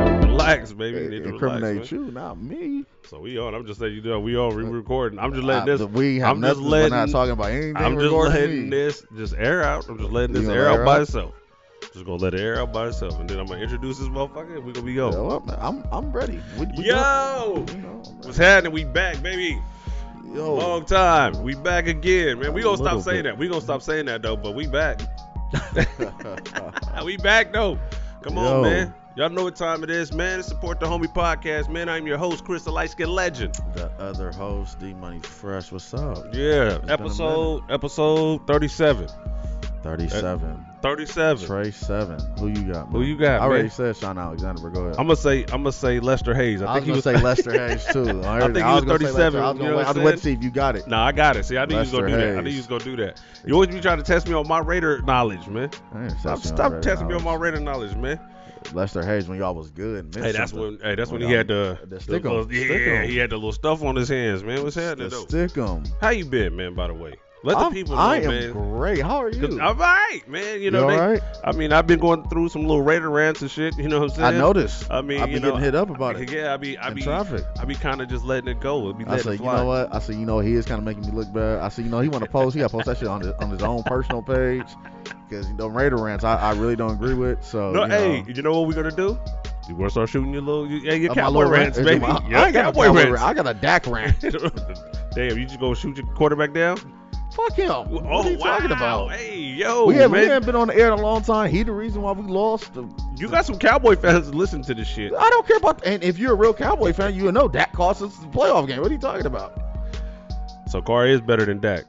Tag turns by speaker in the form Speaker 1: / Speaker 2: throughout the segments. Speaker 1: relax, baby. You need to relax.
Speaker 2: incriminate
Speaker 1: man.
Speaker 2: you, not me.
Speaker 1: So we on. I'm just letting you know we all re-recording. I'm just
Speaker 2: I-
Speaker 1: letting this.
Speaker 2: we have
Speaker 1: I'm just
Speaker 2: nothing. We're not
Speaker 1: letting-
Speaker 2: talking about anything
Speaker 1: I'm just
Speaker 2: regarding
Speaker 1: letting
Speaker 2: me.
Speaker 1: this just air out. I'm just letting
Speaker 2: You
Speaker 1: this
Speaker 2: gonna
Speaker 1: air
Speaker 2: let
Speaker 1: out
Speaker 2: her
Speaker 1: by
Speaker 2: out?
Speaker 1: itself. Just gonna let it air out by itself, and then I'm gonna introduce this motherfucker, and we gonna be
Speaker 2: Yeah,
Speaker 1: going.
Speaker 2: well, I'm I'm ready. We, we
Speaker 1: Yo,
Speaker 2: got- you know, I'm
Speaker 1: what's happening? We back, baby.
Speaker 2: ready. Yo,
Speaker 1: Long time. We back again, man. We
Speaker 2: A
Speaker 1: gonna stop
Speaker 2: little
Speaker 1: saying
Speaker 2: bit.
Speaker 1: that. We gonna stop saying that though. But we back. we back though. Come on,
Speaker 2: Yo.
Speaker 1: man. Y'all know what time it is, man. It's Support the Homie Podcast, man. I'm your host, Chris the Light Skin Legend.
Speaker 2: the other host, D Money Fresh. What's up?
Speaker 1: Yeah,
Speaker 2: been a
Speaker 1: episode episode 37.
Speaker 2: Thirty-seven,
Speaker 1: 37.
Speaker 2: Trey Seven. Who you got?
Speaker 1: Who
Speaker 2: man?
Speaker 1: you got,
Speaker 2: I already
Speaker 1: man?
Speaker 2: said Sean Alexander, but go ahead.
Speaker 1: I'm gonna say I'm gonna say Lester Hayes. I,
Speaker 2: I,
Speaker 1: think
Speaker 2: was
Speaker 1: he
Speaker 2: gonna
Speaker 1: was
Speaker 2: say Lester Hayes too. I,
Speaker 1: think he
Speaker 2: I
Speaker 1: was
Speaker 2: gonna
Speaker 1: 37,
Speaker 2: say Lester. I was
Speaker 1: you
Speaker 2: gonna
Speaker 1: know
Speaker 2: wait-
Speaker 1: what
Speaker 2: I was
Speaker 1: I'm
Speaker 2: waiting to see
Speaker 1: saying?
Speaker 2: if you got it.
Speaker 1: Nah, I got it. See, I knew you was
Speaker 2: Lester
Speaker 1: gonna do that. I knew
Speaker 2: Hayes.
Speaker 1: you was gonna do that. You always be trying to test me on my radar knowledge, man.
Speaker 2: I ain't
Speaker 1: Stop,
Speaker 2: touching
Speaker 1: stop
Speaker 2: already.
Speaker 1: testing me on my
Speaker 2: I was-
Speaker 1: radar knowledge, man.
Speaker 2: Lester Hayes when y'all was good. and missed
Speaker 1: Hey, that's
Speaker 2: something.
Speaker 1: when. Hey, that's when
Speaker 2: When
Speaker 1: he
Speaker 2: I-
Speaker 1: had the,
Speaker 2: the
Speaker 1: the
Speaker 2: stick 'em,
Speaker 1: little-
Speaker 2: stick
Speaker 1: Yeah,
Speaker 2: 'em.
Speaker 1: he had the little stuff on his hands, man. What's happening
Speaker 2: the
Speaker 1: though?
Speaker 2: stick 'em.
Speaker 1: How you been, man? By the way, let the
Speaker 2: I'm-
Speaker 1: people know,
Speaker 2: I am
Speaker 1: man.
Speaker 2: great. How are you?
Speaker 1: I'm all right, man. You know,
Speaker 2: all
Speaker 1: they,
Speaker 2: right?
Speaker 1: I mean, I've been going through some little Raider rants and shit. You know what I'm
Speaker 2: I
Speaker 1: saying?
Speaker 2: noticed.
Speaker 1: I mean,
Speaker 2: I've
Speaker 1: uh,
Speaker 2: been
Speaker 1: you know,
Speaker 2: getting hit up about it
Speaker 1: Yeah, I be, I
Speaker 2: in
Speaker 1: be,
Speaker 2: traffic.
Speaker 1: I be kind of just letting it go. I be
Speaker 2: I
Speaker 1: letting
Speaker 2: said,
Speaker 1: it
Speaker 2: you
Speaker 1: fly.
Speaker 2: know what? I said, you know, he is kind of making me look bad. I said, you know, he want to post. He got to post that shit on his, on his own personal page because you know Raider rants. I, I really don't agree with. So
Speaker 1: No,
Speaker 2: you
Speaker 1: hey,
Speaker 2: know,
Speaker 1: you know what we're gonna do? You wanna start shooting your little, you, hey, your
Speaker 2: uh, my
Speaker 1: cowboy
Speaker 2: little
Speaker 1: rants,
Speaker 2: rant is
Speaker 1: baby.
Speaker 2: my-
Speaker 1: Yeah,
Speaker 2: I ain't got a cowboy rant. I got a Dak rant.
Speaker 1: Damn, you just gonna shoot your quarterback down?
Speaker 2: Fuck him.
Speaker 1: Oh,
Speaker 2: What are you talking
Speaker 1: wow.
Speaker 2: about?
Speaker 1: Hey, yo,
Speaker 2: we, haven't, we
Speaker 1: man,
Speaker 2: haven't been on the air in a long time. He the reason why we lost. The,
Speaker 1: you got some cowboy fans that listen to this shit.
Speaker 2: I don't care about. And if you're a real Cowboy fan, you know Dak cost us the playoff game. What are you talking about?
Speaker 1: So Carr is better than Dak.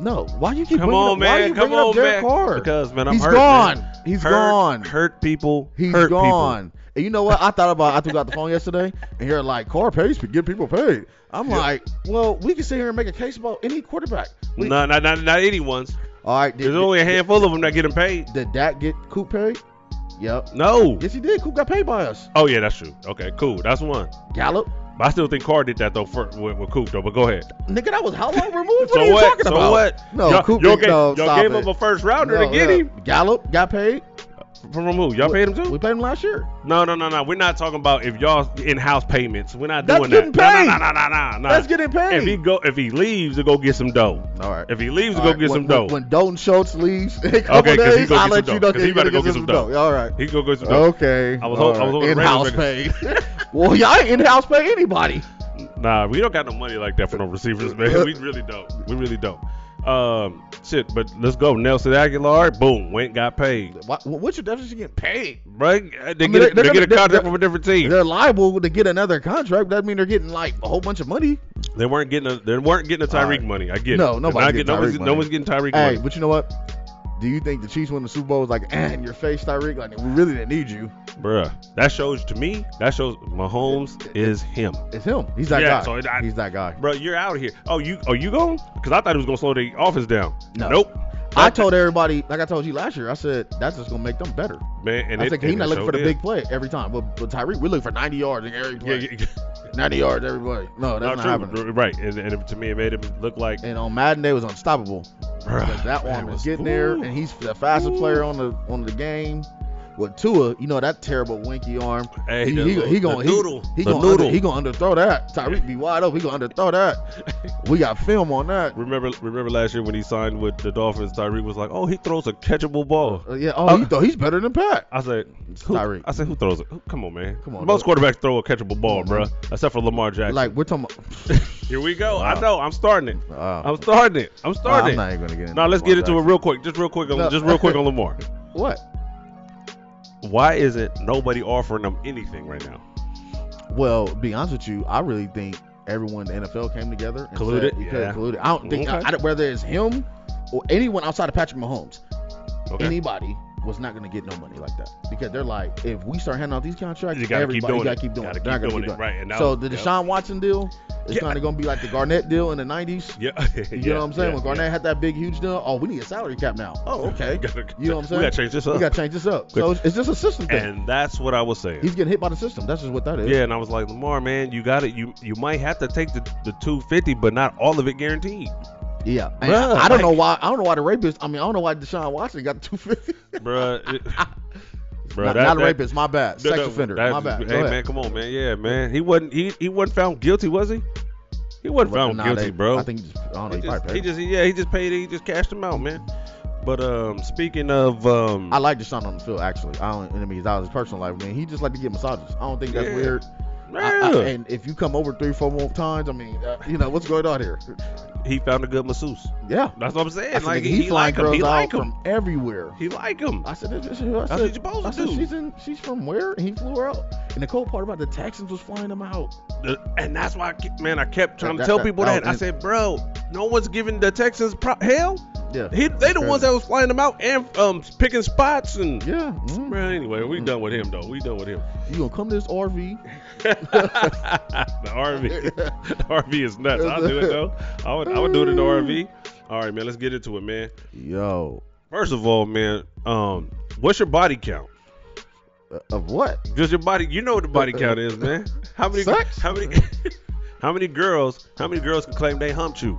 Speaker 2: No. Why you keep
Speaker 1: Come
Speaker 2: bringing
Speaker 1: on,
Speaker 2: up, Why
Speaker 1: man.
Speaker 2: you
Speaker 1: Come
Speaker 2: bringing
Speaker 1: on,
Speaker 2: up
Speaker 1: man.
Speaker 2: Derek Carr?
Speaker 1: Because man, I'm
Speaker 2: He's
Speaker 1: hurt.
Speaker 2: gone.
Speaker 1: Man.
Speaker 2: He's
Speaker 1: hurt,
Speaker 2: gone.
Speaker 1: Hurt people.
Speaker 2: He's
Speaker 1: hurt people.
Speaker 2: gone. And you know what? I thought about. I took out the phone yesterday, and you're like, "Car pays to get people paid." I'm
Speaker 1: Yeah.
Speaker 2: like, "Well, we can sit here and make a case about any quarterback." We-
Speaker 1: No, not, not, not anyone's.
Speaker 2: All right. Did,
Speaker 1: There's only a handful of them that get him paid.
Speaker 2: Did, did Dak get Coop paid? Yep.
Speaker 1: No.
Speaker 2: Yes, he did. Coop got paid by us.
Speaker 1: Oh yeah, that's true. Okay, cool. That's one.
Speaker 2: Gallup,
Speaker 1: But I still think Carr did that though for, with, with Coop though. But go ahead.
Speaker 2: nigga, that was how long removed?
Speaker 1: so
Speaker 2: what are you
Speaker 1: what?
Speaker 2: talking
Speaker 1: so
Speaker 2: about?
Speaker 1: what?
Speaker 2: No,
Speaker 1: y'all,
Speaker 2: Coop.
Speaker 1: y'all
Speaker 2: didn't-
Speaker 1: gave,
Speaker 2: no,
Speaker 1: y'all
Speaker 2: stop
Speaker 1: gave
Speaker 2: it.
Speaker 1: him a first rounder
Speaker 2: No,
Speaker 1: to get
Speaker 2: yeah.
Speaker 1: him
Speaker 2: Gallup got paid.
Speaker 1: from who? Y'all
Speaker 2: We-
Speaker 1: paid him too?
Speaker 2: We paid him last year.
Speaker 1: no, no, no, no. We're not talking about if y'all in-house payments. We're not
Speaker 2: That's
Speaker 1: doing
Speaker 2: getting
Speaker 1: that.
Speaker 2: paid.
Speaker 1: No, no, no, no, no, no.
Speaker 2: Let's get him paid.
Speaker 1: If he go, if he leaves, to go get some dough.
Speaker 2: All right.
Speaker 1: If he leaves, to
Speaker 2: All
Speaker 1: go
Speaker 2: right,
Speaker 1: get
Speaker 2: when,
Speaker 1: some dough.
Speaker 2: When, when Dalton Schultz leaves in a couple
Speaker 1: Okay, 'cause he
Speaker 2: days,
Speaker 1: gonna
Speaker 2: I'll
Speaker 1: get
Speaker 2: let
Speaker 1: some
Speaker 2: you
Speaker 1: dough,
Speaker 2: know.
Speaker 1: 'cause he better go get some dough.
Speaker 2: All right.
Speaker 1: he go get some
Speaker 2: Oh,
Speaker 1: dough.
Speaker 2: Okay.
Speaker 1: I was
Speaker 2: all
Speaker 1: hol- I was holding
Speaker 2: in
Speaker 1: the
Speaker 2: house paid. well, y'all ain't in house pay anybody.
Speaker 1: Nah, we don't got no money like that for no receivers, man. We really don't. We really don't. Um, shit, but let's go. Nelson Aguilar, boom, went got paid.
Speaker 2: Why, what's your definition of getting paid?
Speaker 1: Right? They, get, a,
Speaker 2: mean, they're-
Speaker 1: they
Speaker 2: they're
Speaker 1: get a
Speaker 2: gonna-
Speaker 1: contract
Speaker 2: they're-
Speaker 1: from a different team.
Speaker 2: They're liable to get another contract. That mean they're getting like a whole bunch of money.
Speaker 1: They weren't getting a they weren't getting a Tyreek
Speaker 2: Alright.
Speaker 1: money. I get
Speaker 2: No,
Speaker 1: it.
Speaker 2: nobody's
Speaker 1: Not
Speaker 2: getting
Speaker 1: no one's-
Speaker 2: Tyreek
Speaker 1: No
Speaker 2: money.
Speaker 1: one's getting Tyreek
Speaker 2: Hey,
Speaker 1: money.
Speaker 2: but you know what? Do you think the Chiefs win the Super Bowl is like, eh, in your face, Tyreek? Like, we really didn't need you.
Speaker 1: Bruh. That shows to me, that shows Mahomes is him.
Speaker 2: It's him. He's that
Speaker 1: Yeah,
Speaker 2: guy.
Speaker 1: so it- I-
Speaker 2: He's that guy.
Speaker 1: Bro, you're out here. Oh, you are you going? Because I thought it was gonna slow the offense down.
Speaker 2: No.
Speaker 1: Nope.
Speaker 2: I
Speaker 1: That-
Speaker 2: told everybody, like I told you last year, I said that's just gonna make them better.
Speaker 1: man, and
Speaker 2: I
Speaker 1: it,
Speaker 2: said
Speaker 1: and
Speaker 2: he's not
Speaker 1: it
Speaker 2: looking
Speaker 1: sure
Speaker 2: for the
Speaker 1: did.
Speaker 2: big play every time. But, but Tyreek, we look for 90 yards in every
Speaker 1: Yeah,
Speaker 2: play.
Speaker 1: yeah, yeah.
Speaker 2: 90 yards every play. No, that's not,
Speaker 1: Not
Speaker 2: happening.
Speaker 1: true. Right, and, and it- to me, it made him look like
Speaker 2: And on Madden, they was unstoppable.
Speaker 1: Bruh,
Speaker 2: Because that
Speaker 1: man,
Speaker 2: one was
Speaker 1: was-
Speaker 2: getting there,
Speaker 1: ooh.
Speaker 2: and he's the fastest
Speaker 1: Ooh.
Speaker 2: player on the on the game. With Tua, you know that terrible winky arm.
Speaker 1: Hey,
Speaker 2: he,
Speaker 1: the-
Speaker 2: he,
Speaker 1: the-
Speaker 2: he gonna
Speaker 1: the
Speaker 2: he-
Speaker 1: noodle.
Speaker 2: he,
Speaker 1: The
Speaker 2: gonna
Speaker 1: noodle.
Speaker 2: Under, he gonna underthrow that. Tyreek be wide open. He gonna underthrow that. we got film on that.
Speaker 1: Remember, remember last year when he signed with the Dolphins, Tyreek was like, "Oh, he throws a catchable ball."
Speaker 2: Uh, yeah. Oh,
Speaker 1: Uh,
Speaker 2: he thought he's better than Pat.
Speaker 1: I said, who,
Speaker 2: Tyreek.
Speaker 1: I said, "Who throws it? Who- Come on, man.
Speaker 2: Come on,
Speaker 1: Most
Speaker 2: dude.
Speaker 1: quarterbacks throw a catchable ball,
Speaker 2: Come on,
Speaker 1: bruh, except for Lamar Jackson."
Speaker 2: Like we're talking. About,
Speaker 1: here we go. I
Speaker 2: Wow.
Speaker 1: know. I'm starting it.
Speaker 2: Wow.
Speaker 1: I'm starting it. I'm
Speaker 2: I'm
Speaker 1: starting it.
Speaker 2: not even gonna get into
Speaker 1: Now let's
Speaker 2: Lamar
Speaker 1: get into it
Speaker 2: Jackson.
Speaker 1: real quick. Just real quick. On,
Speaker 2: No.
Speaker 1: Just real quick on Lamar.
Speaker 2: What?
Speaker 1: Why isn't nobody offering him anything right now?
Speaker 2: Well, to be honest with you, I really think everyone in the NFL came together and
Speaker 1: Colluded?
Speaker 2: Said,
Speaker 1: Yeah.
Speaker 2: colluded. I don't think I-
Speaker 1: Okay.
Speaker 2: I don't- whether it's him or anyone outside of Patrick Mahomes,
Speaker 1: Okay.
Speaker 2: anybody was not going to get no money like that because they're like, if we start handing out these contracts,
Speaker 1: You gotta keep
Speaker 2: everybody
Speaker 1: doing
Speaker 2: got
Speaker 1: it.
Speaker 2: to keep doing
Speaker 1: Gotta
Speaker 2: it.
Speaker 1: keep
Speaker 2: They're not gonna
Speaker 1: doing it, right, and that
Speaker 2: so
Speaker 1: was-
Speaker 2: the
Speaker 1: yep.
Speaker 2: Deshaun Watson deal is
Speaker 1: Yeah.
Speaker 2: kind of going to be like the Garnett deal in the '90s.
Speaker 1: yeah.
Speaker 2: You know what I'm saying? when Garnett had that big, huge deal, oh, we need a salary cap now. Oh, okay. You know what I'm saying?
Speaker 1: We gotta change this
Speaker 2: we
Speaker 1: up.
Speaker 2: got to change this up. So it's, it's just a system thing.
Speaker 1: and that's what I was saying.
Speaker 2: He's getting hit by the system. That's just what that is.
Speaker 1: Yeah, and I was like, Lamar, man, you got it. You you might have to take the, the 250, but not all of it guaranteed.
Speaker 2: Yeah, and
Speaker 1: Bruh,
Speaker 2: I, I don't
Speaker 1: like-
Speaker 2: know why. I don't know why the rapist. I mean, I don't know why Deshaun Watson got two fifty.
Speaker 1: Bruh, it- bro.
Speaker 2: not,
Speaker 1: that-
Speaker 2: not a
Speaker 1: that-
Speaker 2: rapist. My bad.
Speaker 1: No,
Speaker 2: Sex
Speaker 1: no,
Speaker 2: offender.
Speaker 1: that-
Speaker 2: My bad. Go
Speaker 1: Hey
Speaker 2: ahead.
Speaker 1: man, come on, man. Yeah, man. He wasn't. He he wasn't found guilty, was he? He wasn't found
Speaker 2: Nah,
Speaker 1: guilty,
Speaker 2: they-
Speaker 1: bro.
Speaker 2: I think he just, I don't know.
Speaker 1: he
Speaker 2: He,
Speaker 1: just,
Speaker 2: probably
Speaker 1: he
Speaker 2: paid.
Speaker 1: just- yeah, he just paid it. He just cashed him out, man. But um, speaking of um,
Speaker 2: I like Deshaun on the field actually. I don't. I mean, that was his personal life. Man, he just like to get massages. I don't think that's
Speaker 1: Yeah.
Speaker 2: weird. I- I-
Speaker 1: yeah,
Speaker 2: and if you come over three, four more times, I mean, uh, you know what's going on here?
Speaker 1: he found a good masseuse.
Speaker 2: Yeah,
Speaker 1: That's what I'm saying.
Speaker 2: I said,
Speaker 1: like
Speaker 2: nigga,
Speaker 1: he,
Speaker 2: he flying
Speaker 1: like him.
Speaker 2: girls
Speaker 1: He like
Speaker 2: out
Speaker 1: him.
Speaker 2: from everywhere.
Speaker 1: He like him.
Speaker 2: I said, this is who I
Speaker 1: That's
Speaker 2: said,
Speaker 1: what you're supposed
Speaker 2: I
Speaker 1: to
Speaker 2: said
Speaker 1: do.
Speaker 2: she's in, she's from where? And he flew her out. And the cool part about the Texans was flying them out.
Speaker 1: The- and that's why, I kept, man, I kept trying to
Speaker 2: That-
Speaker 1: tell
Speaker 2: that-
Speaker 1: people
Speaker 2: that
Speaker 1: that. I
Speaker 2: was in-
Speaker 1: said, bro, no one's giving the Texans pro- hell.
Speaker 2: Yeah,
Speaker 1: He, they the
Speaker 2: Crazy.
Speaker 1: ones that was flying them out and um picking spots and.
Speaker 2: yeah. mhm.
Speaker 1: Man, anyway, we done with him though. We done with him.
Speaker 2: You gonna come to this RV?
Speaker 1: the RV, the RV is nuts. I'll do it though. I would, I would do it in the RV. All right, man. Let's get into it, man.
Speaker 2: Yo,
Speaker 1: First of all, man, um, what's your body count?
Speaker 2: uh, of what?
Speaker 1: Just your body. You know what the body count is, man. How many?
Speaker 2: Sex?
Speaker 1: How many? how many girls? How many girls can claim they humped you?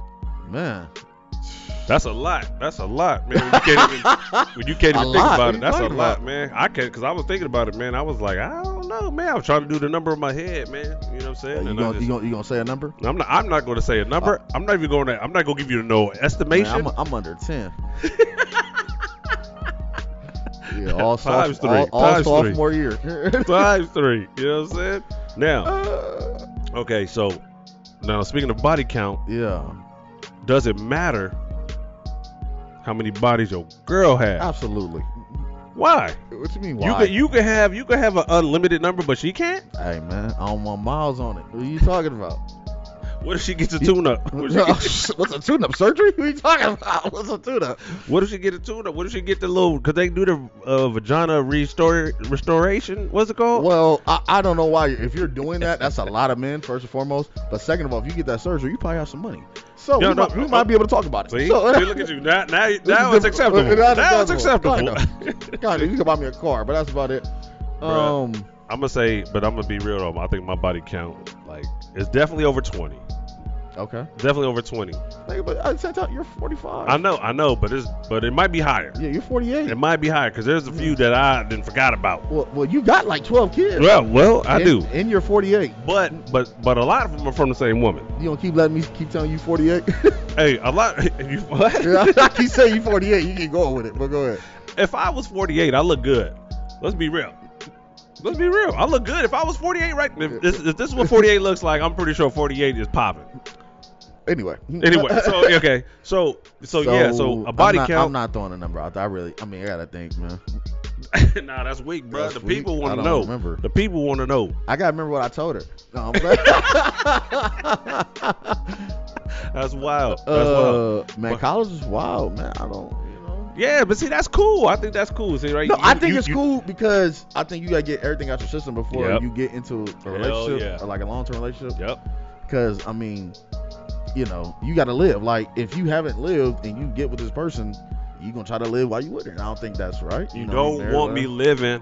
Speaker 2: Man,
Speaker 1: That's a lot. That's a lot, man. You can't even, when you can't
Speaker 2: A
Speaker 1: even think
Speaker 2: lot? What
Speaker 1: about
Speaker 2: are
Speaker 1: it,
Speaker 2: you
Speaker 1: that's a lot,
Speaker 2: talking about?
Speaker 1: man. I can't, cause I was thinking about it, man. I was like, I don't know, man. I was trying to do the number in my head, man. You know what I'm
Speaker 2: Uh,
Speaker 1: saying?
Speaker 2: you
Speaker 1: And I
Speaker 2: gonna,
Speaker 1: just-
Speaker 2: you gonna you gonna say a number?
Speaker 1: I'm not. I'm not going to say a number. I'm not even going to. I'm not going to give you no
Speaker 2: Man,
Speaker 1: estimation.
Speaker 2: I'm, I'm under ten. yeah, all, soph-
Speaker 1: Times three,
Speaker 2: all, all
Speaker 1: times three.
Speaker 2: sophomore year.
Speaker 1: Times three. You know what I'm saying? Now,
Speaker 2: Uh,
Speaker 1: okay. So, now speaking of body count,
Speaker 2: yeah,
Speaker 1: does it matter how many bodies your girl has?
Speaker 2: absolutely.
Speaker 1: Why?
Speaker 2: What you mean?
Speaker 1: You
Speaker 2: Uh, Why?
Speaker 1: could. You could have. You could have an unlimited number, but she can't.
Speaker 2: hey man, I don't want miles on it. What are you talking about?
Speaker 1: What if she gets a tune-up? What if she get,
Speaker 2: What's a tune-up surgery? What are you talking about? What's a tune-up?
Speaker 1: what if she get a tune-up? What if she get the little? Cause they do the uh, vagina restore restoration. What's it called?
Speaker 2: Well, I, I don't know why. If you're doing that, that's a lot of men, first and foremost. But second of all, if you get that surgery, you probably have some money. So
Speaker 1: Yeah,
Speaker 2: we,
Speaker 1: no,
Speaker 2: might, we
Speaker 1: uh,
Speaker 2: might be able to talk about it.
Speaker 1: See,
Speaker 2: So,
Speaker 1: See, look at you. Now, now,
Speaker 2: is
Speaker 1: now it's
Speaker 2: different.
Speaker 1: acceptable.
Speaker 2: Now it's
Speaker 1: Now it's
Speaker 2: acceptable.
Speaker 1: acceptable.
Speaker 2: God, you can buy me a car, but that's about it.
Speaker 1: Bruh.
Speaker 2: Um,
Speaker 1: I'm gonna say, but I'm gonna be real though. I think my body count, like, it's definitely over 20.
Speaker 2: okay.
Speaker 1: Definitely over 20.
Speaker 2: Like, but at the same time, you're 45.
Speaker 1: I know, I know, but it's, but it might be higher.
Speaker 2: Yeah, you're 48.
Speaker 1: It might be higher because there's a few that I then forgot about.
Speaker 2: well, well, you got like 12 kids.
Speaker 1: Well, well, I
Speaker 2: and,
Speaker 1: do,
Speaker 2: And you're 48.
Speaker 1: but, but, but a lot of them are from the same woman.
Speaker 2: You don't keep letting me keep telling you 48.
Speaker 1: Hey, a lot. You, what?
Speaker 2: yeah, I keep saying you 48. You keep going with it, but go ahead.
Speaker 1: If I was 48, I look good. Let's be real. Let's be real. I look good. If I was 48, right? If this, if this is what 48 looks like, I'm pretty sure 48 is popping.
Speaker 2: Anyway.
Speaker 1: Anyway, so okay, so so, yeah, so a
Speaker 2: I'm
Speaker 1: body
Speaker 2: not- I'm
Speaker 1: count.
Speaker 2: not throwing a number out. there. I really, I mean, I gotta think, man.
Speaker 1: nah, that's weak, bro.
Speaker 2: That's
Speaker 1: the
Speaker 2: weak.
Speaker 1: people
Speaker 2: I
Speaker 1: want to
Speaker 2: don't
Speaker 1: know.
Speaker 2: remember.
Speaker 1: The people want to know.
Speaker 2: I gotta remember what I told her. No, I'm playing.
Speaker 1: That's wild. That's wild.
Speaker 2: uh, man,
Speaker 1: What?
Speaker 2: college is wild, man. I don't, you know.
Speaker 1: Yeah, but see, that's cool. I think that's cool. See, right?
Speaker 2: No,
Speaker 1: You-
Speaker 2: I think
Speaker 1: you-
Speaker 2: it's
Speaker 1: you-
Speaker 2: cool because I think you gotta get everything out your system before
Speaker 1: Yep.
Speaker 2: you get into a
Speaker 1: Hell
Speaker 2: relationship,
Speaker 1: yeah.
Speaker 2: or like a long-term relationship.
Speaker 1: Yep.
Speaker 2: Because I mean, you know, you gotta live. Like if you haven't lived and you get with this person, you gonna try to live while you with her. And I don't think that's right.
Speaker 1: You,
Speaker 2: know,
Speaker 1: don't
Speaker 2: married
Speaker 1: want
Speaker 2: life.
Speaker 1: me living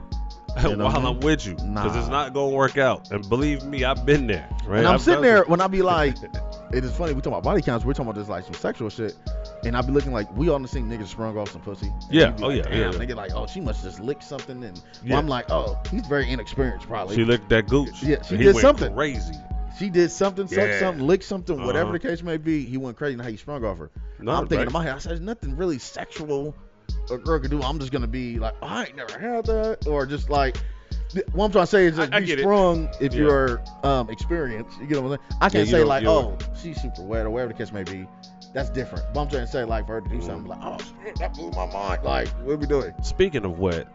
Speaker 2: You know
Speaker 1: while
Speaker 2: what I mean?
Speaker 1: I'm with you because it's
Speaker 2: Nah.
Speaker 1: not gonna work out. And believe me, I've been there. Right?
Speaker 2: And I'm
Speaker 1: I've
Speaker 2: sitting
Speaker 1: done
Speaker 2: there
Speaker 1: this.
Speaker 2: when I be like, it is funny. We talking about body counts. We're talking about this like some sexual shit, and I be looking like we all in the same niggas sprung off some pussy. And
Speaker 1: Yeah.
Speaker 2: you be
Speaker 1: Oh,
Speaker 2: like,
Speaker 1: yeah, yeah,
Speaker 2: Damn,
Speaker 1: yeah.
Speaker 2: nigga, like oh she must just lick something, and
Speaker 1: Yeah.
Speaker 2: I'm like oh he's very inexperienced probably.
Speaker 1: she
Speaker 2: She,
Speaker 1: licked that gooch.
Speaker 2: Yeah, she
Speaker 1: He
Speaker 2: did
Speaker 1: went
Speaker 2: something.
Speaker 1: crazy.
Speaker 2: did something, sucked
Speaker 1: Yeah.
Speaker 2: something, licked something,
Speaker 1: Uh-huh.
Speaker 2: whatever the case may be. He went crazy and how he sprung off her.
Speaker 1: No,
Speaker 2: I'm thinking
Speaker 1: right.
Speaker 2: in my head, I said there's nothing really sexual a girl could do. I'm just gonna be like "Oh, I ain't never had that, or just like. th- What I'm trying to say is
Speaker 1: I-
Speaker 2: that
Speaker 1: I get
Speaker 2: you
Speaker 1: it.
Speaker 2: sprung if
Speaker 1: Yeah.
Speaker 2: you're um, experienced. You get what I'm saying? I
Speaker 1: Yeah, you
Speaker 2: can't say
Speaker 1: don't-
Speaker 2: like,
Speaker 1: you
Speaker 2: oh,
Speaker 1: don't-
Speaker 2: she's super wet or whatever the case may be. That's different. But I'm trying to say like for her to do something
Speaker 1: Mm.
Speaker 2: like, oh, shit, that blew my mind. Like, what are we doing?
Speaker 1: Speaking of what,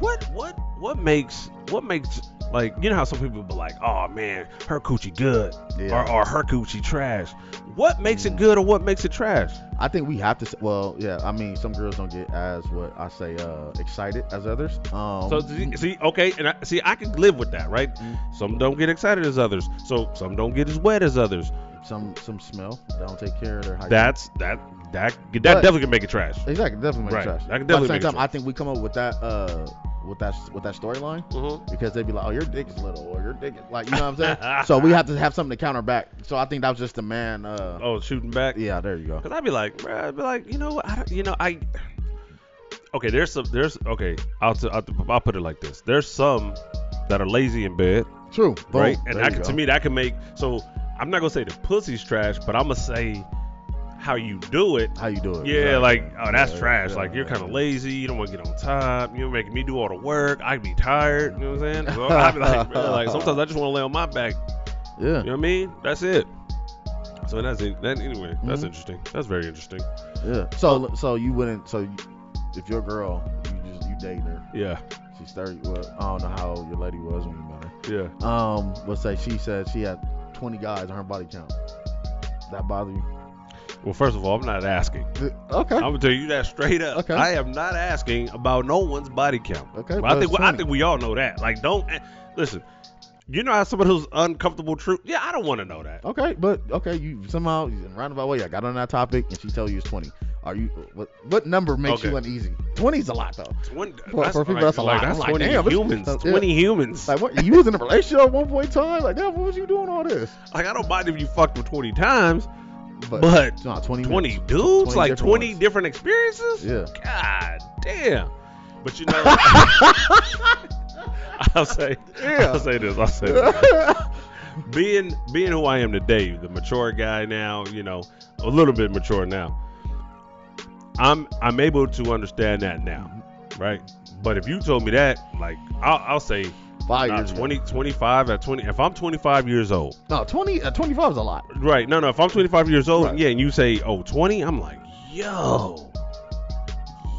Speaker 1: what what what makes what makes like you know how some people be like, oh man, her coochie good or, or her coochie trash. What makes it good or what makes it trash?
Speaker 2: I think we have to. s- Well, yeah. I mean, some girls don't get as what I say uh, excited as others. Um,
Speaker 1: So see, see, okay, and I, see, I can live with that, right?
Speaker 2: Mm.
Speaker 1: Some don't get excited as others, so some don't get as wet as others.
Speaker 2: some some smell. They don't take care of their hygiene.
Speaker 1: That's that that that
Speaker 2: But-
Speaker 1: definitely can make it trash.
Speaker 2: Exactly, definitely make
Speaker 1: Right.
Speaker 2: trash.
Speaker 1: That can
Speaker 2: But at
Speaker 1: definitely
Speaker 2: the same
Speaker 1: make
Speaker 2: time,
Speaker 1: trash.
Speaker 2: I think we come up with that uh with that with that storyline because they'd be like, "Oh, your dick is little," or "Your dick is like," you know what I'm saying? so we have to have something to counter back. So I think that was just the man. Uh,
Speaker 1: Oh, shooting back.
Speaker 2: yeah, there you go.
Speaker 1: Cause I'd be like, bruh, I'd be like, you know, what, I don't, you know, I, okay, there's some there's okay. I'll t- I'll, I'll put it like this. There's some that are lazy in bed,
Speaker 2: True. Boom.
Speaker 1: right?
Speaker 2: There
Speaker 1: And I
Speaker 2: you
Speaker 1: can, to
Speaker 2: go.
Speaker 1: me that can make so I'm not gonna say the pussy's trash, but I'm gonna say how you do it.
Speaker 2: how you do it?
Speaker 1: Yeah,
Speaker 2: exactly.
Speaker 1: like oh that's
Speaker 2: Yeah,
Speaker 1: trash.
Speaker 2: yeah,
Speaker 1: like you're
Speaker 2: yeah.
Speaker 1: kind of lazy. You don't want to get on top. You're making me do all the work. I be tired. You know what I'm saying? So I be like, man, like sometimes I just want to lay on my back.
Speaker 2: yeah.
Speaker 1: You know what I mean? That's it. So that's it. That, anyway, that's
Speaker 2: Mhm.
Speaker 1: interesting. That's very interesting.
Speaker 2: Yeah. So so you wouldn't so you, if your girl you just you dating her
Speaker 1: Yeah,
Speaker 2: she's thirty well I don't know how old your lady was when you met her
Speaker 1: yeah.
Speaker 2: um let's say she said she had twenty guys on her body count that bother you
Speaker 1: Well, first of all, I'm not asking.
Speaker 2: Uh, okay
Speaker 1: I'm gonna tell you that straight up.
Speaker 2: Okay.
Speaker 1: I am not asking about no one's body count.
Speaker 2: okay
Speaker 1: But
Speaker 2: but
Speaker 1: I think
Speaker 2: it's
Speaker 1: I
Speaker 2: 20.
Speaker 1: think we all know that. Like, don't eh, listen. You know how someone who's uncomfortable, true. Yeah, I don't want to know that.
Speaker 2: okay but okay you somehow in a roundabout way I got on that topic and she tell you it's twenty are you what what number makes
Speaker 1: Okay.
Speaker 2: you uneasy twenty's a lot though
Speaker 1: Twen-
Speaker 2: For- for people, that's a lot.
Speaker 1: That's
Speaker 2: I'm like,
Speaker 1: 20
Speaker 2: damn, it's-
Speaker 1: humans.
Speaker 2: uh, yeah.
Speaker 1: 20 humans.
Speaker 2: like what you was in a relationship at one point in time like damn what was you doing all this
Speaker 1: Like, I don't mind if you fucked with 20 times, but,
Speaker 2: nah, twenty
Speaker 1: 20
Speaker 2: minutes.
Speaker 1: dudes?
Speaker 2: 20
Speaker 1: like,
Speaker 2: different
Speaker 1: 20
Speaker 2: ones.
Speaker 1: different experiences?
Speaker 2: yeah
Speaker 1: God damn. But you know, I'll say,
Speaker 2: Yeah.
Speaker 1: I'll say this. I'll say this. being being who I am today, the mature guy now, you know, a little bit mature now. I'm I'm able to understand that now, right? But if you told me that, like, I'll, I'll say
Speaker 2: Five
Speaker 1: nah,
Speaker 2: years. ago.
Speaker 1: 20, 25 at 20. If I'm 25 years old,
Speaker 2: No, 20, uh, 25 is a lot.
Speaker 1: right? No, no. If I'm 25 years old,
Speaker 2: Right.
Speaker 1: yeah, and you say, oh, 20, I'm like, yo,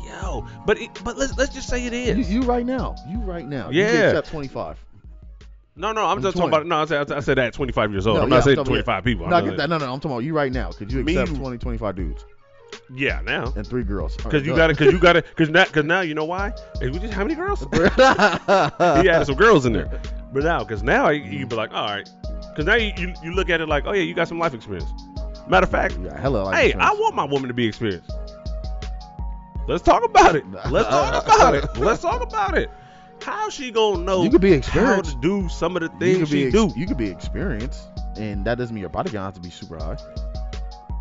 Speaker 1: yo. But it, but let's let's just say it
Speaker 2: You,
Speaker 1: is.
Speaker 2: you right now. You right now. You
Speaker 1: Yeah.
Speaker 2: just accept 25.
Speaker 1: No, no. I'm,
Speaker 2: I'm
Speaker 1: just
Speaker 2: 20.
Speaker 1: talking about. No, I said, I said at 25 years old.
Speaker 2: No,
Speaker 1: I'm
Speaker 2: yeah,
Speaker 1: not
Speaker 2: I'm
Speaker 1: saying
Speaker 2: talking-
Speaker 1: 25 people.
Speaker 2: no, I
Speaker 1: I'm
Speaker 2: get
Speaker 1: not
Speaker 2: that. No, no, no. I'm talking about you right now. Could you
Speaker 1: Me,
Speaker 2: accept
Speaker 1: you-
Speaker 2: 20, 25 dudes
Speaker 1: saying- Yeah, now.
Speaker 2: and three girls? All
Speaker 1: Cause
Speaker 2: right,
Speaker 1: you
Speaker 2: go.
Speaker 1: got to cause you got to cause now, cause now you know why. Hey, we just how many girls? he had some girls in there, but now, cause now you, you be like, all right, cause now you, you you look at it like, oh yeah, you got some life experience. Matter of fact,
Speaker 2: You got hella life
Speaker 1: hey, I
Speaker 2: insurance.
Speaker 1: want my woman to be experienced. Let's talk about it. Let's talk about it. Let's talk about it. How's she gonna know
Speaker 2: You could be
Speaker 1: how
Speaker 2: experienced.
Speaker 1: to do some of the
Speaker 2: you
Speaker 1: things
Speaker 2: could be
Speaker 1: she
Speaker 2: ex-
Speaker 1: do?
Speaker 2: You could be experienced, and that doesn't mean your body count has to be super high.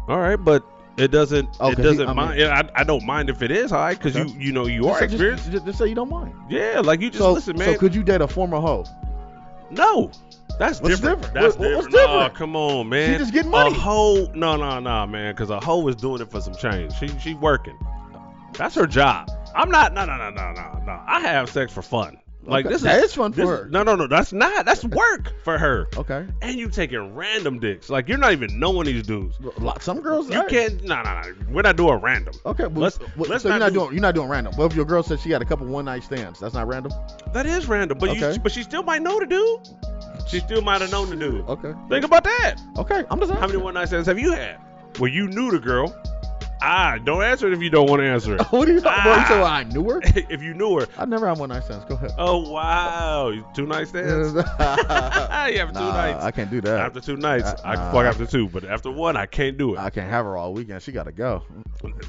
Speaker 1: All right, but. It doesn't.
Speaker 2: Oh, 'cause
Speaker 1: it
Speaker 2: he-
Speaker 1: doesn't
Speaker 2: I mean-
Speaker 1: mind. yeah, I, I don't mind if it is high, cause
Speaker 2: Okay.
Speaker 1: you you know you are
Speaker 2: Just- just,
Speaker 1: experienced.
Speaker 2: Just, just say you don't mind.
Speaker 1: yeah, like you just
Speaker 2: so,
Speaker 1: listen, man.
Speaker 2: so could you date a former hoe?
Speaker 1: No. That's
Speaker 2: What's
Speaker 1: different.
Speaker 2: different?
Speaker 1: That's
Speaker 2: What-
Speaker 1: different.
Speaker 2: what's
Speaker 1: Nah,
Speaker 2: different?
Speaker 1: come on, man.
Speaker 2: She just getting money.
Speaker 1: A hoe? No, no, no, man. Because a hoe is doing it for some change. She she working. That's her job. I'm not. No, no, no, no, no, no. I have sex for fun. Like
Speaker 2: Okay.
Speaker 1: this
Speaker 2: That
Speaker 1: is
Speaker 2: is fun for
Speaker 1: this-
Speaker 2: her.
Speaker 1: No, no, no. That's not. That's work for her.
Speaker 2: Okay.
Speaker 1: And you taking random dicks. Like you're not even knowing these dudes.
Speaker 2: A lot- Some girls.
Speaker 1: You
Speaker 2: all right.
Speaker 1: can't. No, no, no. We're not doing random.
Speaker 2: Okay, well,
Speaker 1: Let's-
Speaker 2: well,
Speaker 1: let's
Speaker 2: so you're
Speaker 1: not
Speaker 2: not
Speaker 1: do-
Speaker 2: doing you're not doing random. Well, if your girl said she had a couple one night stands, that's not random.
Speaker 1: That is random. But
Speaker 2: Okay.
Speaker 1: you. But she still might know the dude. She still might have known the dude.
Speaker 2: Okay,
Speaker 1: Think about that.
Speaker 2: okay, I'm just
Speaker 1: How
Speaker 2: asking.
Speaker 1: many one night stands have you had? Well, you knew the girl. Ah, don't answer it if you don't want to answer it.
Speaker 2: what are you talking about? You said
Speaker 1: Ah.
Speaker 2: well, I knew her.
Speaker 1: if you knew her.
Speaker 2: I never had one night stands. Go ahead.
Speaker 1: Oh wow, You- two night stands. you have two
Speaker 2: Nah,
Speaker 1: nights.
Speaker 2: I can't do that.
Speaker 1: after two nights,
Speaker 2: I-
Speaker 1: I can
Speaker 2: nah.
Speaker 1: fuck after two, but after one, I can't do it.
Speaker 2: I can't have her all weekend. She gotta go.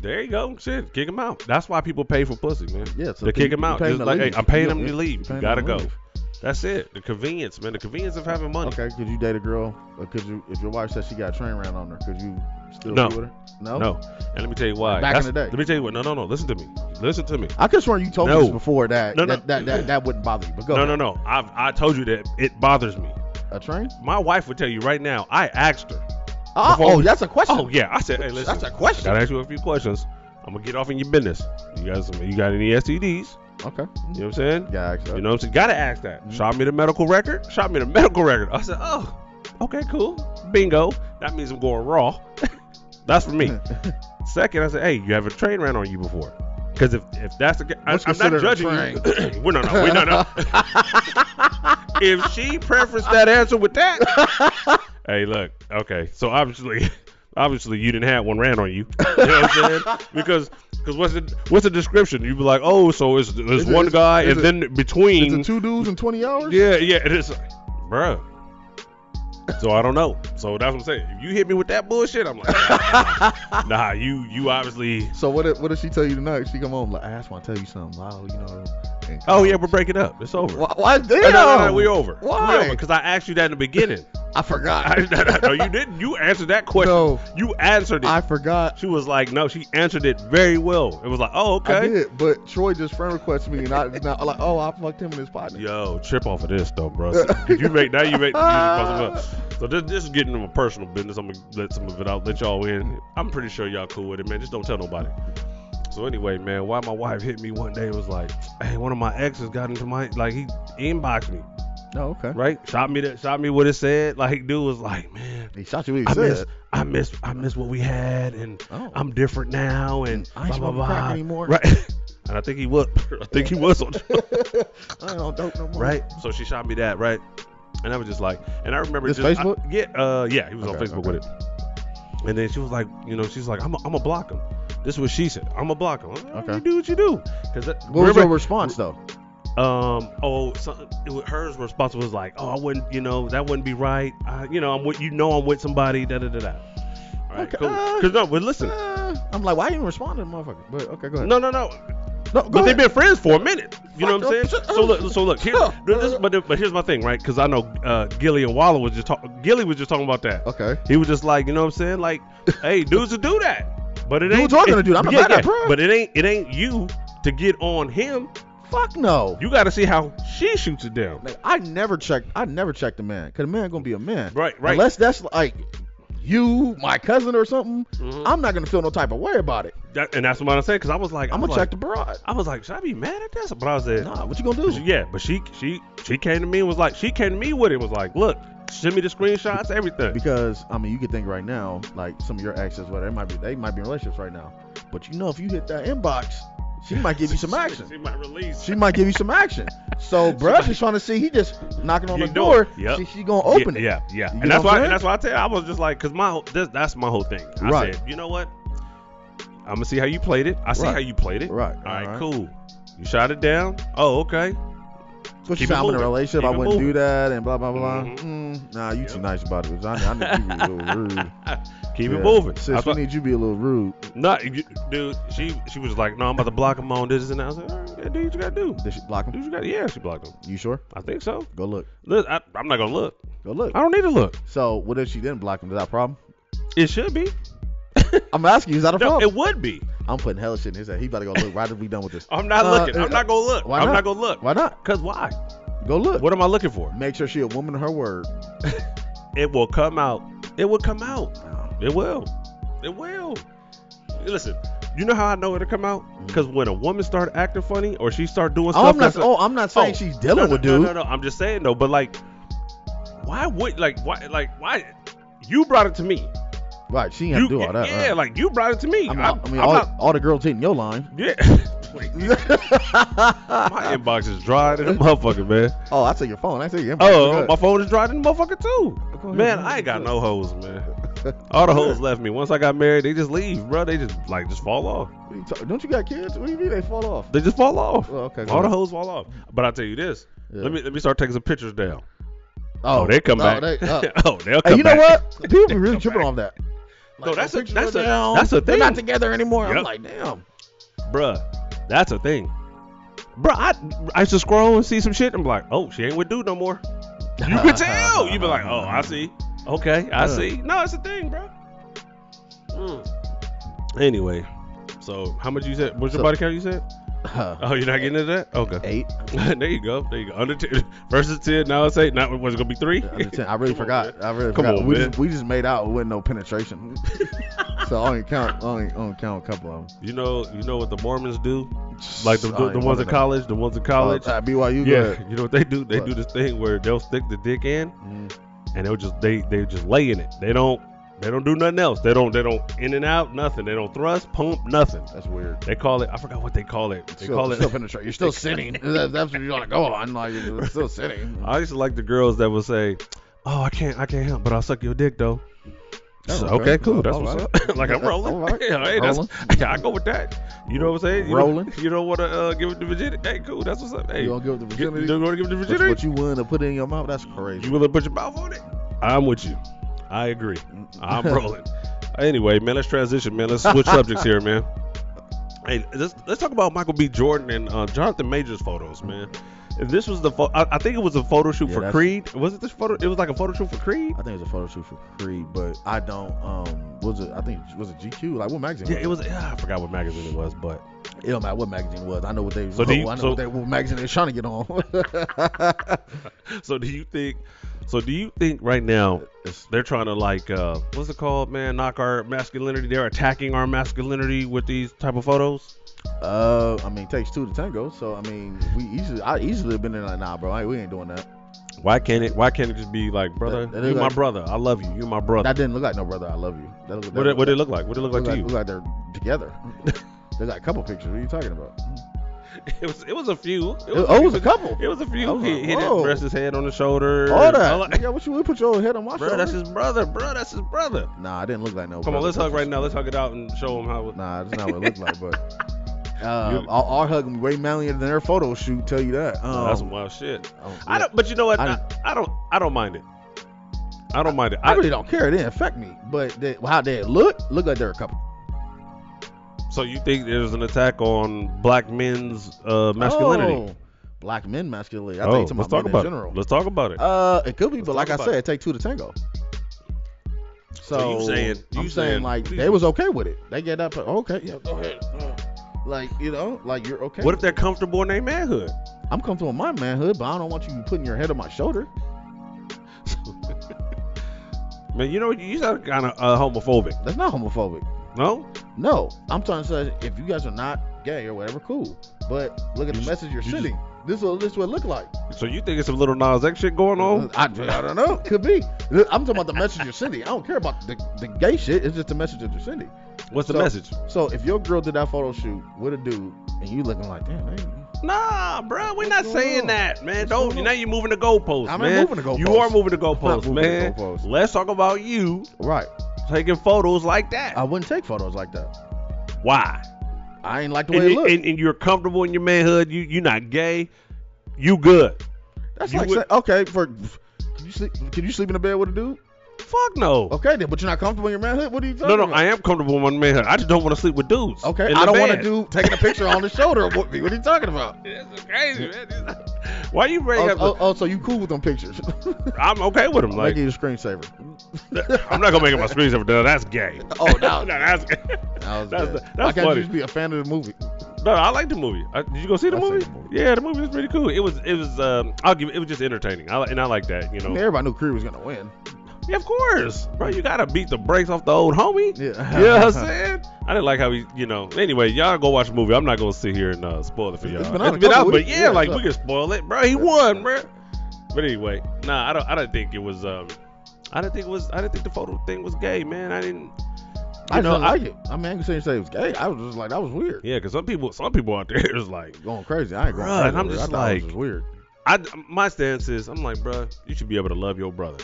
Speaker 1: there you go. Shit, kick him out. That's why people pay for pussy, man.
Speaker 2: Yeah, so
Speaker 1: they kick
Speaker 2: you-
Speaker 1: him
Speaker 2: you
Speaker 1: out.
Speaker 2: pay him
Speaker 1: Just
Speaker 2: to
Speaker 1: like, hey,
Speaker 2: leave.
Speaker 1: I'm paying
Speaker 2: You-
Speaker 1: him to
Speaker 2: you- you
Speaker 1: leave.
Speaker 2: pay
Speaker 1: You
Speaker 2: him
Speaker 1: gotta
Speaker 2: to
Speaker 1: go.
Speaker 2: leave.
Speaker 1: That's it. The convenience, man. The convenience of having money.
Speaker 2: Okay, could you date a girl? Or could you? If your wife said she got a train ran on her, could you still
Speaker 1: No.
Speaker 2: be with her? No.
Speaker 1: No, and let me tell you why.
Speaker 2: Back in
Speaker 1: That's-
Speaker 2: the day.
Speaker 1: Let me tell you what. No, no, no. Listen to me. Listen to me.
Speaker 2: I could swear you told
Speaker 1: No.
Speaker 2: me this before that
Speaker 1: No, no.
Speaker 2: that, that, that that wouldn't bother you. But go.
Speaker 1: No,
Speaker 2: ahead.
Speaker 1: no, no. I've I told you that it bothers me.
Speaker 2: A train?
Speaker 1: My wife would tell you right now. I asked her.
Speaker 2: Oh,
Speaker 1: Before-
Speaker 2: oh, that's a question.
Speaker 1: Oh yeah, I said, hey, listen.
Speaker 2: that's a
Speaker 1: I
Speaker 2: question.
Speaker 1: gotta ask you a few questions. I'm gonna get off in your business. You got some? You got any STDs?
Speaker 2: Okay.
Speaker 1: You know what I'm saying?
Speaker 2: Yeah, actually.
Speaker 1: You know what I'm saying? Gotta ask that.
Speaker 2: Mm-hmm.
Speaker 1: Shot me the medical record. Shot me the medical record. I said, oh, okay, cool, bingo. That means I'm going raw. that's for me. Second, I said, hey, you have a train ran on you before? Because if, if that's the case, I'm
Speaker 2: What's
Speaker 1: not
Speaker 2: considered a
Speaker 1: judging you. we're not. We're not. if she prefaced that answer with that, hey, look, okay, so obviously, obviously you didn't have one ran on you. You know what I'm saying? Because. Cause what's the what's the description? You'd be like, oh, so it's there's
Speaker 2: Is it-
Speaker 1: one
Speaker 2: is-
Speaker 1: guy,
Speaker 2: is
Speaker 1: and
Speaker 2: it-
Speaker 1: then between,
Speaker 2: Is it two dudes in 20 hours?
Speaker 1: yeah, yeah, it is, bruh. So I don't know. So that's what I'm saying. If you hit me with that bullshit, I'm like, nah, you you obviously
Speaker 2: So what? Did, what did she tell you tonight? She come home like, I just want to tell you something loud, you know. and-
Speaker 1: Oh yeah, Oh, we're breaking up. It's over.
Speaker 2: Why? why damn.
Speaker 1: No, no, no, no, we over.
Speaker 2: Why?
Speaker 1: Because I asked you that in the beginning.
Speaker 2: I forgot.
Speaker 1: I, no, no, no, you didn't. You answered that question.
Speaker 2: No.
Speaker 1: You answered it.
Speaker 2: I forgot.
Speaker 1: she was like, no, she answered it very well. It was like, oh,
Speaker 2: I
Speaker 1: okay.
Speaker 2: did, but Troy just friend requested me, and I not like, oh, I fucked him in his partner.
Speaker 1: Yo, trip off of this though, bro. If you make now, you make. You just mess it up. so this, this is getting into my personal business. I'm gonna let some of it out. Let y'all in. I'm pretty sure y'all cool with it, man. Just don't tell nobody. So anyway, man, why my wife hit me one day and was like, hey, one of my exes got into my like he inboxed me,
Speaker 2: Oh, okay.
Speaker 1: right? Shot me that, shot me what it said. Like dude was like, man,
Speaker 2: He shot you. What he
Speaker 1: I
Speaker 2: said.
Speaker 1: miss, I miss, I miss what we had, and
Speaker 2: Oh.
Speaker 1: I'm different now, and
Speaker 2: I
Speaker 1: blah
Speaker 2: ain't
Speaker 1: blah
Speaker 2: smoking crack
Speaker 1: blah.
Speaker 2: anymore.
Speaker 1: Right. And I think he was. I think he was on.
Speaker 2: I don't dope no more.
Speaker 1: right? So she shot me that, right? And I was just like, and I remember
Speaker 2: This
Speaker 1: just I-
Speaker 2: Facebook?
Speaker 1: yeah, uh, yeah, he was on
Speaker 2: Okay,
Speaker 1: Facebook
Speaker 2: okay.
Speaker 1: with it. And then she was like, you know, she's like, I'm gonna block him. This is what she said. I'm gonna block him. I'm like,
Speaker 2: Okay.
Speaker 1: You do what you do. Cause that,
Speaker 2: What was your
Speaker 1: remember,
Speaker 2: response though?
Speaker 1: um, oh, so, it, wa- hers response was like, oh, I wouldn't, you know, that wouldn't be right. I, you know, I'm with, you know, I'm with somebody. Da da da da. All right,
Speaker 2: Okay,
Speaker 1: cool.
Speaker 2: uh,
Speaker 1: Cause no, but listen,
Speaker 2: Uh, I'm like, why you even respond to the motherfucker? But okay, go ahead.
Speaker 1: no, no, no.
Speaker 2: no
Speaker 1: but they've been friends for a minute. You know what I'm saying?
Speaker 2: Fuck uh, them.
Speaker 1: So look, so look. Here, this, but, but here's my thing, right? Because I know uh, Gilly and Waller was just talking. Gilly was just talking about that.
Speaker 2: Okay.
Speaker 1: He was just like, you know what I'm saying? Like, hey, dudes will do that, but it ain't.
Speaker 2: Dudes are gonna do that. I'm not
Speaker 1: yeah,
Speaker 2: mad at
Speaker 1: yeah,
Speaker 2: bruh.
Speaker 1: But it ain't. It ain't you to get on him.
Speaker 2: Fuck no.
Speaker 1: You got to see how she shoots it down.
Speaker 2: Like, I never checked. I never checked a man. Cause a man gonna be a man.
Speaker 1: Right, right.
Speaker 2: Unless that's like you, my cousin, or something.
Speaker 1: Mhm.
Speaker 2: I'm not gonna feel no type of way about it.
Speaker 1: That- and that's what I'm saying. Because I was like,
Speaker 2: I'm
Speaker 1: I was
Speaker 2: gonna
Speaker 1: like,
Speaker 2: check the broad.
Speaker 1: I was like, should I be mad at this? But I said,
Speaker 2: Nah, what you gonna do?
Speaker 1: yeah. But she, she, she came to me and was like, she came to me with it. Was like, look, send me the screenshots, everything.
Speaker 2: Because I mean, you could think right now, like some of your exes, whatever, it might be they might be in relationships right now. But you know, if you hit that inbox, she might give you some
Speaker 1: She
Speaker 2: action.
Speaker 1: might release.
Speaker 2: She might give you some action. So, bruh, she's trying to see. He just knocking on
Speaker 1: You
Speaker 2: the
Speaker 1: know it.
Speaker 2: door.
Speaker 1: Yep.
Speaker 2: She, she gonna open it.
Speaker 1: Yeah, yeah.
Speaker 2: You
Speaker 1: And
Speaker 2: know
Speaker 1: that's
Speaker 2: what I'm
Speaker 1: why.
Speaker 2: saying?
Speaker 1: And that's why I tell you, I was just like, cause my whole- this, that's my whole thing. I
Speaker 2: Right.
Speaker 1: said, you know what? I'm gonna see how you played it. I see
Speaker 2: Right.
Speaker 1: how you played it.
Speaker 2: Right.
Speaker 1: All right, cool. You shot it down. Oh, okay.
Speaker 2: So she
Speaker 1: Keep
Speaker 2: said,
Speaker 1: it
Speaker 2: I'm in a
Speaker 1: moving.
Speaker 2: relationship.
Speaker 1: Keep
Speaker 2: I
Speaker 1: it
Speaker 2: wouldn't do
Speaker 1: moving.
Speaker 2: that and blah, blah, blah.
Speaker 1: Mhm.
Speaker 2: Mm, nah, you too
Speaker 1: Yep.
Speaker 2: nice about it. 'cause I, I need you to be a little rude.
Speaker 1: Keep
Speaker 2: Yeah.
Speaker 1: it moving.
Speaker 2: Sis,
Speaker 1: I
Speaker 2: we
Speaker 1: thought,
Speaker 2: need you to be a little rude.
Speaker 1: nah, you- dude. She she was like, no, I'm about to block him on this and that. I was like, all right, yeah, do what you gotta do.
Speaker 2: Did she block
Speaker 1: Do
Speaker 2: him?
Speaker 1: what you gotta. Yeah, she blocked him.
Speaker 2: You sure?
Speaker 1: I think so.
Speaker 2: Go look.
Speaker 1: Look, I, I'm not gonna look.
Speaker 2: Go look.
Speaker 1: I don't need to look.
Speaker 2: So, what if she didn't block him? Is that a problem?
Speaker 1: It should be.
Speaker 2: I'm asking you, is that a
Speaker 1: No,
Speaker 2: problem?
Speaker 1: it would be.
Speaker 2: I'm putting hella shit in his head. He about to go look. Why did we done with this?
Speaker 1: I'm not
Speaker 2: Uh,
Speaker 1: looking.
Speaker 2: uh,
Speaker 1: I'm not gonna look.
Speaker 2: why
Speaker 1: I'm
Speaker 2: not?
Speaker 1: not gonna look.
Speaker 2: Why not?
Speaker 1: Cause why?
Speaker 2: Go look.
Speaker 1: What am I looking for?
Speaker 2: Make sure she a woman of her word.
Speaker 1: it will come out. It will come out.
Speaker 2: No.
Speaker 1: It will. It will. Listen, you know how I know it'll come out? Because when a woman start acting funny or she start doing
Speaker 2: Oh,
Speaker 1: stuff,
Speaker 2: I'm not.
Speaker 1: that's a-
Speaker 2: Oh, I'm not saying
Speaker 1: Oh,
Speaker 2: she's dealing
Speaker 1: no,
Speaker 2: with
Speaker 1: no,
Speaker 2: dude.
Speaker 1: No, no, no. I'm just saying though. But like, why would like why like why? You brought it to me.
Speaker 2: Right? She ain't
Speaker 1: You,
Speaker 2: have to do all that.
Speaker 1: yeah,
Speaker 2: right?
Speaker 1: like you brought it to me.
Speaker 2: I mean,
Speaker 1: I'm-
Speaker 2: I, I mean
Speaker 1: I'm
Speaker 2: all,
Speaker 1: not-
Speaker 2: all the girls hitting your line.
Speaker 1: yeah. my inbox is dry than a motherfucker, man.
Speaker 2: oh, I take your phone. I take your. inbox.
Speaker 1: Oh,
Speaker 2: Go
Speaker 1: my phone is dry than a motherfucker too.
Speaker 2: ahead. Go ahead.
Speaker 1: Man, I ain't got no hoes, man. All the hoes left me. Once I got married, they just leave, bro. They just like just fall off.
Speaker 2: What you talk- Don't you got kids? What do you mean they fall off?
Speaker 1: They just fall off.
Speaker 2: Oh, okay. go
Speaker 1: All the
Speaker 2: ahead.
Speaker 1: hoes fall off. But I tell you this.
Speaker 2: Yeah.
Speaker 1: Let me let me start taking some pictures down. Oh, they come
Speaker 2: oh,
Speaker 1: back.
Speaker 2: they- oh.
Speaker 1: oh, they'll
Speaker 2: Hey,
Speaker 1: come
Speaker 2: you know
Speaker 1: back.
Speaker 2: what? People be really
Speaker 1: Come
Speaker 2: tripping
Speaker 1: back.
Speaker 2: off that.
Speaker 1: No,
Speaker 2: Like,
Speaker 1: that's
Speaker 2: the
Speaker 1: a-
Speaker 2: pictures
Speaker 1: that's
Speaker 2: are
Speaker 1: a-
Speaker 2: down,
Speaker 1: that's a
Speaker 2: They're not
Speaker 1: thing.
Speaker 2: together anymore. I'm
Speaker 1: Yep.
Speaker 2: like, damn.
Speaker 1: Bruh, that's a thing. Bruh, I I used to scroll and see some shit and be like, oh, she ain't with dude no more. You could tell. you be like, oh, I see. Okay, I
Speaker 2: Yeah.
Speaker 1: see. No, it's a thing, bro. Mm. Anyway, so how much you said? What's your
Speaker 2: So-
Speaker 1: body count you said?
Speaker 2: Uh,
Speaker 1: Oh, you're not getting into that? Okay.
Speaker 2: Eight.
Speaker 1: there you go. There you go. Under 10 versus 10. Now it's 8. Now what's it going to be 3?
Speaker 2: I understand. I really
Speaker 1: Come on,
Speaker 2: forgot. I really
Speaker 1: Come
Speaker 2: forgot.
Speaker 1: on,
Speaker 2: we,
Speaker 1: man.
Speaker 2: Just, we just made out with no penetration. so I only count, I only, I only count a couple of them.
Speaker 1: You know, you know what the Mormons do? Like the,
Speaker 2: I
Speaker 1: the, ones
Speaker 2: ain't one
Speaker 1: in
Speaker 2: of them.
Speaker 1: college, the ones in college.
Speaker 2: Uh, BYU. go
Speaker 1: yeah,
Speaker 2: ahead.
Speaker 1: you know what they do? They
Speaker 2: What?
Speaker 1: do this thing where they'll stick the dick in
Speaker 2: Mm.
Speaker 1: and they'll just they they just lay in it. They don't they don't do nothing else. They don't they don't in and out nothing. They don't thrust, pump, nothing.
Speaker 2: That's weird.
Speaker 1: They call it. I forgot what they call it. They
Speaker 2: still,
Speaker 1: call it.
Speaker 2: still penetrate. You're still sitting. That- That's what you want to go on. Like you're still sitting.
Speaker 1: I used to like the girls that would say, "Oh, I can't, I can't help, but I'll suck your dick though."
Speaker 2: Oh,
Speaker 1: So,
Speaker 2: okay.
Speaker 1: okay, cool. That's
Speaker 2: All
Speaker 1: what's
Speaker 2: right.
Speaker 1: up. like I'm rolling.
Speaker 2: All right.
Speaker 1: Yeah, hey, that's-
Speaker 2: Rolling.
Speaker 1: I go with that. You know what I'm saying? You
Speaker 2: Rolling.
Speaker 1: Don't, you don't want to uh, give it to virginity. Hey, cool. That's what's up. Hey,
Speaker 2: You gonna give it the
Speaker 1: get- you
Speaker 2: virginity?
Speaker 1: don't want to give it to
Speaker 2: But
Speaker 1: virginity?
Speaker 2: what you willing to put in your mouth? That's crazy.
Speaker 1: You willing to put your mouth on it? I'm with you. I agree. Ah, I'm rolling. Anyway, man, let's transition, man. Let's switch subjects here, man. Hey, let's, let's talk about Michael B. Jordan and uh, Jonathan Majors photos, man. If this was the, pho- I, I think it was a photo shoot
Speaker 2: Yeah,
Speaker 1: for
Speaker 2: that's-
Speaker 1: Creed. Was it this photo? It was like a photo shoot for Creed.
Speaker 2: I think it was a photo shoot for Creed, but I don't. Um, was it? I think was it GQ? Like what magazine?
Speaker 1: Yeah, it was. Yeah, I forgot what magazine it was, but
Speaker 2: It don't matter what magazine it was. I know what they. oh,
Speaker 1: So do you-
Speaker 2: I know
Speaker 1: so-
Speaker 2: what, they, what magazine they're trying to get on.
Speaker 1: so do you think? So do you think right now
Speaker 2: It's-
Speaker 1: they're trying to like uh what's it called, man? Knock our masculinity. They're attacking our masculinity with these type of photos.
Speaker 2: uh, I mean, it takes two to tango. So I mean, we easily, I easily have been in like, nah, bro, I, we ain't doing that.
Speaker 1: Why can't it? Why can't it just be like, brother?
Speaker 2: That- that
Speaker 1: you
Speaker 2: is
Speaker 1: my
Speaker 2: like-
Speaker 1: brother. I love you. You my brother.
Speaker 2: That didn't look like no brother. I love you. That, look- that
Speaker 1: What it,
Speaker 2: look-
Speaker 1: what it look like? What it look like
Speaker 2: look
Speaker 1: to you?
Speaker 2: look like they're together. they got a couple pictures. What are you talking about?
Speaker 1: It was. It was a few. It
Speaker 2: oh, it was a couple.
Speaker 1: It was a
Speaker 2: I
Speaker 1: few.
Speaker 2: was
Speaker 1: he
Speaker 2: like,
Speaker 1: he didn't
Speaker 2: whoa.
Speaker 1: rest his head on the shoulder.
Speaker 2: All that.
Speaker 1: I'm like,
Speaker 2: Nigga, what you, we put your head on my
Speaker 1: bro,
Speaker 2: shoulder.
Speaker 1: that's his brother. Bro, that's his brother.
Speaker 2: Nah, it didn't look like no.
Speaker 1: Come on,
Speaker 2: Oh, brother
Speaker 1: let's hug
Speaker 2: pictures.
Speaker 1: right now. Let's hug it out and show him how.
Speaker 2: Nah, that's not what it looked like, but. Uh,
Speaker 1: You-
Speaker 2: our, our hug was way manlier than their photo shoot. Tell you that. Um,
Speaker 1: Oh, that's some wild shit.
Speaker 2: oh,
Speaker 1: I
Speaker 2: yeah.
Speaker 1: don't. But you know what?
Speaker 2: I
Speaker 1: I, I don't. I don't mind it. I don't mind it.
Speaker 2: I
Speaker 1: I,
Speaker 2: really don't care. It didn't affect me, but they, how they look, look like they're a couple.
Speaker 1: so you think there's an attack on black men's uh, masculinity?
Speaker 2: Oh, black men masculinity. I
Speaker 1: Oh,
Speaker 2: think it's
Speaker 1: let's
Speaker 2: about
Speaker 1: talk
Speaker 2: men in
Speaker 1: about
Speaker 2: general.
Speaker 1: it. Let's talk about it.
Speaker 2: Uh, it could be,
Speaker 1: Let's
Speaker 2: but like I
Speaker 1: talk
Speaker 2: said,
Speaker 1: about
Speaker 2: it take two to tango. So,
Speaker 1: you saying- you
Speaker 2: I'm saying,
Speaker 1: saying-
Speaker 2: like
Speaker 1: please-
Speaker 2: they was okay with it. They get that. Okay, yeah,
Speaker 1: Go ahead.
Speaker 2: like you know, like you're okay.
Speaker 1: What if they're comfortable in their manhood?
Speaker 2: I'm comfortable with my manhood, but I don't want you putting your head on my shoulder.
Speaker 1: Man, you know you sound kind of uh, homophobic.
Speaker 2: That's not homophobic.
Speaker 1: No,
Speaker 2: No, I'm trying to say if you guys are not gay or whatever, cool. But look
Speaker 1: You
Speaker 2: at the
Speaker 1: just-
Speaker 2: message you're
Speaker 1: you just-
Speaker 2: sending. this will this what it look like.
Speaker 1: so you think it's some little Nas X shit going on?
Speaker 2: I, I don't know. Could be. Look, I'm talking about the message you're sending. I don't care about the, the gay shit. It's just the message that you're sending.
Speaker 1: What's the
Speaker 2: So-
Speaker 1: message?
Speaker 2: So if your girl did that photo shoot with a dude and you looking like, damn, they,
Speaker 1: Nah, bro, we're
Speaker 2: What's
Speaker 1: not
Speaker 2: going
Speaker 1: saying
Speaker 2: on?
Speaker 1: that, man.
Speaker 2: What's
Speaker 1: Don't
Speaker 2: going
Speaker 1: you
Speaker 2: on?
Speaker 1: now you're moving the goalpost,
Speaker 2: I'm not
Speaker 1: man.
Speaker 2: moving the
Speaker 1: You
Speaker 2: goalpost.
Speaker 1: are moving the
Speaker 2: not
Speaker 1: goalpost,
Speaker 2: moving the
Speaker 1: man.
Speaker 2: goalpost.
Speaker 1: Let's talk about you
Speaker 2: right?
Speaker 1: taking photos like that.
Speaker 2: I wouldn't take photos like that.
Speaker 1: Why?
Speaker 2: I ain't like the
Speaker 1: And,
Speaker 2: way it
Speaker 1: you-
Speaker 2: looked.
Speaker 1: and, and you're comfortable in your manhood. You you're not gay. You good?
Speaker 2: That's
Speaker 1: you
Speaker 2: like
Speaker 1: would-
Speaker 2: say, okay for. Can you sleep? Can you sleep in a bed with a dude?
Speaker 1: Fuck no.
Speaker 2: Okay, then, but you're not comfortable in your manhood. What are you talking
Speaker 1: No, no,
Speaker 2: about?
Speaker 1: I am comfortable in my manhood. I just don't want to sleep with dudes.
Speaker 2: Okay,
Speaker 1: in
Speaker 2: I
Speaker 1: the
Speaker 2: don't want to
Speaker 1: bed.
Speaker 2: do taking a picture on the shoulder with me. What are you talking about?
Speaker 1: This is crazy, man. This- Why you bring
Speaker 2: Oh,
Speaker 1: up?
Speaker 2: oh, oh, so you cool with them pictures?
Speaker 1: I'm okay with them.
Speaker 2: I'm
Speaker 1: Like
Speaker 2: making you a screensaver.
Speaker 1: I'm not gonna make it my screens ever done. That's gay.
Speaker 2: Oh
Speaker 1: no,
Speaker 2: no,
Speaker 1: that's gay.
Speaker 2: That
Speaker 1: That's-
Speaker 2: was good.
Speaker 1: that's
Speaker 2: Why can't
Speaker 1: funny.
Speaker 2: you just be a fan of the movie?
Speaker 1: No, I like the movie. I, did you go see the
Speaker 2: I've seen
Speaker 1: movie?
Speaker 2: the movie.
Speaker 1: Yeah, the movie was pretty cool. It was, it was. Um, I'll give. It was just entertaining. I, li- and I like that. You
Speaker 2: I
Speaker 1: know.
Speaker 2: mean, everybody knew Creed was gonna win.
Speaker 1: Yeah, of course, bro. You gotta beat the brakes off the old homie.
Speaker 2: Yeah.
Speaker 1: You know what I'm saying? I didn't like how he, you know. Anyway, y'all go watch the movie. I'm not gonna sit here and uh, spoil it for
Speaker 2: It's
Speaker 1: y'all.
Speaker 2: been out a couple
Speaker 1: but
Speaker 2: weeks.
Speaker 1: yeah,
Speaker 2: Yeah,
Speaker 1: like
Speaker 2: so-
Speaker 1: we can spoil it, bro. He won, bro. But anyway, nah, I don't. I don't think it was. Um, I don't think it was. I didn't think the photo thing was gay, man. I didn't.
Speaker 2: I
Speaker 1: you
Speaker 2: know. I get. I mean, I can say say it was gay. I was just like, that was weird.
Speaker 1: Yeah, because some people, some people out there is like,
Speaker 2: Going crazy. I ain't going
Speaker 1: Bruh,
Speaker 2: crazy.
Speaker 1: and I'm
Speaker 2: over it.
Speaker 1: just
Speaker 2: I thought it
Speaker 1: like-
Speaker 2: was just weird.
Speaker 1: I my stance is I'm like, bruh, you should be able to love your brother.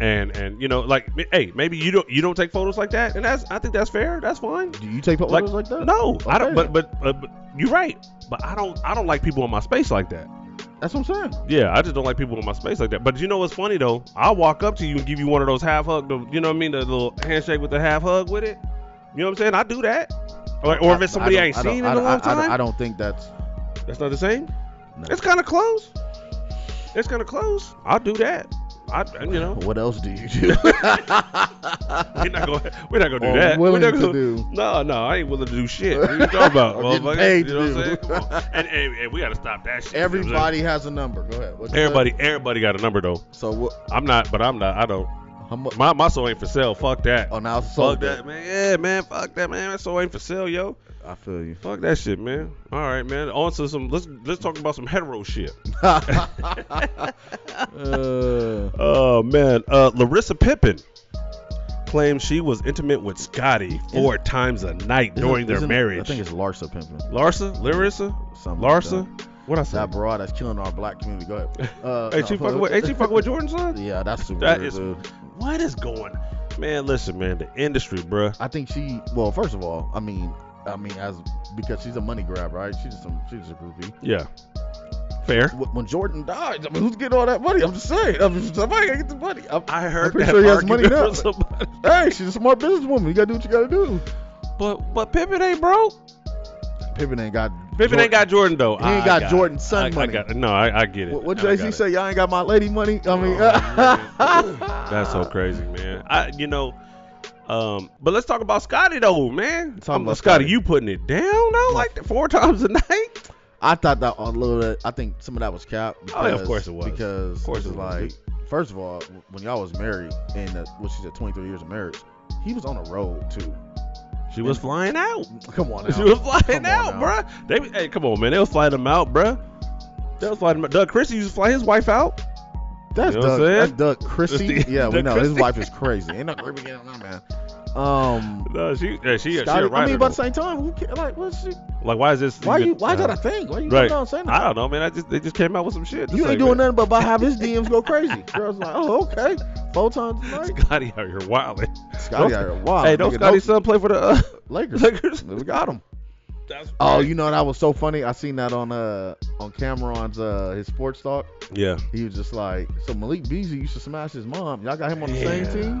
Speaker 1: And and you know, like, m- hey, maybe you don't you don't take photos like that, and that's I think that's fair. That's fine.
Speaker 2: Do you take
Speaker 1: Like,
Speaker 2: photos like, that?
Speaker 1: No, I don't.
Speaker 2: Okay.
Speaker 1: But but, but but you're right. But I don't I don't like people in my space like that.
Speaker 2: That's what I'm saying.
Speaker 1: Yeah, I just don't like people in my space like that. But you know what's funny though? I'll walk up to you and give you one of those half hug. the- You know what I mean? The little handshake with the half hug with it. You know what I'm saying? I do that. Or, or if it's somebody I,
Speaker 2: don't-
Speaker 1: ain't
Speaker 2: don't-
Speaker 1: seen
Speaker 2: I
Speaker 1: in a long
Speaker 2: don't- I, I, don't,
Speaker 1: time,
Speaker 2: I don't think that's.
Speaker 1: that's not the same.
Speaker 2: no.
Speaker 1: It's kind of close. It's kind of close. I'll do that. I, you know,
Speaker 2: What else do you do?
Speaker 1: we're not gonna, we're not gonna do
Speaker 2: Or
Speaker 1: that. We're
Speaker 2: willing
Speaker 1: not
Speaker 2: to
Speaker 1: gonna,
Speaker 2: do.
Speaker 1: No, no, I ain't willing to do shit. What are you talking about,
Speaker 2: Or getting
Speaker 1: motherfucker?
Speaker 2: paid
Speaker 1: You know what
Speaker 2: to
Speaker 1: I'm saying?
Speaker 2: do.
Speaker 1: Come on. And, and, and we gotta stop that shit. You know what I'm saying?
Speaker 2: Everybody has a number. Go ahead. What you say?
Speaker 1: everybody, everybody got a number though.
Speaker 2: So what?
Speaker 1: I'm not, but I'm not. I don't.
Speaker 2: How much?
Speaker 1: My my soul ain't for sale. Fuck that.
Speaker 2: Oh, now it's
Speaker 1: Fuck
Speaker 2: sold.
Speaker 1: that, man. Yeah, man. Fuck that, man. That soul ain't for sale, yo.
Speaker 2: I feel you.
Speaker 1: Fuck that shit, man. All right, man. On to some. Let's let's talk about some hetero shit.
Speaker 2: Uh,
Speaker 1: Oh man, uh, Larissa Pippen claims she was intimate with Scotty four times a night during
Speaker 2: isn't-
Speaker 1: their
Speaker 2: isn't-
Speaker 1: marriage.
Speaker 2: I think it's Larsa pimping.
Speaker 1: Larsa, Larissa,
Speaker 2: Something like
Speaker 1: Larsa. What I say?
Speaker 2: That broad that's killing our black community. Go ahead. Uh,
Speaker 1: Ain't
Speaker 2: no,
Speaker 1: she fucking with? Ain't she fucking with Jordan's son?
Speaker 2: Yeah, that's super
Speaker 1: That
Speaker 2: weird,
Speaker 1: is-
Speaker 2: dude.
Speaker 1: What is going? Man, listen, man. The industry, bruh.
Speaker 2: I think she. Well, first of all, I mean, I mean, as because she's a money grab, right? She's just some. She's just a groupie.
Speaker 1: Yeah. Fair.
Speaker 2: Wh- When Jordan dies, I mean, who's getting all that money? I'm just saying. I mean, somebody gotta get the money. I'm-
Speaker 1: I heard
Speaker 2: pretty
Speaker 1: that
Speaker 2: sure he has
Speaker 1: argument
Speaker 2: money now.
Speaker 1: from somebody.
Speaker 2: hey, she's a smart businesswoman. You gotta do what you gotta do.
Speaker 1: But but Pippen ain't broke.
Speaker 2: Pippen ain't got
Speaker 1: Pippen ain't got Jordan though.
Speaker 2: He ain't
Speaker 1: I
Speaker 2: got
Speaker 1: it.
Speaker 2: Jordan's son
Speaker 1: I- I
Speaker 2: money.
Speaker 1: got it. no, I, I get it.
Speaker 2: What, what
Speaker 1: I
Speaker 2: Jay
Speaker 1: got
Speaker 2: Z
Speaker 1: it.
Speaker 2: say? Y'all ain't got my lady money. I mean,
Speaker 1: Oh, That's so crazy, man. I you know, um, but let's talk about Scotty though, man.
Speaker 2: Talk
Speaker 1: I'm
Speaker 2: about
Speaker 1: Scotty,
Speaker 2: Scotty.
Speaker 1: you putting it down though, like that four times a night.
Speaker 2: I thought that a little. bit- I think some of that was cap.
Speaker 1: Oh, yeah, of course it was.
Speaker 2: Because
Speaker 1: Of course
Speaker 2: it was
Speaker 1: it was.
Speaker 2: like, first of all, when y'all was married and uh, what she said, 23 years of marriage, he was on the road too.
Speaker 1: She was
Speaker 2: And-
Speaker 1: flying out.
Speaker 2: Come on now.
Speaker 1: She was flying
Speaker 2: Come on
Speaker 1: out,
Speaker 2: now.
Speaker 1: bruh. They, hey, come on, man. They'll fly them out, bruh. They'll fly them out. Doug Christie used to fly his wife out.
Speaker 2: That's
Speaker 1: You know what I'm
Speaker 2: Doug.
Speaker 1: saying?
Speaker 2: That's Doug Chrissy.
Speaker 1: That's the-
Speaker 2: Yeah, we
Speaker 1: Doug
Speaker 2: know his
Speaker 1: Christie.
Speaker 2: wife is crazy. Ain't no creepy getting on that man. Um,
Speaker 1: No, she, yeah, she, she
Speaker 2: Scotty-
Speaker 1: a
Speaker 2: I mean,
Speaker 1: writer.
Speaker 2: but
Speaker 1: though.
Speaker 2: at the same time, who care? Like, what's she?
Speaker 1: like, why is this?
Speaker 2: Why
Speaker 1: even-
Speaker 2: you? Why is that
Speaker 1: uh,
Speaker 2: a thing? Why you?
Speaker 1: right.
Speaker 2: You know what I'm saying?
Speaker 1: I don't know, man. I just they just came out with some shit.
Speaker 2: You
Speaker 1: This
Speaker 2: ain't doing nothing but about have his DMs go crazy. Girls like, oh okay, four times a night.
Speaker 1: Scotty out here wilding.
Speaker 2: Scotty
Speaker 1: Don't-
Speaker 2: out here wild.
Speaker 1: hey, don't
Speaker 2: Oh, nigga.
Speaker 1: Scotty's son play for the uh,
Speaker 2: Lakers.
Speaker 1: Lakers?
Speaker 2: We got him.
Speaker 1: That's
Speaker 2: Oh, you know that was so funny. I seen that on uh on Cameron's uh his sports talk.
Speaker 1: yeah.
Speaker 2: He was just like, so Malik Beasley used to smash his mom. Y'all got him on the
Speaker 1: Yeah.
Speaker 2: same team.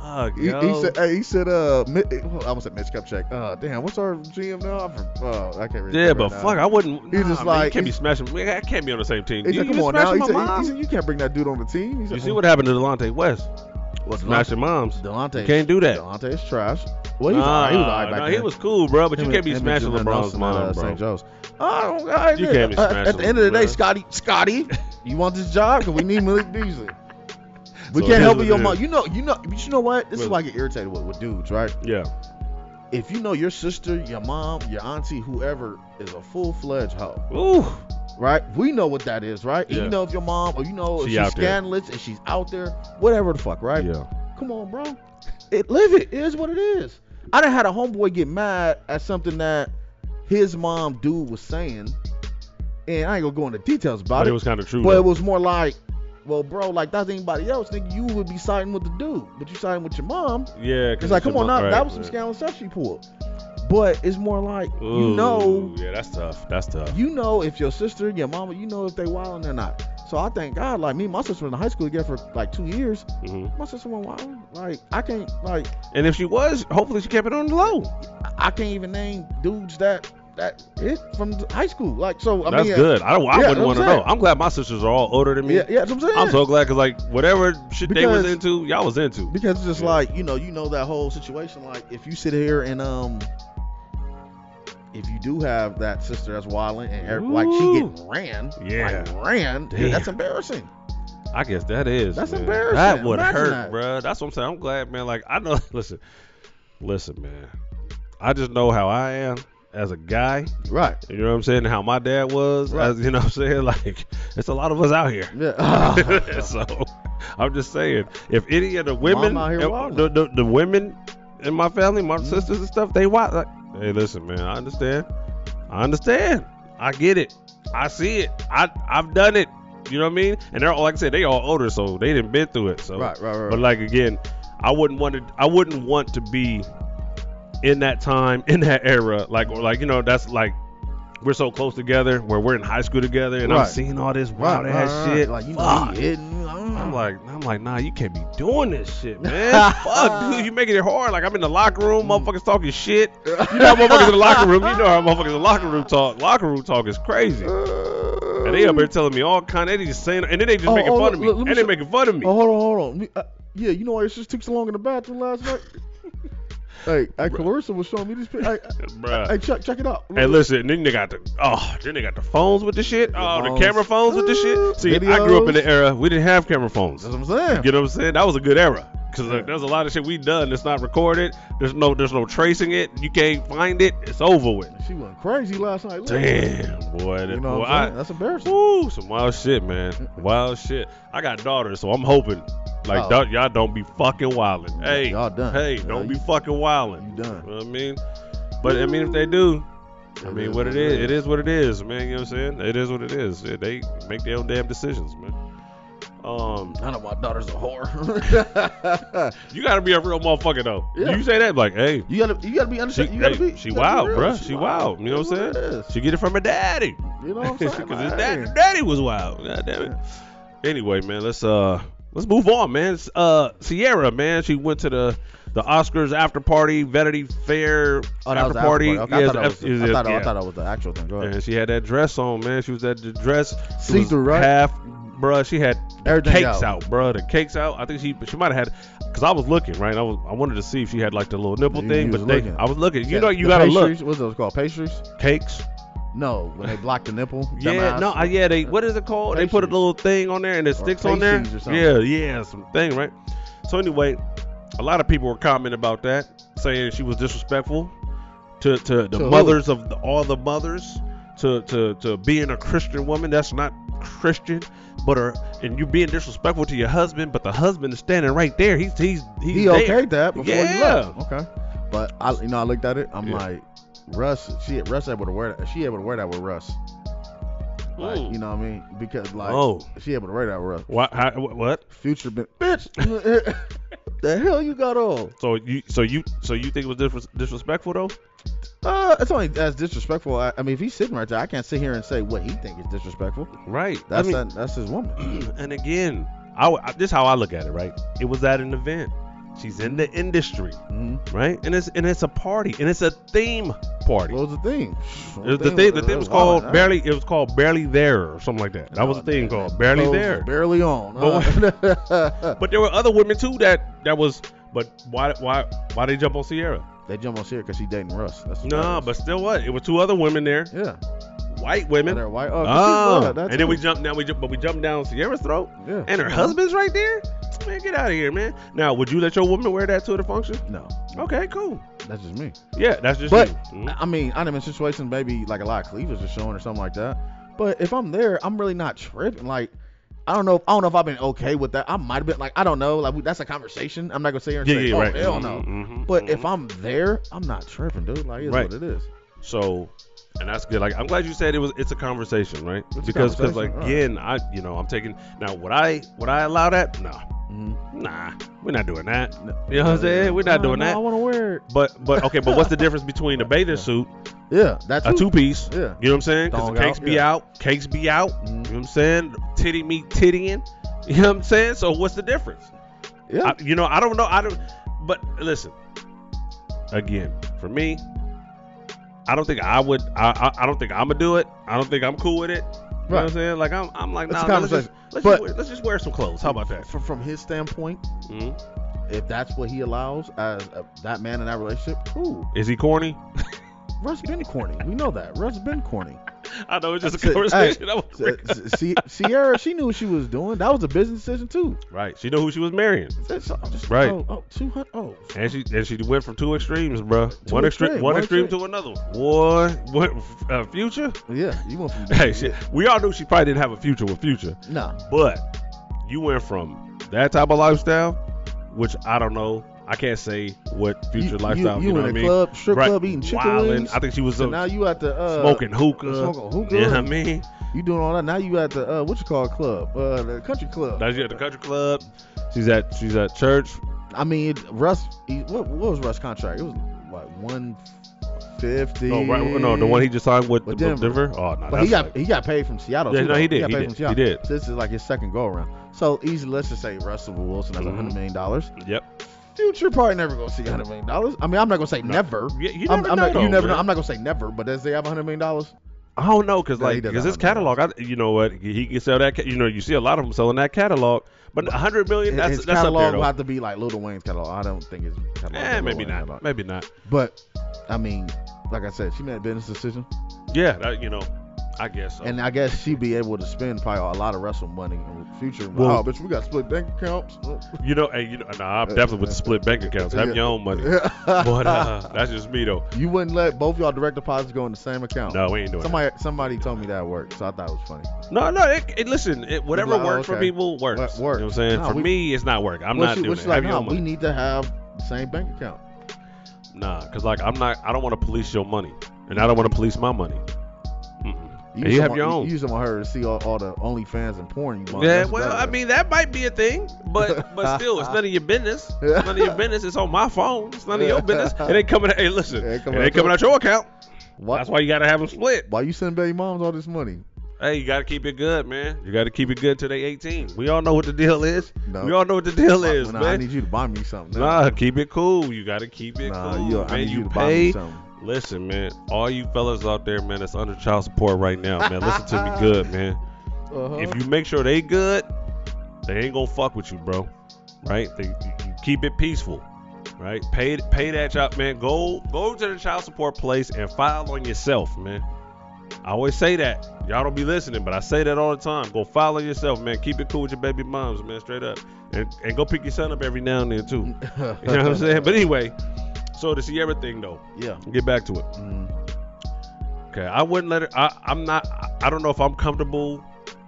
Speaker 1: Fuck,
Speaker 2: He,
Speaker 1: yo.
Speaker 2: he said, hey, he said, uh, Mi- well, I almost said Mitch Kupchak. Uh, damn, what's our GM now? I'm from, uh, I can't read.
Speaker 1: yeah, but fuck, I wouldn't.
Speaker 2: He's
Speaker 1: nah,
Speaker 2: just
Speaker 1: man,
Speaker 2: like-
Speaker 1: you can't be
Speaker 2: he's-
Speaker 1: smashing. Man, I can't be on the same team.
Speaker 2: He
Speaker 1: you
Speaker 2: said,
Speaker 1: you
Speaker 2: come
Speaker 1: been
Speaker 2: on now.
Speaker 1: smashing
Speaker 2: He
Speaker 1: my
Speaker 2: said, he-
Speaker 1: mom?
Speaker 2: he said, you can't bring that dude on the team. He said, "Oh,
Speaker 1: you see what happened to Delonte West?
Speaker 2: What's
Speaker 1: Smash your moms.
Speaker 2: Delonte.
Speaker 1: You can't do that.
Speaker 2: Delonte is trash. Well, he was all right. He was all right back
Speaker 1: Ah, no,
Speaker 2: then.
Speaker 1: he was cool, bro. But you
Speaker 2: Him and-
Speaker 1: can't be
Speaker 2: him and
Speaker 1: smashing
Speaker 2: Jalen
Speaker 1: LeBron's
Speaker 2: Brunson
Speaker 1: mom,
Speaker 2: at, uh,
Speaker 1: bro.
Speaker 2: St. Joe's. I don't, I
Speaker 1: You
Speaker 2: admit-
Speaker 1: can't be
Speaker 2: uh, At
Speaker 1: smashing
Speaker 2: the end of the day,
Speaker 1: LeBron.
Speaker 2: Scotty, Scotty, you want this job? Cause we need Malik Beasley. We
Speaker 1: So it
Speaker 2: can't
Speaker 1: is
Speaker 2: help
Speaker 1: what
Speaker 2: with your
Speaker 1: it
Speaker 2: mom.
Speaker 1: is.
Speaker 2: You know, you know, but you know what? This is
Speaker 1: Well-
Speaker 2: why I get irritated with, with dudes, right?
Speaker 1: Yeah,
Speaker 2: If you know your sister, your mom, your auntie, whoever is a full fledged hoe,
Speaker 1: Ooh,
Speaker 2: right? We know what that is, right? And
Speaker 1: Yeah.
Speaker 2: You know if your mom or you know if
Speaker 1: She
Speaker 2: she's
Speaker 1: out there.
Speaker 2: scandalous and she's out there, whatever the fuck, right?
Speaker 1: yeah.
Speaker 2: Come on, bro. It live it. It is what it is. I done had a homeboy get mad at something that his mom dude was saying, and I ain't gonna go into details about
Speaker 1: But
Speaker 2: it.
Speaker 1: it was kind of true.
Speaker 2: but
Speaker 1: though.
Speaker 2: it was more like, well, bro, like that's anybody else. Think you would be siding with the dude, but you siding with your mom.
Speaker 1: yeah, 'cause
Speaker 2: It's like,
Speaker 1: your
Speaker 2: come on,
Speaker 1: mom-
Speaker 2: now
Speaker 1: right,
Speaker 2: that was some
Speaker 1: right.
Speaker 2: scandalous stuff she pulled. But it's more like you
Speaker 1: Ooh,
Speaker 2: know
Speaker 1: Yeah, that's tough. That's tough.
Speaker 2: you know if your sister, your mama, you know if they wilding or not. So I thank God, like me, and my sister was in high school together for like two years.
Speaker 1: Mhm.
Speaker 2: My sister went wilding. Like I can't, like
Speaker 1: And if she was, hopefully she kept it on the low.
Speaker 2: I- I can't even name dudes that that hit from th- high school. Like so, I
Speaker 1: that's
Speaker 2: mean,
Speaker 1: good. I don't. I
Speaker 2: yeah, that's
Speaker 1: wouldn't
Speaker 2: what
Speaker 1: want to
Speaker 2: I'm
Speaker 1: know.
Speaker 2: saying.
Speaker 1: I'm glad my sisters are all older than me.
Speaker 2: Yeah, yeah, that's what I'm saying.
Speaker 1: I'm so glad because like whatever shit they was
Speaker 2: Because-
Speaker 1: into, y'all was into.
Speaker 2: because it's just
Speaker 1: Yeah.
Speaker 2: like you know, you know that whole situation. Like if you sit here and um. If you do have that sister that's wilding and every- like she
Speaker 1: Ooh.
Speaker 2: getting ran,
Speaker 1: Yeah.
Speaker 2: like ran,
Speaker 1: Damn.
Speaker 2: that's embarrassing.
Speaker 1: I guess that is.
Speaker 2: That's
Speaker 1: man.
Speaker 2: embarrassing.
Speaker 1: That would
Speaker 2: Imagine
Speaker 1: hurt,
Speaker 2: that.
Speaker 1: bruh. That's what I'm saying. I'm glad, man. Like I know. Listen, listen, man. I just know how I am as a guy.
Speaker 2: Right.
Speaker 1: You know what I'm saying? How my dad was.
Speaker 2: Right.
Speaker 1: As, you know what I'm saying? Like it's a lot of us out here.
Speaker 2: Yeah.
Speaker 1: so I'm just saying, if any of the women,
Speaker 2: out here
Speaker 1: if-
Speaker 2: wildin'.
Speaker 1: the, the, the women in my family, my
Speaker 2: Mhm.
Speaker 1: sisters and stuff, they watch. Like, hey, listen, man, I understand. I understand. I get it. I see it. I I've done it. You know what I mean? And they're all like I said, they all older, so they didn't been through it. So,
Speaker 2: Right, right, right, right.
Speaker 1: but like again, I wouldn't want to. I wouldn't want to be in that time, in that era, like or like you know, that's like. We're so close together, where we're in high school together, and I'm
Speaker 2: Right.
Speaker 1: seeing all this wild
Speaker 2: Right,
Speaker 1: ass
Speaker 2: right, right.
Speaker 1: shit.
Speaker 2: Like you know,
Speaker 1: Fuck.
Speaker 2: he hitting. I'm
Speaker 1: I'm like, I'm like, nah, you can't be doing this shit, man. Fuck, dude, you making it hard. Like I'm in the locker room,
Speaker 2: Mm.
Speaker 1: motherfuckers talking shit. You know how motherfuckers in the locker room. You know how motherfuckers in the locker room talk. Locker room talk is crazy. And they up there telling me all kind. They just saying, and then they just
Speaker 2: Oh,
Speaker 1: making
Speaker 2: oh,
Speaker 1: fun of me.
Speaker 2: look,
Speaker 1: and
Speaker 2: let me
Speaker 1: they
Speaker 2: show-
Speaker 1: making fun of me.
Speaker 2: Oh, hold on, hold on. Me- uh, yeah, you know why your sister took so long in the bathroom last night? hey, hey, Clarissa was showing me this picture. Hey,
Speaker 1: Bruh.
Speaker 2: hey, check, check it out.
Speaker 1: Hey, listen. and Then they got the oh, then they got the phones with the shit. Oh, the
Speaker 2: phones.
Speaker 1: camera phones with the shit. See, I grew up in
Speaker 2: Videos.
Speaker 1: the era we didn't have camera phones.
Speaker 2: That's what I'm saying.
Speaker 1: You know what I'm saying? That was a good era. Cause like,
Speaker 2: Yeah.
Speaker 1: there's a lot of shit we done that's not recorded. There's no there's no tracing it. You can't find it. It's over with.
Speaker 2: She went crazy last night. Look.
Speaker 1: Damn, boy. That,
Speaker 2: You know
Speaker 1: boy,
Speaker 2: what I'm
Speaker 1: I,
Speaker 2: saying? That's embarrassing.
Speaker 1: woo, some wild shit, man. Wild shit. I got daughters, so I'm hoping like
Speaker 2: Oh.
Speaker 1: don't- y'all don't be fucking wildin'. Hey,
Speaker 2: y'all done.
Speaker 1: hey,
Speaker 2: Yeah,
Speaker 1: don't
Speaker 2: you-
Speaker 1: be fucking wildin'.
Speaker 2: you done.
Speaker 1: You know what I mean? But I mean, if they do, I mean, what it is, it is what it is, man. You know what I'm saying? It is what it is. They make their own damn decisions, man. Um,
Speaker 2: I know my daughter's a whore.
Speaker 1: you gotta be a real motherfucker though.
Speaker 2: Yeah.
Speaker 1: You say that like, hey,
Speaker 2: you gotta, you gotta be
Speaker 1: she,
Speaker 2: understand. you
Speaker 1: hey,
Speaker 2: gotta be.
Speaker 1: she
Speaker 2: you gotta
Speaker 1: wild,
Speaker 2: be real.
Speaker 1: bruh. She wild. You know what I'm
Speaker 2: It
Speaker 1: saying?
Speaker 2: is.
Speaker 1: She get it from her daddy.
Speaker 2: You know what I'm saying?
Speaker 1: Because
Speaker 2: Like,
Speaker 1: his
Speaker 2: hey.
Speaker 1: dad, daddy was wild. God damn it. Anyway, man, let's uh let's move on, man. It's, uh Sierra, man, she went to the the Oscars after party, Vanity Fair
Speaker 2: Oh, that
Speaker 1: after
Speaker 2: was the
Speaker 1: party.
Speaker 2: after party. Okay, I
Speaker 1: Yes,
Speaker 2: thought that was-
Speaker 1: it was-
Speaker 2: I thought
Speaker 1: yeah.
Speaker 2: I thought that was the actual thing. Go ahead.
Speaker 1: And she had that dress on, man. She was that d- dress. it was
Speaker 2: See through, right?
Speaker 1: Half, bruh. She had
Speaker 2: Everything
Speaker 1: cakes out. bruh. The cakes out. I think she she might have had, cause I was looking, right? I was I wanted to see if she had like the little nipple
Speaker 2: You-
Speaker 1: thing,
Speaker 2: you
Speaker 1: but
Speaker 2: was
Speaker 1: they,
Speaker 2: looking.
Speaker 1: I was looking. You
Speaker 2: Yeah,
Speaker 1: know, you
Speaker 2: the
Speaker 1: gotta
Speaker 2: pastries, What's those called? Pastries?
Speaker 1: look. Cakes.
Speaker 2: No, when they block the nipple.
Speaker 1: Yeah,
Speaker 2: dumbass.
Speaker 1: no, I, yeah. They what is it called? They put a
Speaker 2: Pastries.
Speaker 1: little thing on there and it sticks on there.
Speaker 2: pasties or something.
Speaker 1: Yeah, yeah, some thing, right? So anyway, a lot of people were commenting about that, saying she was disrespectful to to the
Speaker 2: To who?
Speaker 1: mothers of the, all the mothers, to to to being a Christian woman. That's not Christian, but her and you being disrespectful to your husband. But the husband is standing right there. He's he's he's
Speaker 2: he
Speaker 1: there.
Speaker 2: okayed that before he
Speaker 1: Yeah.
Speaker 2: left. Okay. But I, you know, I looked at it. I'm
Speaker 1: Yeah.
Speaker 2: like, Russ. She, Russ able to wear that. She able to wear that with Russ. Like,
Speaker 1: Mm.
Speaker 2: you know what I mean? Because like,
Speaker 1: Oh.
Speaker 2: she able to wear that with Russ.
Speaker 1: Why- how- what? What?
Speaker 2: Future been, bitch. the hell you got on?
Speaker 1: So you so you so you think it was dis- disrespectful though?
Speaker 2: Uh, it's only as disrespectful. I, I mean, if he's sitting right there, I can't sit here and say what he think is disrespectful.
Speaker 1: Right. I
Speaker 2: That's
Speaker 1: mean-
Speaker 2: that, that's his woman.
Speaker 1: and again, I, w- I- this is how I look at it, right? It was at an event. She's in the industry,
Speaker 2: Mhm.
Speaker 1: right? And it's and it's a party, and it's a theme party.
Speaker 2: What was the thing?
Speaker 1: It was the thing, the thing was called barely. It was called barely there or something like that. That was the thing called barely
Speaker 2: Clothes
Speaker 1: there.
Speaker 2: Barely on. huh?
Speaker 1: But there were other women too that that was. But why why why they jump on Sierra?
Speaker 2: they jump on Sierra because she dating Russ. That's what
Speaker 1: No,
Speaker 2: that
Speaker 1: but
Speaker 2: is.
Speaker 1: still what? It were two other women there,
Speaker 2: yeah,
Speaker 1: white
Speaker 2: And
Speaker 1: women.
Speaker 2: they're white. Oh, 'cause she's
Speaker 1: Oh,
Speaker 2: black, that
Speaker 1: and then we
Speaker 2: too.
Speaker 1: jump. Now we jump, but we jump down Sierra's throat,
Speaker 2: Yeah.
Speaker 1: and her husband's right there. Man, get out of here, man. Now, would you let your woman wear that to the function?
Speaker 2: No,
Speaker 1: Okay, cool.
Speaker 2: that's just me.
Speaker 1: Yeah, that's just
Speaker 2: But-
Speaker 1: you. Mhm.
Speaker 2: I mean, I'm in situations maybe like a lot of cleavage is showing or something like that. But if I'm there, I'm really not tripping. Like, I don't know. I don't know if I've been okay with that. I might have been like, I don't know. Like, we, that's a conversation. I'm not gonna sit here and
Speaker 1: Yeah,
Speaker 2: say,
Speaker 1: yeah,
Speaker 2: oh
Speaker 1: right.
Speaker 2: hell no.
Speaker 1: Mhm,
Speaker 2: But
Speaker 1: mhm.
Speaker 2: if I'm there, I'm not tripping, dude. Like, it's
Speaker 1: Right.
Speaker 2: what it is.
Speaker 1: so, and that's good. Like I'm glad you said it was. It's a conversation, right?
Speaker 2: It's a
Speaker 1: because because like
Speaker 2: conversation, right.
Speaker 1: again, I you know I'm taking now. Would I would I allow that? No,
Speaker 2: Mm-hmm.
Speaker 1: nah, we're not doing that.
Speaker 2: No.
Speaker 1: You know what I'm saying? We're not
Speaker 2: No,
Speaker 1: doing
Speaker 2: no, I
Speaker 1: that.
Speaker 2: want to wear it.
Speaker 1: But but okay, but what's the difference between a bathing suit,
Speaker 2: Yeah, that's
Speaker 1: a two piece?
Speaker 2: Yeah.
Speaker 1: You know what I'm saying? Because
Speaker 2: Thong
Speaker 1: the cakes
Speaker 2: out,
Speaker 1: be
Speaker 2: yeah.
Speaker 1: out, cakes be out.
Speaker 2: Mhm.
Speaker 1: You know what I'm saying? Titty meet tittying. You know what I'm saying? So what's the difference?
Speaker 2: Yeah.
Speaker 1: I, you know, I don't know. I don't. But listen, again, for me, I don't think I would. I I, I don't think I'm gonna do it. I don't think I'm cool with it. You know what I'm
Speaker 2: Right.
Speaker 1: saying? Like I'm I'm like
Speaker 2: It's
Speaker 1: nah.
Speaker 2: a
Speaker 1: Let's just,
Speaker 2: conversation.
Speaker 1: let's,
Speaker 2: But-
Speaker 1: just wear, let's just wear some clothes. How about that?
Speaker 2: From, from his standpoint,
Speaker 1: Mhm.
Speaker 2: if that's what he allows as a, that man in that relationship, cool.
Speaker 1: Is he corny?
Speaker 2: Russ been corny. We know that. Russ been corny.
Speaker 1: I know it's just a
Speaker 2: Hey,
Speaker 1: conversation. I was
Speaker 2: S- S- Sie- Sierra, she knew what she was doing. That was a business decision too.
Speaker 1: right. She knew who she was marrying,
Speaker 2: That's- oh, just-
Speaker 1: Right.
Speaker 2: Oh, oh, 200. Oh,
Speaker 1: and she and she went from two extremes, bruh.
Speaker 2: Two
Speaker 1: one extreme,
Speaker 2: extreme,
Speaker 1: one,
Speaker 2: one
Speaker 1: extreme,
Speaker 2: extreme.
Speaker 1: to another. Boy, what uh, future?
Speaker 2: yeah. You went from.
Speaker 1: Hey, shit. we all knew she probably didn't have a future with future.
Speaker 2: Nah.
Speaker 1: But you went from that type of lifestyle, which I don't know. I can't say what future
Speaker 2: you,
Speaker 1: lifestyle.
Speaker 2: You,
Speaker 1: You,
Speaker 2: you
Speaker 1: know
Speaker 2: in
Speaker 1: what
Speaker 2: a
Speaker 1: I mean?
Speaker 2: club, strip
Speaker 1: Right.
Speaker 2: club, eating chicken
Speaker 1: Wildin'.
Speaker 2: wings.
Speaker 1: I think she was
Speaker 2: So
Speaker 1: uh,
Speaker 2: now you at the uh,
Speaker 1: smoking hookah.
Speaker 2: smoking hookah.
Speaker 1: You know what I mean?
Speaker 2: You doing all that? Now you at the uh, what you call club? Uh, the country club.
Speaker 1: Now she's at the country club. She's at she's at church.
Speaker 2: I mean, Russ. He, what, what was Russ' contract? It was like one fifty.
Speaker 1: No, right, no, the one he just signed with,
Speaker 2: With
Speaker 1: the Denver.
Speaker 2: Denver.
Speaker 1: Oh no,
Speaker 2: But
Speaker 1: that's
Speaker 2: he got
Speaker 1: like-
Speaker 2: he got paid from Seattle.
Speaker 1: Yeah,
Speaker 2: too,
Speaker 1: no, he
Speaker 2: though.
Speaker 1: did,
Speaker 2: got
Speaker 1: he
Speaker 2: paid
Speaker 1: did,
Speaker 2: from
Speaker 1: he
Speaker 2: Seattle.
Speaker 1: did.
Speaker 2: So this is like his second go around. So easy. Let's just say Russell Wilson has a
Speaker 1: Mhm.
Speaker 2: hundred million dollars.
Speaker 1: yep.
Speaker 2: Dude, you're probably never gonna see a hundred million dollars. I mean, I'm not gonna say
Speaker 1: No.
Speaker 2: never.
Speaker 1: Yeah, you never
Speaker 2: I'm, I'm
Speaker 1: know.
Speaker 2: not,
Speaker 1: though,
Speaker 2: you never know.
Speaker 1: man.
Speaker 2: I'm not gonna say never, but does they have a hundred million dollars?
Speaker 1: I don't know, cause
Speaker 2: No, he
Speaker 1: like,
Speaker 2: does
Speaker 1: cause
Speaker 2: not
Speaker 1: his
Speaker 2: have no
Speaker 1: catalog, I, you know what, he he can sell that. ca- You know, you see a lot of them selling that catalog, but a hundred million, that's
Speaker 2: his
Speaker 1: that's up
Speaker 2: catalog
Speaker 1: there though.
Speaker 2: will have to be like Lil Wayne's catalog. I don't think his catalog. is
Speaker 1: Eh,
Speaker 2: Lil
Speaker 1: maybe
Speaker 2: Wayne's
Speaker 1: not.
Speaker 2: catalog.
Speaker 1: Maybe not.
Speaker 2: But I mean, like I said, she made a business decision,
Speaker 1: Yeah, that, you know, I guess. So.
Speaker 2: and I guess she'd be able to spend probably a lot of Russell money in the future.
Speaker 1: Well-
Speaker 2: oh, bitch, we got split bank accounts.
Speaker 1: you know, hey, you know, nah, I'm definitely with the split bank accounts. Have
Speaker 2: Yeah.
Speaker 1: your own money. But uh, that's just me though.
Speaker 2: you wouldn't let both y'all direct deposits go in the same account.
Speaker 1: No, we ain't doing
Speaker 2: Somebody, somebody told me that worked, so I thought it was funny.
Speaker 1: that. No, no. It, it, listen, it, whatever
Speaker 2: like, oh,
Speaker 1: works for
Speaker 2: okay.
Speaker 1: people works.
Speaker 2: What
Speaker 1: You know what I'm
Speaker 2: works.
Speaker 1: saying?
Speaker 2: Nah,
Speaker 1: for
Speaker 2: we-
Speaker 1: me, it's not working. I'm
Speaker 2: What
Speaker 1: not
Speaker 2: she-
Speaker 1: doing
Speaker 2: what
Speaker 1: that.
Speaker 2: she like,
Speaker 1: have your
Speaker 2: nah,
Speaker 1: own money.
Speaker 2: we need to have the same bank account.
Speaker 1: Nah, cause like I'm not. I don't want to police your money, and I don't want to police my money. Mm-mm. And you
Speaker 2: just
Speaker 1: have
Speaker 2: want-
Speaker 1: your own.
Speaker 2: You just want her to see all, all the OnlyFans and porn you bought.
Speaker 1: yeah,
Speaker 2: That's
Speaker 1: well,
Speaker 2: better.
Speaker 1: I mean that might be a thing, but but still, it's none of your business. It's none of your business. It's on my phone. It's none of your business. It ain't coming. Hey, listen,
Speaker 2: It
Speaker 1: it
Speaker 2: ain't
Speaker 1: ain't
Speaker 2: coming
Speaker 1: coming,
Speaker 2: out your-
Speaker 1: out your account.
Speaker 2: why,
Speaker 1: That's why you gotta have them split.
Speaker 2: why you send baby moms all this money?
Speaker 1: Hey, you gotta keep it good, man. You gotta keep it good till they 18. We all know what the deal is.
Speaker 2: No.
Speaker 1: We all know what the deal
Speaker 2: Nah,
Speaker 1: is,
Speaker 2: nah, I
Speaker 1: man.
Speaker 2: need you to buy me something.
Speaker 1: Nah, keep it cool. You gotta keep it
Speaker 2: Nah,
Speaker 1: cool,
Speaker 2: you-
Speaker 1: man.
Speaker 2: I need
Speaker 1: you,
Speaker 2: you to buy me
Speaker 1: pay.
Speaker 2: something.
Speaker 1: Listen, man. All you fellas out there, man, that's under child support right now, man. Listen to me good, man.
Speaker 2: Uh-huh.
Speaker 1: If you make sure they good, they ain't gonna fuck with you, bro. Right? They, you you keep it peaceful. Right? Pay pay that child, man. Go go to the child support place and file on yourself, man. I always say that. Y'all don't be listening, but I say that all the time. Go file on yourself, man. Keep it cool with your baby moms, man. Straight up, and, and go pick your son up every now and then too. You know what I'm saying? But anyway, so the Sierra thing though,
Speaker 2: yeah.
Speaker 1: get back to it.
Speaker 2: Mm.
Speaker 1: Okay, I wouldn't let her. I, I'm not. I- I don't know if I'm comfortable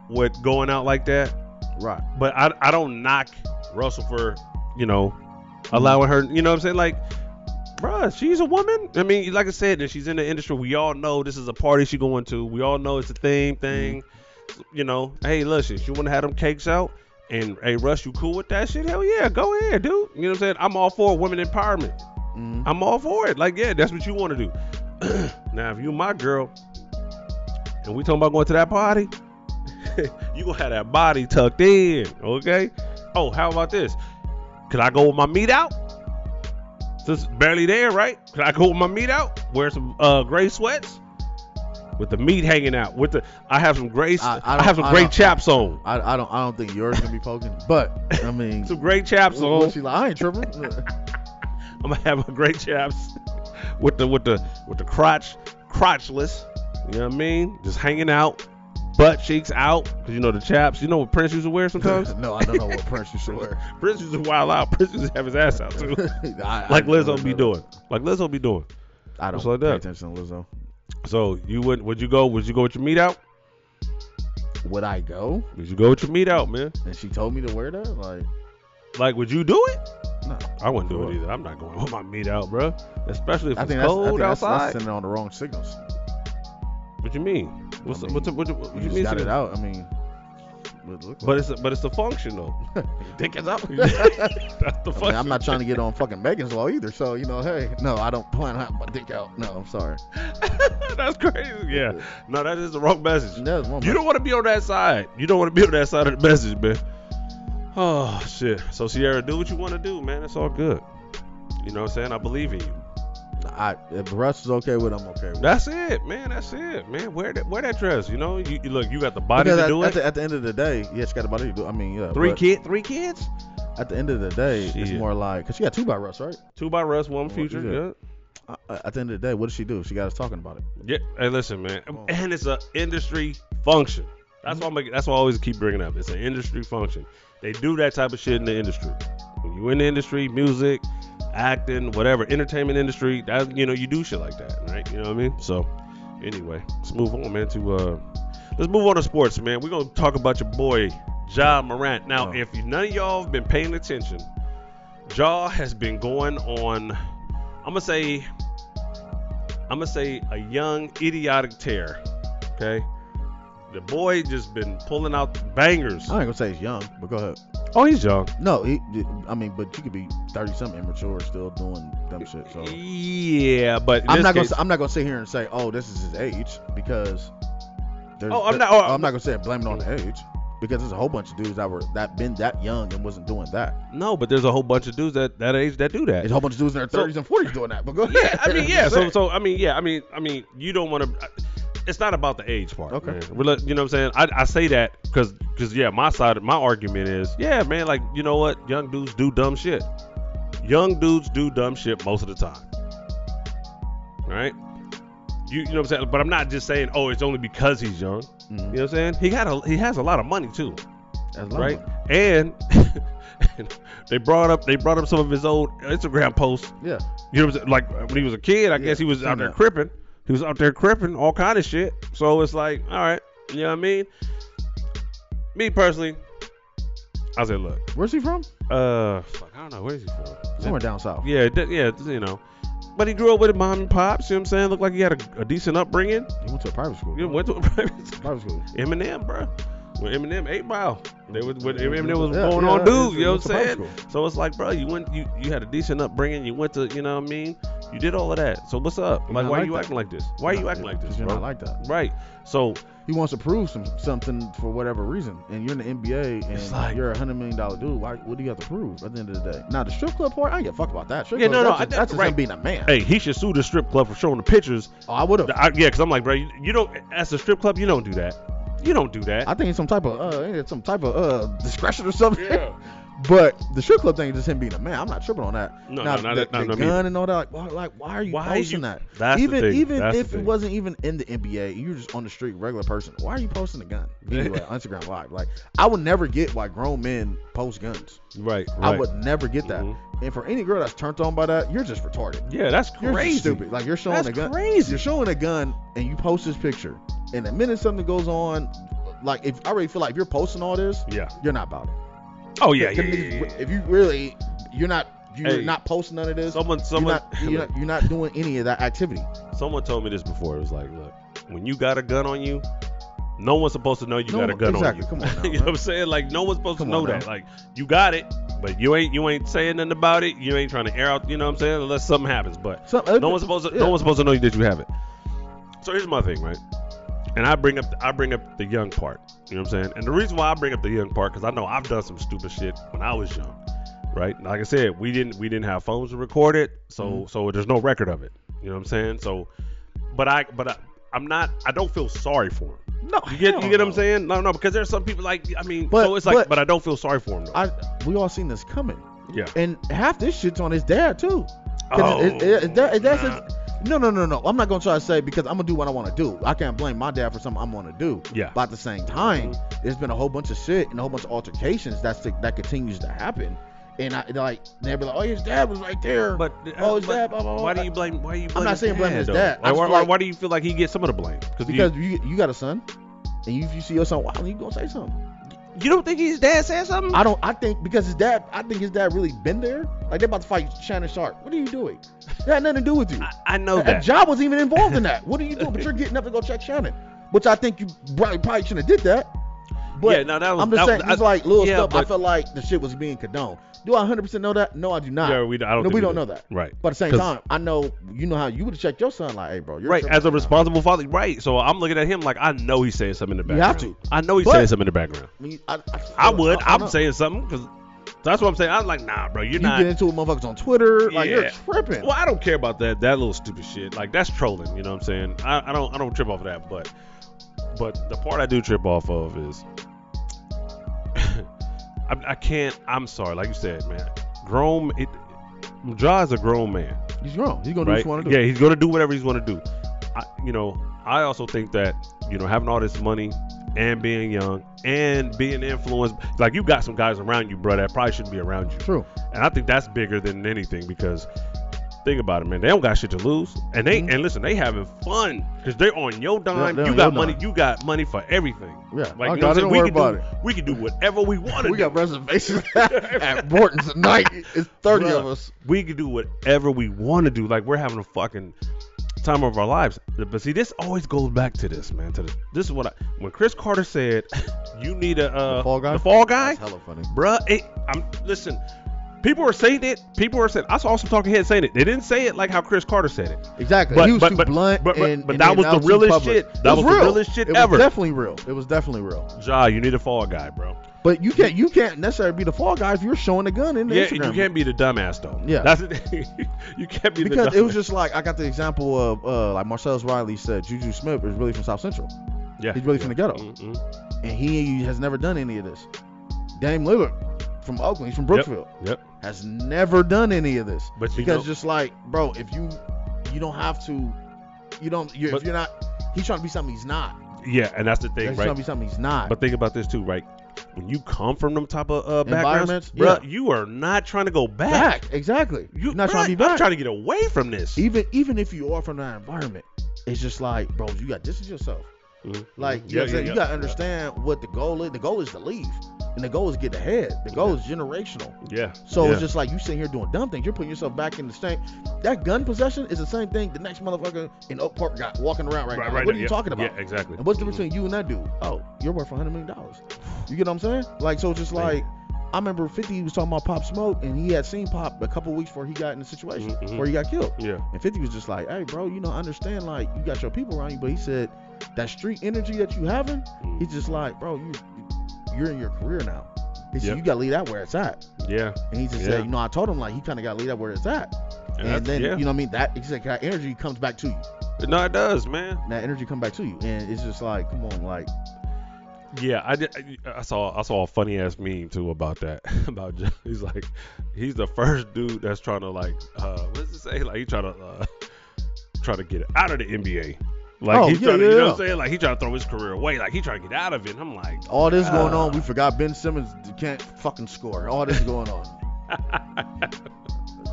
Speaker 1: with going out like that,
Speaker 2: Right.
Speaker 1: but I, I don't knock Russell for you know allowing her. You know what I'm saying? Like, bruh, she's a woman. I mean, like I said, and she's in the industry. We all know this is a party she going to. We all know it's a theme thing. You know, hey, listen, she want to have them cakes out. And hey, Russ, you cool with that shit? Hell yeah, go ahead, dude. You know what I'm saying? I'm all for women empowerment.
Speaker 2: Mm.
Speaker 1: I'm all for it. Like, yeah, that's what you want to do. now, if you my girl, and we talking about going to that party, you gonna have that body tucked in, okay? Oh, how about this? Could I go with my meat out? Since it's barely there, right? Could I go with my meat out? Wear some uh, gray sweats with the meat hanging out. With the, I have some gray,
Speaker 2: I-
Speaker 1: I,
Speaker 2: I
Speaker 1: have
Speaker 2: don't-
Speaker 1: some
Speaker 2: I
Speaker 1: great
Speaker 2: don't-
Speaker 1: chaps on.
Speaker 2: I, I don't I don't think yours gonna be poking, but I mean,
Speaker 1: Some great chaps
Speaker 2: what-
Speaker 1: on.
Speaker 2: what she like, I ain't tripping.
Speaker 1: I'm gonna have a great chaps with the with the with the crotch crotchless. You know what I mean? Just hanging out, butt cheeks out, cause you know the chaps. You know what Prince used to wear sometimes?
Speaker 2: no, I don't know what prints you should wear.
Speaker 1: Prince used to wild out. Prince used to have his ass out too,
Speaker 2: I- I
Speaker 1: like
Speaker 2: don't
Speaker 1: Lizzo be
Speaker 2: know.
Speaker 1: doing. Like Lizzo be doing.
Speaker 2: I don't
Speaker 1: Just like
Speaker 2: pay
Speaker 1: that.
Speaker 2: attention to Lizzo.
Speaker 1: So you would would you go? Would you go with your meat out?
Speaker 2: Would I go?
Speaker 1: Would you go with your meat out, man?
Speaker 2: And she told me to wear that. Like,
Speaker 1: Like would you do it?
Speaker 2: no.
Speaker 1: I wouldn't do
Speaker 2: Sure.
Speaker 1: it either. I'm not going with my meat out, bro. Especially if
Speaker 2: I
Speaker 1: it's
Speaker 2: think that's, I think
Speaker 1: cold
Speaker 2: that's,
Speaker 1: outside.
Speaker 2: that's sending on the wrong signals.
Speaker 1: what you mean? What's
Speaker 2: I
Speaker 1: the, what's the,
Speaker 2: mean,
Speaker 1: what, the, what
Speaker 2: You
Speaker 1: you
Speaker 2: just
Speaker 1: mean?
Speaker 2: got
Speaker 1: to
Speaker 2: it
Speaker 1: the-
Speaker 2: out. I mean, what it look
Speaker 1: But it's a, but it's a function though.
Speaker 2: like. dick is out.
Speaker 1: That's the
Speaker 2: I mean, I'm not trying to get on fucking Megan's law either. So you know, hey, no, I don't plan on having my dick out. No, I'm sorry.
Speaker 1: That's crazy. Yeah. No, that is the wrong message.
Speaker 2: No, it's one
Speaker 1: You don't want to be on that side. You don't want to be on that side of the message, man. Oh shit. So Sierra, do what you want to do, man. It's all good. You know what I'm saying? I believe in you.
Speaker 2: I, if Russ is okay with, it, I'm okay with. it.
Speaker 1: That's it, man. That's it, man. Wear that, wear that dress. You know, you, you look. You got the body
Speaker 2: Because
Speaker 1: to
Speaker 2: at,
Speaker 1: do
Speaker 2: at
Speaker 1: it.
Speaker 2: the, at the end of the day, yeah, she got a body to do. I mean, yeah.
Speaker 1: three
Speaker 2: but
Speaker 1: kid, three kids.
Speaker 2: At the end of the day, it's
Speaker 1: Shit.
Speaker 2: more like because she got two by Russ, right?
Speaker 1: Two by Russ, one
Speaker 2: What
Speaker 1: future.
Speaker 2: is it?
Speaker 1: Yeah.
Speaker 2: Uh, At the end of the day, what did she do? She got us talking about it.
Speaker 1: Yeah. Hey, listen, man.
Speaker 2: Come on. Mm-hmm.
Speaker 1: And it's a industry function. That's why I'm. That's why I always keep bringing up. It's an industry function. They do that type of shit in the industry. When you in the industry, music, acting, whatever, entertainment industry, that you know you do shit like that, right? You know what I mean? So, anyway, let's move on, man. To uh, let's move on to sports, man. We're gonna talk about your boy Ja Morant. Now,
Speaker 2: Oh.
Speaker 1: if none of y'all have been paying attention, Ja has been going on. I'm gonna say I'm gonna say a young idiotic tear. Okay, the boy just been pulling out the bangers.
Speaker 2: I ain't gonna say he's young, but go ahead.
Speaker 1: Oh, he's young.
Speaker 2: No, he, I mean, but you could be thirty something immature still doing dumb shit. So
Speaker 1: Yeah, but in
Speaker 2: I'm
Speaker 1: this
Speaker 2: not gonna
Speaker 1: case-
Speaker 2: I'm not gonna sit here and say, oh, this is his age because. there's-
Speaker 1: Oh, I'm
Speaker 2: there-
Speaker 1: not- oh,
Speaker 2: I'm not gonna say blame it on the age because there's a whole bunch of dudes that were that been that young and wasn't doing that.
Speaker 1: no, but there's a whole bunch of dudes that that age that do that.
Speaker 2: There's a whole bunch of dudes in their
Speaker 1: So-
Speaker 2: 30s and 40s doing that. But go ahead. Mm,
Speaker 1: yeah, I mean, yeah. So,
Speaker 2: Say it.
Speaker 1: so I mean, yeah. I mean, I mean, you don't want to. It's not about the age part.
Speaker 2: Okay.
Speaker 1: man. We're let- you know what I'm saying. I, I say that because because yeah, my side, of my argument is yeah, man. Like you know what, young dudes do dumb shit. Young dudes do dumb shit most of the time. Right. You, you know what I'm saying, but I'm not just saying, oh, it's only because he's young. You
Speaker 2: Mhm.
Speaker 1: know what I'm saying? He got a, he has a lot of money too
Speaker 2: That's long.
Speaker 1: right? And they brought up they brought up some of his old Instagram posts.
Speaker 2: Yeah.
Speaker 1: You know, what I'm saying? like when he was a kid, I
Speaker 2: Yeah,
Speaker 1: guess he was out
Speaker 2: seen
Speaker 1: there
Speaker 2: that.
Speaker 1: cripping. He was out there cripping all kind of shit. So it's like, all right, you know what I mean? Me personally, I said, look,
Speaker 2: Where's he from?
Speaker 1: uh, fuck, I don't know where is he from. Is
Speaker 2: Somewhere
Speaker 1: it-
Speaker 2: down south.
Speaker 1: Yeah, d- yeah, you know. But he grew up with his mom and pops. You know what I'm saying? Looked like he had a, a decent upbringing.
Speaker 2: He went to a private school.
Speaker 1: You know,
Speaker 2: bro.
Speaker 1: went to a private school.
Speaker 2: private school.
Speaker 1: Eminem, bro. When Eminem, Eight Mile. They was when
Speaker 2: Yeah,
Speaker 1: Eminem was
Speaker 2: yeah,
Speaker 1: going
Speaker 2: yeah,
Speaker 1: on,
Speaker 2: yeah,
Speaker 1: dude.
Speaker 2: he
Speaker 1: You know
Speaker 2: went
Speaker 1: what
Speaker 2: to
Speaker 1: I'm
Speaker 2: private
Speaker 1: saying? So it's like, bro, you went, you you had a decent upbringing. You went to, you know what I mean? You did all of that. So what's up?
Speaker 2: You're
Speaker 1: Like,
Speaker 2: not
Speaker 1: why
Speaker 2: like
Speaker 1: you
Speaker 2: that.
Speaker 1: acting like this? Why are you
Speaker 2: Nah,
Speaker 1: acting like this,
Speaker 2: 'cause You're
Speaker 1: bro?
Speaker 2: not like that.
Speaker 1: Right. So
Speaker 2: He wants to prove some something for whatever reason, and you're in the NBA and
Speaker 1: It's like-
Speaker 2: you're a hundred million dollar dude. Why, what do you have to prove at the end of the day? Now the strip club part, I don't give a fuck about that. Strip
Speaker 1: Yeah,
Speaker 2: club,
Speaker 1: no, no,
Speaker 2: that's,
Speaker 1: I-
Speaker 2: just, that's just
Speaker 1: right.
Speaker 2: him being a man.
Speaker 1: hey, he should sue the strip club for showing the pictures.
Speaker 2: Oh, I would have.
Speaker 1: I, yeah, cause I'm like, bro, you, you don't. As a strip club, you don't do that. You don't do that.
Speaker 2: I think it's some type of uh, it's some type of uh discretion or something.
Speaker 1: Yeah.
Speaker 2: but the strip club thing is just him being a man. I'm not tripping on that.
Speaker 1: No,
Speaker 2: Now,
Speaker 1: no, not
Speaker 2: the,
Speaker 1: that- not-
Speaker 2: the
Speaker 1: not me.
Speaker 2: gun and all that. Like, why, like, why are you
Speaker 1: Why
Speaker 2: posting
Speaker 1: you-
Speaker 2: that?
Speaker 1: That's the
Speaker 2: even
Speaker 1: thing.
Speaker 2: even
Speaker 1: That's the
Speaker 2: if it
Speaker 1: thing.
Speaker 2: wasn't even in the NBA, you were just on the street, regular person. Why are you posting a gun? Anyway, on Instagram Live. Like, I would never get why grown men post guns.
Speaker 1: right.
Speaker 2: I would never get that.
Speaker 1: Mhm.
Speaker 2: And for any girl that's turned on by that, you're just retarded.
Speaker 1: Yeah, that's
Speaker 2: You're
Speaker 1: crazy.
Speaker 2: just stupid. Like you're showing
Speaker 1: That's
Speaker 2: a gun.
Speaker 1: crazy.
Speaker 2: You're showing a gun and you post this picture. And the minute something goes on, like if I already feel like if you're posting all this,
Speaker 1: Yeah.
Speaker 2: you're not about it.
Speaker 1: Oh yeah, yeah,
Speaker 2: Because
Speaker 1: yeah, yeah, yeah.
Speaker 2: If you really, you're not. You're
Speaker 1: Hey.
Speaker 2: not posting none of this.
Speaker 1: Someone,
Speaker 2: you're,
Speaker 1: someone,
Speaker 2: not, you're, not, you're not doing any of that activity.
Speaker 1: someone told me this before. It was like, look, when you got a gun on you, no one's supposed to know you
Speaker 2: No
Speaker 1: got a
Speaker 2: one-
Speaker 1: gun
Speaker 2: exactly.
Speaker 1: on you.
Speaker 2: Come on
Speaker 1: you
Speaker 2: now,
Speaker 1: know what
Speaker 2: man.
Speaker 1: I'm saying? Like, no one's supposed
Speaker 2: Come
Speaker 1: to know
Speaker 2: on
Speaker 1: that.
Speaker 2: now.
Speaker 1: Like, you got it, but you ain't you ain't saying nothing about it. You ain't trying to air out. You know what I'm saying? Unless something happens, but
Speaker 2: Some,
Speaker 1: no one's supposed to
Speaker 2: yeah.
Speaker 1: no one's supposed to know that you have it. So here's my thing, right? And I bring up I bring up the young part. You know what I'm saying? And the reason why I bring up the young part because I know I've done some stupid shit when I was young, right? Like I said, we didn't we didn't have phones to record it, so
Speaker 2: Mhm.
Speaker 1: so there's no record of it. You know what I'm saying? So, but I but I, I'm not I don't feel sorry for him.
Speaker 2: No,
Speaker 1: You get you
Speaker 2: hell
Speaker 1: get what I'm
Speaker 2: no.
Speaker 1: saying? No, no, because there's some people like I mean,
Speaker 2: But-
Speaker 1: so it's like,
Speaker 2: but-
Speaker 1: but, I don't feel sorry for him though.
Speaker 2: I we all seen this coming.
Speaker 1: Yeah.
Speaker 2: And half this shit's on his dad too. 'Cause
Speaker 1: oh,
Speaker 2: it- it- it- that- that's
Speaker 1: nah.
Speaker 2: it. no, no, no, no. I'm not gonna try to say because I'm gonna do what I want to do. I can't blame my dad for something I'm gonna do.
Speaker 1: yeah,
Speaker 2: But at the same time, there's been a whole bunch of shit and a whole bunch of altercations that's that continues to happen. And I like they'll be like, oh, his dad was right there.
Speaker 1: But uh,
Speaker 2: Oh, his
Speaker 1: but
Speaker 2: dad, blah, blah, blah.
Speaker 1: Why do you blame? Why do you blame?
Speaker 2: I'm not
Speaker 1: his
Speaker 2: saying blame
Speaker 1: dad,
Speaker 2: his
Speaker 1: though?
Speaker 2: dad.
Speaker 1: Why,
Speaker 2: I'm
Speaker 1: why,
Speaker 2: just
Speaker 1: why-
Speaker 2: like-
Speaker 1: why do you feel like he gets some of the blame?
Speaker 2: because you you got a son, and you, if you see your son, wow, you gonna say something.
Speaker 1: you, you don't think his dad said something?
Speaker 2: I don't. I think because his dad, I think his dad really been there. Like they're about to fight Shannon Sharp. What are you doing? That had nothing to do with you.
Speaker 1: I, I know
Speaker 2: And
Speaker 1: that.
Speaker 2: Job was even involved in that. What are you doing? But you're getting up to go check Shannon, which I think you probably, probably shouldn't have did that. But
Speaker 1: yeah, no, that was.
Speaker 2: I'm just
Speaker 1: that
Speaker 2: saying,
Speaker 1: was,
Speaker 2: it's like little
Speaker 1: yeah,
Speaker 2: stuff. I
Speaker 1: but-
Speaker 2: felt like the shit was being condoned. Do I 100% know that? No, I do not.
Speaker 1: yeah, we, I don't.
Speaker 2: no,
Speaker 1: think we
Speaker 2: we don't
Speaker 1: do.
Speaker 2: know that.
Speaker 1: Right.
Speaker 2: But at the same
Speaker 1: 'Cause-
Speaker 2: time, I know you know how you would have checked your son, like, hey, bro, you're
Speaker 1: Right,
Speaker 2: tripping
Speaker 1: as a
Speaker 2: right now.
Speaker 1: responsible father, right. So I'm looking at him like I know he's saying something in the
Speaker 2: You have
Speaker 1: background.
Speaker 2: to.
Speaker 1: I know he's
Speaker 2: But-
Speaker 1: saying something in the background.
Speaker 2: I, mean, I, I,
Speaker 1: I would.
Speaker 2: I,
Speaker 1: I,
Speaker 2: I
Speaker 1: am
Speaker 2: know.
Speaker 1: saying something because that's what I'm saying. I'm like, nah, bro, you're
Speaker 2: you
Speaker 1: not.
Speaker 2: get into it, motherfuckers on Twitter, like you're
Speaker 1: Yeah.
Speaker 2: tripping.
Speaker 1: Well, I don't care about that that little stupid shit. Like that's trolling, you know what I'm saying? I, I don't I don't trip off of that, but but the part I do trip off of is I, I can't I'm sorry, like you said, man. Grown it Ja is a grown man.
Speaker 2: He's wrong. He's gonna do what
Speaker 1: Right?
Speaker 2: you want to do.
Speaker 1: Yeah, he's gonna do whatever he's gonna do. I, you know, I also think that, you know, having all this money and being young and being influenced like you got some guys around you, bro, that probably shouldn't be around you.
Speaker 2: True.
Speaker 1: And I think that's bigger than anything because think about it, man. They don't got shit to lose, and they
Speaker 2: Mhm.
Speaker 1: and listen, they having fun because they're on your dime.
Speaker 2: they're
Speaker 1: you
Speaker 2: on
Speaker 1: got
Speaker 2: your
Speaker 1: money.
Speaker 2: dime.
Speaker 1: You got money for everything.
Speaker 2: Yeah.
Speaker 1: Like you
Speaker 2: I
Speaker 1: know what
Speaker 2: got it.
Speaker 1: I'm
Speaker 2: Don't
Speaker 1: saying? we
Speaker 2: worry
Speaker 1: can do
Speaker 2: about it.
Speaker 1: we can do whatever we want to.
Speaker 2: We got reservations at Morton's tonight. It's 30 of
Speaker 1: Bruh.
Speaker 2: us.
Speaker 1: we can do whatever we want to do. Like we're having a fucking time of our lives. But see, this always goes back to this, man. To this, this is what I when Chris Carter said, "You need a uh,
Speaker 2: The Fall Guy?
Speaker 1: The fall guy.
Speaker 2: That's hella funny.
Speaker 1: bruh. It, I'm listen. People are saying it. People are saying. I saw some talking heads saying it. They didn't say it like how Chris Carter said it.
Speaker 2: Exactly.
Speaker 1: But-
Speaker 2: he was
Speaker 1: but-
Speaker 2: too
Speaker 1: but-
Speaker 2: blunt.
Speaker 1: but- but-
Speaker 2: and,
Speaker 1: but
Speaker 2: and
Speaker 1: that
Speaker 2: then
Speaker 1: was
Speaker 2: now
Speaker 1: the
Speaker 2: it's too
Speaker 1: realest
Speaker 2: public.
Speaker 1: shit. That
Speaker 2: It
Speaker 1: was the
Speaker 2: real.
Speaker 1: realest shit
Speaker 2: it
Speaker 1: ever.
Speaker 2: was definitely real. It was definitely real.
Speaker 1: Ja, you need a fall guy, bro.
Speaker 2: But you can't you can't necessarily be the fall guy if you're showing a gun in the
Speaker 1: Yeah, and
Speaker 2: Instagram.
Speaker 1: you can't be the dumbass though.
Speaker 2: Yeah.
Speaker 1: that's the thing. you can't be the
Speaker 2: because
Speaker 1: dumbass.
Speaker 2: it was just like I got the example of uh, like Marcellus Riley said, Juju Smith is really from South Central,
Speaker 1: yeah,
Speaker 2: he's really
Speaker 1: yeah.
Speaker 2: from the ghetto.
Speaker 1: Mm-mm.
Speaker 2: and he has never done any of this. Dame Lillard from Oakland, he's from Brookfield,
Speaker 1: Yep,
Speaker 2: has never done any of this
Speaker 1: but you
Speaker 2: because
Speaker 1: know,
Speaker 2: just like bro, if you you don't have to, you don't you,
Speaker 1: But-
Speaker 2: if you're not, he's trying to be something he's not.
Speaker 1: yeah, and that's the thing,
Speaker 2: He's
Speaker 1: right?
Speaker 2: trying to be something he's not.
Speaker 1: But think about this too, right? When you come from them type of uh, backgrounds,
Speaker 2: Environments,
Speaker 1: bro,
Speaker 2: yeah.
Speaker 1: you are not trying to go back.
Speaker 2: back. exactly.
Speaker 1: You
Speaker 2: You're not trying to be
Speaker 1: bruh, I'm
Speaker 2: back.
Speaker 1: trying to get away from this.
Speaker 2: even even if you are from that environment, it's just like, bro, you got this is yourself.
Speaker 1: Mhm.
Speaker 2: Like you,
Speaker 1: Yeah,
Speaker 2: know what I'm
Speaker 1: yeah,
Speaker 2: saying?
Speaker 1: yeah.
Speaker 2: you gotta understand what the goal is. The goal is to leave, and the goal is get ahead. The goal is generational.
Speaker 1: Yeah.
Speaker 2: So
Speaker 1: yeah.
Speaker 2: it's just like you sitting here doing dumb things. You're putting yourself back in the same. That gun possession is the same thing the next motherfucker in Oak Park got walking around right, now. what are you
Speaker 1: yeah,
Speaker 2: talking about?
Speaker 1: Yeah, exactly.
Speaker 2: And what's the
Speaker 1: Mhm.
Speaker 2: difference between you and that dude? Oh, you're worth a hundred million dollars. You get what I'm saying? Like so, it's just
Speaker 1: Man.
Speaker 2: like I remember 50 he was talking about Pop Smoke, and he had seen Pop a couple weeks before he got in the situation
Speaker 1: Mhm.
Speaker 2: where he got killed.
Speaker 1: Yeah.
Speaker 2: And 50 was just like, hey, bro, you know, I understand, like, you got your people around you, but he said, that street energy that you having,
Speaker 1: Mm.
Speaker 2: he's just like, bro, you, you're in your career now. He said,
Speaker 1: Yep.
Speaker 2: you got to leave that where it's at.
Speaker 1: Yeah.
Speaker 2: And he just
Speaker 1: Yeah.
Speaker 2: said, you know, I told him, like, he kind of got to leave that where it's at.
Speaker 1: And
Speaker 2: And,
Speaker 1: that's-
Speaker 2: then,
Speaker 1: yeah.
Speaker 2: you know what I mean? That, he said, that energy comes back to you.
Speaker 1: no, it does, man.
Speaker 2: That energy come back to you. And it's just like, come on, like,
Speaker 1: Yeah, I, did, I I saw I saw a funny ass meme too about that about Joe. he's like he's the first dude that's trying to like uh what does it say like he trying to uh try to get out of the NBA like
Speaker 2: Oh,
Speaker 1: he's
Speaker 2: yeah,
Speaker 1: trying to,
Speaker 2: yeah,
Speaker 1: you know
Speaker 2: yeah.
Speaker 1: what I'm saying like he trying to throw his career away like he trying to get out of it and I'm like
Speaker 2: all this going
Speaker 1: Ah.
Speaker 2: on, we forgot Ben Simmons can't fucking score. All this going on.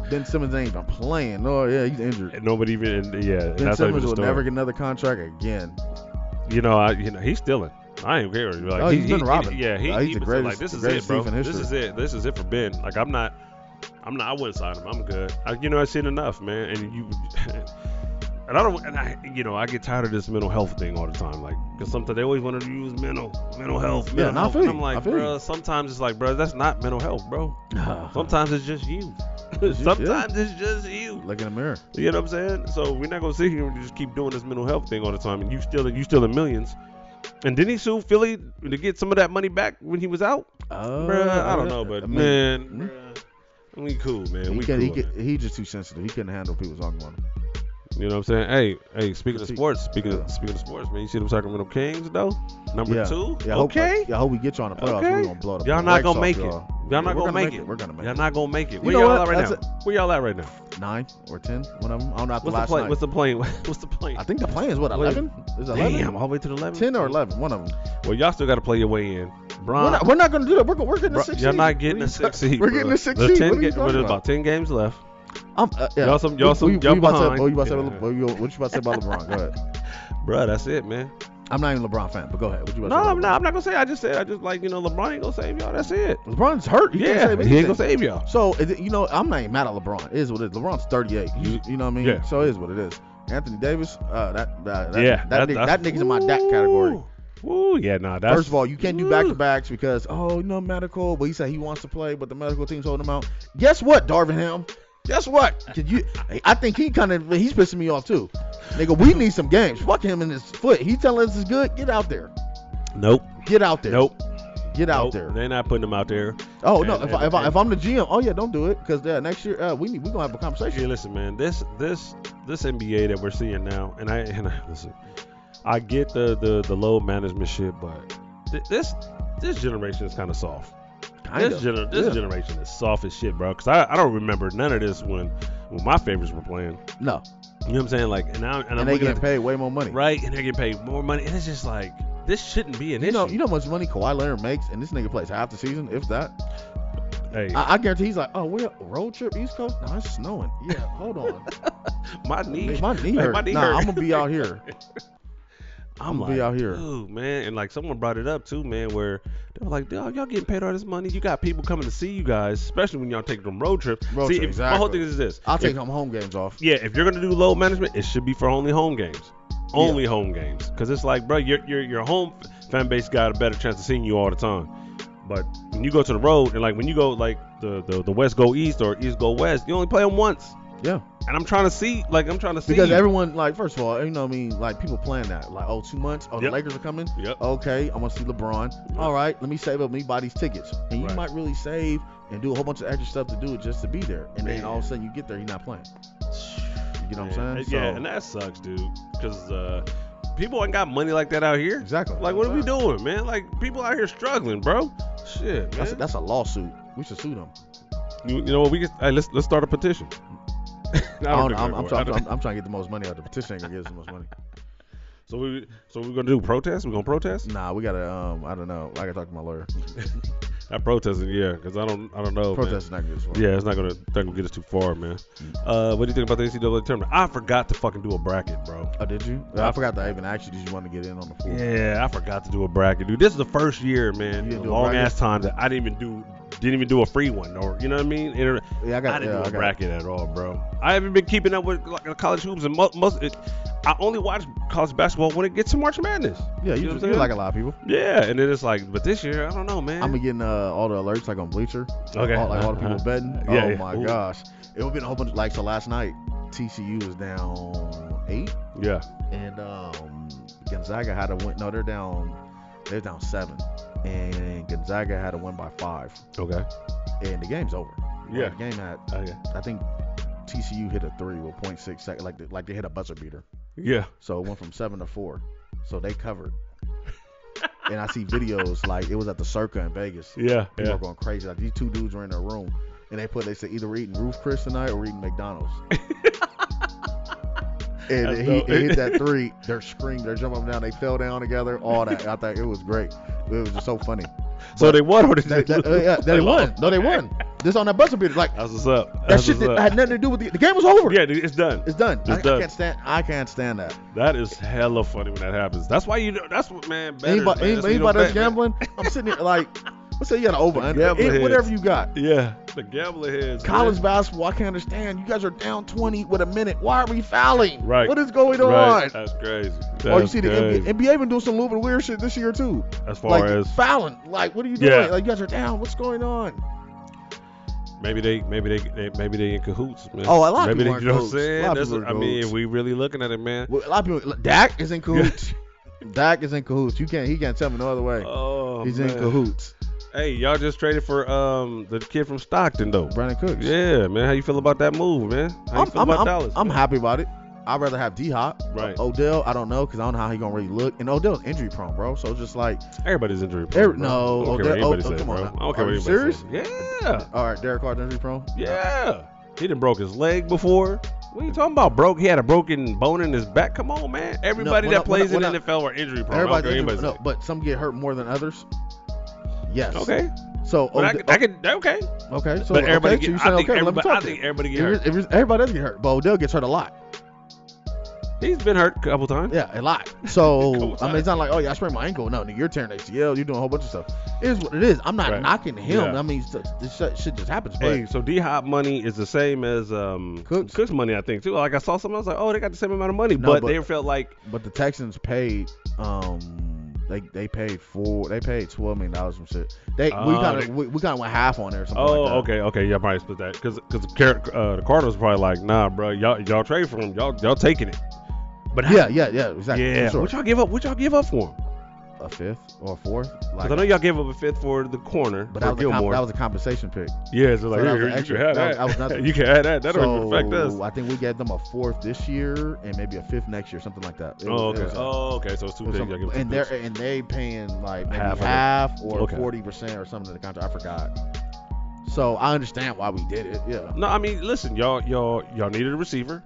Speaker 2: Ben Simmons ain't even playing. Oh, yeah, he's injured.
Speaker 1: and nobody even and, yeah
Speaker 2: Ben
Speaker 1: that's not even
Speaker 2: Simmons
Speaker 1: the
Speaker 2: will
Speaker 1: story.
Speaker 2: never get another contract again.
Speaker 1: you know I you know he's stealing I ain't care like
Speaker 2: Oh,
Speaker 1: he,
Speaker 2: he's been
Speaker 1: he-
Speaker 2: robbing.
Speaker 1: yeah he,
Speaker 2: Uh, he's
Speaker 1: he
Speaker 2: the
Speaker 1: was like
Speaker 2: greatest-
Speaker 1: this
Speaker 2: the
Speaker 1: is
Speaker 2: greatest
Speaker 1: it bro
Speaker 2: thief in
Speaker 1: this
Speaker 2: history.
Speaker 1: is it this is it for Ben like I'm not I'm not I wouldn't sign him I'm good I, you know I've seen enough man and you. And I don't, and I, you know, I get tired of this mental health thing all the time. Like, because sometimes they always want to use mental, mental health, mental
Speaker 2: Yeah, and I
Speaker 1: health.
Speaker 2: feel
Speaker 1: and
Speaker 2: you.
Speaker 1: I'm like,
Speaker 2: I feel
Speaker 1: bruh,
Speaker 2: you. Uh-huh.
Speaker 1: sometimes it's like, bruh, that's not mental health, bro. Sometimes it's just you.
Speaker 2: It's just-
Speaker 1: sometimes it's just you.
Speaker 2: Look in the mirror.
Speaker 1: You know what I'm saying? So we're not gonna sit here and just keep doing this mental health thing all the time. And you still, you still in millions. And didn't he sue Philly to get some of that money back when he was out?
Speaker 2: Oh,
Speaker 1: bruh, I don't know, but
Speaker 2: I mean,
Speaker 1: man,
Speaker 2: hmm?
Speaker 1: bruh, we cool, man.
Speaker 2: he,
Speaker 1: we
Speaker 2: can,
Speaker 1: cool.
Speaker 2: he,
Speaker 1: man.
Speaker 2: can, he just too sensitive. He couldn't handle people talking about him.
Speaker 1: You know what I'm saying? Hey, hey. Speaking of
Speaker 2: Critique.
Speaker 1: sports, speaking
Speaker 2: Yeah.
Speaker 1: of speaking of sports, man. You see them Sacramento Kings though? Number
Speaker 2: yeah.
Speaker 1: two.
Speaker 2: Yeah, I hope,
Speaker 1: okay.
Speaker 2: yeah, I hope we get y'all in the playoffs.
Speaker 1: Okay.
Speaker 2: We're gonna blow the
Speaker 1: Y'all not
Speaker 2: brakes
Speaker 1: gonna
Speaker 2: off
Speaker 1: make it.
Speaker 2: y'all.
Speaker 1: Y'all
Speaker 2: Yeah,
Speaker 1: not
Speaker 2: we're
Speaker 1: gonna make it.
Speaker 2: We're gonna make
Speaker 1: Y'all
Speaker 2: it.
Speaker 1: not gonna make it. Where
Speaker 2: know
Speaker 1: y'all
Speaker 2: what?
Speaker 1: at right
Speaker 2: That's
Speaker 1: now? Where y'all at right now?
Speaker 2: Nine or ten? One of them. I don't know. After
Speaker 1: What's the
Speaker 2: last
Speaker 1: play?
Speaker 2: night.
Speaker 1: What's the plane? What's the plane?
Speaker 2: I think the plan is what
Speaker 1: Wait.
Speaker 2: eleven? Is it eleven?
Speaker 1: Damn, all the way to the 11.
Speaker 2: Ten or eleven? One of them.
Speaker 1: Well, y'all still got to play your way in.
Speaker 2: we're
Speaker 1: Bron,
Speaker 2: not. We're not gonna do that. We're gonna. We're getting
Speaker 1: Bron-
Speaker 2: a six.
Speaker 1: y'all
Speaker 2: seed.
Speaker 1: not getting
Speaker 2: What
Speaker 1: a
Speaker 2: are you
Speaker 1: six
Speaker 2: ta-
Speaker 1: seed.
Speaker 2: We're
Speaker 1: bruh.
Speaker 2: getting a six
Speaker 1: There's
Speaker 2: seed.
Speaker 1: 10
Speaker 2: What are you
Speaker 1: ga- well,
Speaker 2: talking
Speaker 1: there's
Speaker 2: about?
Speaker 1: about 10 games left.
Speaker 2: I'm, uh, yeah.
Speaker 1: Y'all some- y'all
Speaker 2: What-
Speaker 1: some-
Speaker 2: what
Speaker 1: y'all
Speaker 2: you about to say-
Speaker 1: behind.
Speaker 2: What you about to say? about
Speaker 1: Yeah.
Speaker 2: Le- What you what you about to say about LeBron? Go ahead.
Speaker 1: Bruh, that's it, man.
Speaker 2: I'm not even a LeBron fan, but go ahead. What you
Speaker 1: No,
Speaker 2: about to say?
Speaker 1: I'm not.
Speaker 2: about
Speaker 1: I'm not going to say. I just said, I just like, you know, LeBron ain't going to save y'all. That's it.
Speaker 2: LeBron? LeBron's hurt. He
Speaker 1: yeah,
Speaker 2: can't save
Speaker 1: he ain't going to
Speaker 2: anything.
Speaker 1: save y'all.
Speaker 2: So is it- you know, I'm not even mad at LeBron. It is what it is. LeBron's 38. You,
Speaker 1: You-
Speaker 2: you know what I mean?
Speaker 1: yeah.
Speaker 2: So it is what it is. Anthony Davis, uh, that, that, that
Speaker 1: yeah,
Speaker 2: that, nigga, that
Speaker 1: that's-
Speaker 2: nigga's in my DAC category.
Speaker 1: Ooh, Ooh, yeah, nah. That's,
Speaker 2: First of all, you can't do
Speaker 1: ooh.
Speaker 2: back to backs because oh, you know, medical. But he said he wants to play, but the medical team's holding him out. Guess what, Darvin Ham? Guess what? Could you? I think he kind of he's pissing me off too. Nigga, we need some games. Fuck him in his foot. He telling us it's good. Get out there.
Speaker 1: Nope.
Speaker 2: Get out there.
Speaker 1: Nope.
Speaker 2: Get out
Speaker 1: nope.
Speaker 2: there.
Speaker 1: They're not putting them out there.
Speaker 2: Oh no!
Speaker 1: And-
Speaker 2: if, I,
Speaker 1: and-
Speaker 2: if, I,
Speaker 1: and-
Speaker 2: if I'm the GM, oh yeah, don't do it because uh, next year uh, we need we gonna have a conversation.
Speaker 1: Hey, listen, man. This this this NBA that we're seeing now, and I and I listen. I get the the the low management shit, but th- this this generation is kind of soft.
Speaker 2: Kind
Speaker 1: this
Speaker 2: of.
Speaker 1: gener- this
Speaker 2: Yeah.
Speaker 1: generation is soft as shit, bro. Cause I, I don't remember none of this when when my favorites were playing.
Speaker 2: No,
Speaker 1: You know what I'm saying? Like, and I and, I'm
Speaker 2: and they
Speaker 1: looking
Speaker 2: getting
Speaker 1: at
Speaker 2: paid way more money.
Speaker 1: the, right, and they're getting paid more money, and it's just like this shouldn't be an
Speaker 2: You
Speaker 1: issue.
Speaker 2: know, you know how much money Kawhi Leonard makes, and this nigga plays half the season, if that.
Speaker 1: hey,
Speaker 2: I, I guarantee he's like, oh, we're road trip East Coast. No, it's snowing. Yeah, hold on.
Speaker 1: my knee.
Speaker 2: Man, my knee
Speaker 1: Hey,
Speaker 2: hurt.
Speaker 1: my knee
Speaker 2: nah,
Speaker 1: hurt.
Speaker 2: I'm gonna be out here.
Speaker 1: I'm
Speaker 2: I'ma
Speaker 1: like,
Speaker 2: be out here.
Speaker 1: dude, man, and like someone brought it up too, man, where they were like, dog, y'all getting paid all this money. You got people coming to see you guys, especially when y'all take them road trips.
Speaker 2: Road
Speaker 1: see,
Speaker 2: trip,
Speaker 1: if- my whole
Speaker 2: exactly.
Speaker 1: thing is this:
Speaker 2: I'll
Speaker 1: If-
Speaker 2: take home home games off.
Speaker 1: yeah, if you're gonna do load management, it should be for only home games, only home games, because it's like, bro, your your your home f- fan base got a better chance of seeing you all the time. But when you go to the road, and like when you go like the the, the West go East or East go West, you only play them once.
Speaker 2: Yeah.
Speaker 1: And I'm trying to see, like, I'm trying to see.
Speaker 2: Because everyone, like, first of all, you know what I mean? Like, people playing that. Like, oh, two months. Oh, the
Speaker 1: Yep.
Speaker 2: Lakers are coming.
Speaker 1: Yep.
Speaker 2: Okay, I'm going to see LeBron.
Speaker 1: Yep.
Speaker 2: All right, let me save up me buy these tickets. And you
Speaker 1: Right.
Speaker 2: might really save and do a whole bunch of extra stuff to do it just to be there. And then
Speaker 1: Man.
Speaker 2: all of a sudden you get there, you're not playing. You get what I'm
Speaker 1: Yeah,
Speaker 2: saying?
Speaker 1: Yeah,
Speaker 2: So-
Speaker 1: and that sucks, dude. Because uh, people ain't got money like that out here.
Speaker 2: Exactly.
Speaker 1: Like, what are we doing, man? Like, people out here struggling, bro. Shit, man.
Speaker 2: That's, that's a lawsuit. We should sue them.
Speaker 1: you, you know what? We just hey, let's let's start a petition. I
Speaker 2: I don't,
Speaker 1: think
Speaker 2: I'm,
Speaker 1: we're
Speaker 2: I'm,
Speaker 1: going-
Speaker 2: try-
Speaker 1: I
Speaker 2: I'm,
Speaker 1: don't-
Speaker 2: I'm trying to get the most money out of the petition. Ain't gonna get us the most money.
Speaker 1: So we so we're gonna do protest. We're gonna protest.
Speaker 2: Nah, we gotta. Um, I don't know. I gotta talk to my lawyer.
Speaker 1: That protesting, yeah, because I don't I don't know. man.
Speaker 2: Protest is not good. as well.
Speaker 1: Yeah, it's not gonna not gonna get us too far, man. Uh, what do you think about the NCAA tournament? I forgot to fucking do a bracket, bro.
Speaker 2: Oh, did you? I forgot that I even asked you. Did you want to get in on the fool?
Speaker 1: Yeah, I forgot to do a bracket, dude. This is the first year, man,
Speaker 2: You didn't do a
Speaker 1: long
Speaker 2: bracket?
Speaker 1: ass time that I didn't even do didn't even do a free one, or you know what I mean? Inter-
Speaker 2: Yeah, I
Speaker 1: I
Speaker 2: got.
Speaker 1: didn't
Speaker 2: yeah,
Speaker 1: do
Speaker 2: I
Speaker 1: a
Speaker 2: got.
Speaker 1: bracket at all, bro. I haven't been keeping up with like, college hoops and mo- most. It, I only watch college basketball when it gets to March Madness. You
Speaker 2: Yeah, you,
Speaker 1: know what I'm
Speaker 2: just,
Speaker 1: saying?
Speaker 2: you like a lot of people.
Speaker 1: Yeah, and then it's like, but this year I don't know, man.
Speaker 2: I'm been getting uh, all the alerts like on Bleacher.
Speaker 1: Okay.
Speaker 2: All, like all the people
Speaker 1: Uh-huh.
Speaker 2: betting.
Speaker 1: Yeah,
Speaker 2: oh
Speaker 1: yeah.
Speaker 2: my
Speaker 1: Ooh.
Speaker 2: gosh. It would have been a whole bunch. Like so, last night TCU was down eight,
Speaker 1: yeah,
Speaker 2: and um, Gonzaga had a win. No, they're down. They're down seven, and Gonzaga had a win by five,
Speaker 1: okay,
Speaker 2: and the game's over. Like,
Speaker 1: Yeah.
Speaker 2: the game had.
Speaker 1: Oh, yeah,
Speaker 2: I think TCU hit a three with 0.6 seconds. Like they- like they hit a buzzer beater.
Speaker 1: yeah.
Speaker 2: So it went from seven to four. So they covered. and I see videos like it was at the Circa in Vegas.
Speaker 1: Yeah,
Speaker 2: People
Speaker 1: yeah.
Speaker 2: are going crazy. Like these two dudes were in their room and they put they said either we're eating Roof Chris tonight or we're eating McDonald's. and
Speaker 1: That's
Speaker 2: he,
Speaker 1: dope.
Speaker 2: he hit that three. They're screaming. They're jumping up and down. They fell down together. All that. I thought it was great. It was just so funny.
Speaker 1: So they won or did
Speaker 2: That,
Speaker 1: they?
Speaker 2: that- uh, yeah, they won.
Speaker 1: lost?
Speaker 2: No, they won. This on that buzzer beater. Like
Speaker 1: That's what's up.
Speaker 2: that
Speaker 1: That's
Speaker 2: shit
Speaker 1: what's
Speaker 2: did,
Speaker 1: up.
Speaker 2: had nothing to do with the, the game. Was over.
Speaker 1: Yeah, dude, it's done.
Speaker 2: It's done.
Speaker 1: It's
Speaker 2: I, I
Speaker 1: done.
Speaker 2: can't stand. I can't stand that.
Speaker 1: That is hella funny when that happens. That's why you. know- That's what man. Betters,
Speaker 2: anybody,
Speaker 1: man,
Speaker 2: anybody,
Speaker 1: that's why
Speaker 2: that's
Speaker 1: you don't bet, man.
Speaker 2: gambling, I'm sitting here like, let's say you got an over under,
Speaker 1: Gambling
Speaker 2: Any-
Speaker 1: heads.
Speaker 2: whatever you got.
Speaker 1: Yeah, the gambler heads. man.
Speaker 2: College basketball, I can't understand. You guys are down 20 with a minute. Why are we fouling?
Speaker 1: Right.
Speaker 2: What is going
Speaker 1: Right.
Speaker 2: on?
Speaker 1: That's crazy. That's
Speaker 2: Or you see the
Speaker 1: crazy.
Speaker 2: NBA, NBA been doing some little bit weird shit this year too.
Speaker 1: as far
Speaker 2: Like
Speaker 1: as
Speaker 2: fouling. Like, what are you doing?
Speaker 1: Yeah.
Speaker 2: Like, you guys are down. What's going on?
Speaker 1: maybe they maybe they, they maybe they in cahoots, man.
Speaker 2: Oh, a lot of
Speaker 1: maybe
Speaker 2: people
Speaker 1: they, you
Speaker 2: are
Speaker 1: know what
Speaker 2: in
Speaker 1: I'm
Speaker 2: cahoots. A
Speaker 1: saying.
Speaker 2: lot of
Speaker 1: That's
Speaker 2: people
Speaker 1: what,
Speaker 2: are
Speaker 1: I
Speaker 2: in
Speaker 1: mean, if
Speaker 2: cahoots.
Speaker 1: we really looking at it, man.
Speaker 2: Well, a lot of people. look, Dak is in cahoots. Dak is in cahoots. You can't. He can't tell me no other way.
Speaker 1: Oh,
Speaker 2: He's in
Speaker 1: man.
Speaker 2: cahoots.
Speaker 1: Hey, y'all just traded for um the kid from Stockton though.
Speaker 2: Brandon Cooks.
Speaker 1: Yeah, man. How you feel about that move, man? How you
Speaker 2: I'm,
Speaker 1: feel
Speaker 2: I'm,
Speaker 1: about
Speaker 2: I'm,
Speaker 1: Dallas?
Speaker 2: I'm oh.
Speaker 1: man?
Speaker 2: happy about it. I'd rather have D Hop.
Speaker 1: Right.
Speaker 2: Odell, I don't know because I don't know how he gonna really look. And Odell's injury prone, bro. So it's just like,
Speaker 1: Everybody's injury prone.
Speaker 2: Every-
Speaker 1: bro.
Speaker 2: no,
Speaker 1: I don't
Speaker 2: oh,
Speaker 1: care
Speaker 2: that-
Speaker 1: what anybody
Speaker 2: oh, oh,
Speaker 1: says,
Speaker 2: come
Speaker 1: bro.
Speaker 2: on
Speaker 1: I
Speaker 2: now.
Speaker 1: don't care
Speaker 2: Are
Speaker 1: what
Speaker 2: you
Speaker 1: anybody says. Yeah,
Speaker 2: all right, Derek Carr's injury prone.
Speaker 1: yeah. He done broke his leg before. What are you talking about? Broke? He had a broken bone in his back. Come on, man. Everybody
Speaker 2: when
Speaker 1: that
Speaker 2: I- when I-
Speaker 1: plays in
Speaker 2: when I-
Speaker 1: NFL are injury prone. I don't
Speaker 2: Everybody's
Speaker 1: care what
Speaker 2: injury, no,
Speaker 1: anybody
Speaker 2: but some get hurt more than others. Yes.
Speaker 1: says. Okay,
Speaker 2: So
Speaker 1: but I
Speaker 2: Ode-
Speaker 1: could, I could, okay.
Speaker 2: okay. So
Speaker 1: but everybody,
Speaker 2: okay, so
Speaker 1: get,
Speaker 2: you
Speaker 1: I
Speaker 2: saying
Speaker 1: think
Speaker 2: okay? Let me
Speaker 1: everybody, I
Speaker 2: talk.
Speaker 1: think
Speaker 2: then.
Speaker 1: everybody get
Speaker 2: If
Speaker 1: hurt.
Speaker 2: it's- if it's- Everybody does get hurt, but Odell gets hurt a lot.
Speaker 1: He's been hurt a couple times.
Speaker 2: Yeah, a lot.
Speaker 1: Come
Speaker 2: So
Speaker 1: on.
Speaker 2: I mean, it's not like oh yeah, I sprained my ankle. No, nigga, you're tearing ACL. You're doing a whole bunch of stuff. It is what it is. I'm not
Speaker 1: Right.
Speaker 2: knocking him.
Speaker 1: Yeah.
Speaker 2: I mean, it's- this shit shit just happens. But
Speaker 1: Hey, so D Hop money is the same as um,
Speaker 2: Cooks.
Speaker 1: money, I think too. Like I saw something, I was like, oh, they got the same amount of money,
Speaker 2: No,
Speaker 1: but,
Speaker 2: but-
Speaker 1: they felt like
Speaker 2: But the Texans paid um they they paid four they paid twelve million dollars from shit. They we
Speaker 1: Oh,
Speaker 2: kind
Speaker 1: they-
Speaker 2: of we, we kind of went half on there. Or something
Speaker 1: Oh,
Speaker 2: like that.
Speaker 1: okay, okay, yeah, probably split that because because uh, the Cardinals probably like, nah, bro, y'all y'all trade for him, y'all y'all taking it. But
Speaker 2: Yeah, yeah, yeah, exactly.
Speaker 1: yeah,
Speaker 2: Sure.
Speaker 1: what y'all give up? What y'all give up for him?
Speaker 2: a fifth or a fourth?
Speaker 1: Because I know y'all gave up a fifth for the corner,
Speaker 2: but
Speaker 1: for
Speaker 2: that was, a comp-
Speaker 1: Gilmore.
Speaker 2: that was a compensation pick.
Speaker 1: yeah, so
Speaker 2: so
Speaker 1: like
Speaker 2: that
Speaker 1: here, here,
Speaker 2: was an
Speaker 1: you
Speaker 2: extra-
Speaker 1: can have
Speaker 2: that
Speaker 1: that.
Speaker 2: was- that was nothing.
Speaker 1: you can have that. That
Speaker 2: so
Speaker 1: don't even affect us.
Speaker 2: I think we gave them a fourth this year and maybe a fifth next year, something like that. It
Speaker 1: Oh,
Speaker 2: was-
Speaker 1: okay.
Speaker 2: it was a-
Speaker 1: Oh, okay. So it's two
Speaker 2: it
Speaker 1: things.
Speaker 2: was something-
Speaker 1: Y'all give up two
Speaker 2: and
Speaker 1: picks.
Speaker 2: they're and they paying like maybe
Speaker 1: Half of
Speaker 2: half,
Speaker 1: it.
Speaker 2: or
Speaker 1: Okay.
Speaker 2: forty percent or something to the contract. I forgot. So I understand why we did it. Yeah,
Speaker 1: No, I mean, listen, y'all y'all y'all needed a receiver.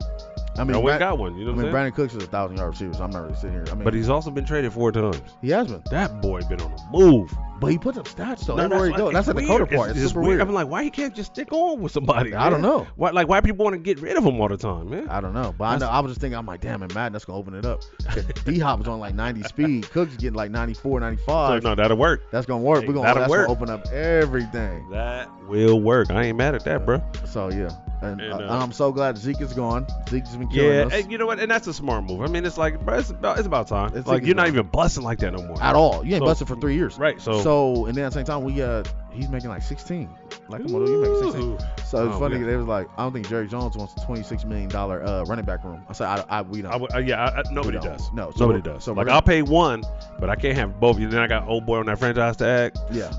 Speaker 2: I mean,
Speaker 1: Y'all went
Speaker 2: Brad-
Speaker 1: got one. You know what I'm
Speaker 2: I mean,
Speaker 1: saying?
Speaker 2: Brandon Cooks is a thousand yard receiver, so I'm not really sitting here. I mean,
Speaker 1: But he's also been traded four times.
Speaker 2: he has been,
Speaker 1: That boy been on a move.
Speaker 2: but he puts up stats though.
Speaker 1: No,
Speaker 2: everywhere he
Speaker 1: why-
Speaker 2: goes.
Speaker 1: it's
Speaker 2: That's the Dakota
Speaker 1: weird.
Speaker 2: part. It's,
Speaker 1: just
Speaker 2: super weird.
Speaker 1: I'm like, why he can't just stick on with somebody?
Speaker 2: I don't
Speaker 1: man?
Speaker 2: know.
Speaker 1: Why like why people want to get rid of him all the time, man?
Speaker 2: I don't know, but I know. I was just thinking, I'm like, damn, it, Madden, that's gonna open it up. D Hop was on like 90 speed. Cooks getting like 94, 95.
Speaker 1: So, no, that'll work.
Speaker 2: That's gonna work.
Speaker 1: Hey,
Speaker 2: We're gonna
Speaker 1: that'll
Speaker 2: that's
Speaker 1: work.
Speaker 2: gonna open up everything.
Speaker 1: That will work. I ain't mad at that, bro.
Speaker 2: So yeah, and,
Speaker 1: And,
Speaker 2: uh,
Speaker 1: uh,
Speaker 2: I'm so glad Zeke is gone. Zeke's been killing
Speaker 1: Yeah,
Speaker 2: us
Speaker 1: and you know what? And that's a smart move. I mean, it's like, bro, it's about it's about time.
Speaker 2: It's
Speaker 1: like
Speaker 2: like
Speaker 1: you're not
Speaker 2: it's-
Speaker 1: even busting like that no more.
Speaker 2: at all. You ain't
Speaker 1: So-
Speaker 2: busted for three years.
Speaker 1: Right. So.
Speaker 2: So and then at the same time, we uh, he's making like 16. Like, come on, dude, you making 16.
Speaker 1: Ooh.
Speaker 2: So it's
Speaker 1: Oh,
Speaker 2: funny.
Speaker 1: yeah.
Speaker 2: They was like, I don't think Jerry Jones wants a twenty-six million dollar uh, running back room. I said, I, I we don't.
Speaker 1: I would- uh, yeah, I, I, nobody
Speaker 2: don't.
Speaker 1: does.
Speaker 2: No, so
Speaker 1: nobody
Speaker 2: we're-
Speaker 1: does.
Speaker 2: so
Speaker 1: like
Speaker 2: we're-
Speaker 1: I'll pay one, but I can't have both. And then I got old boy on that franchise tag.
Speaker 2: yeah,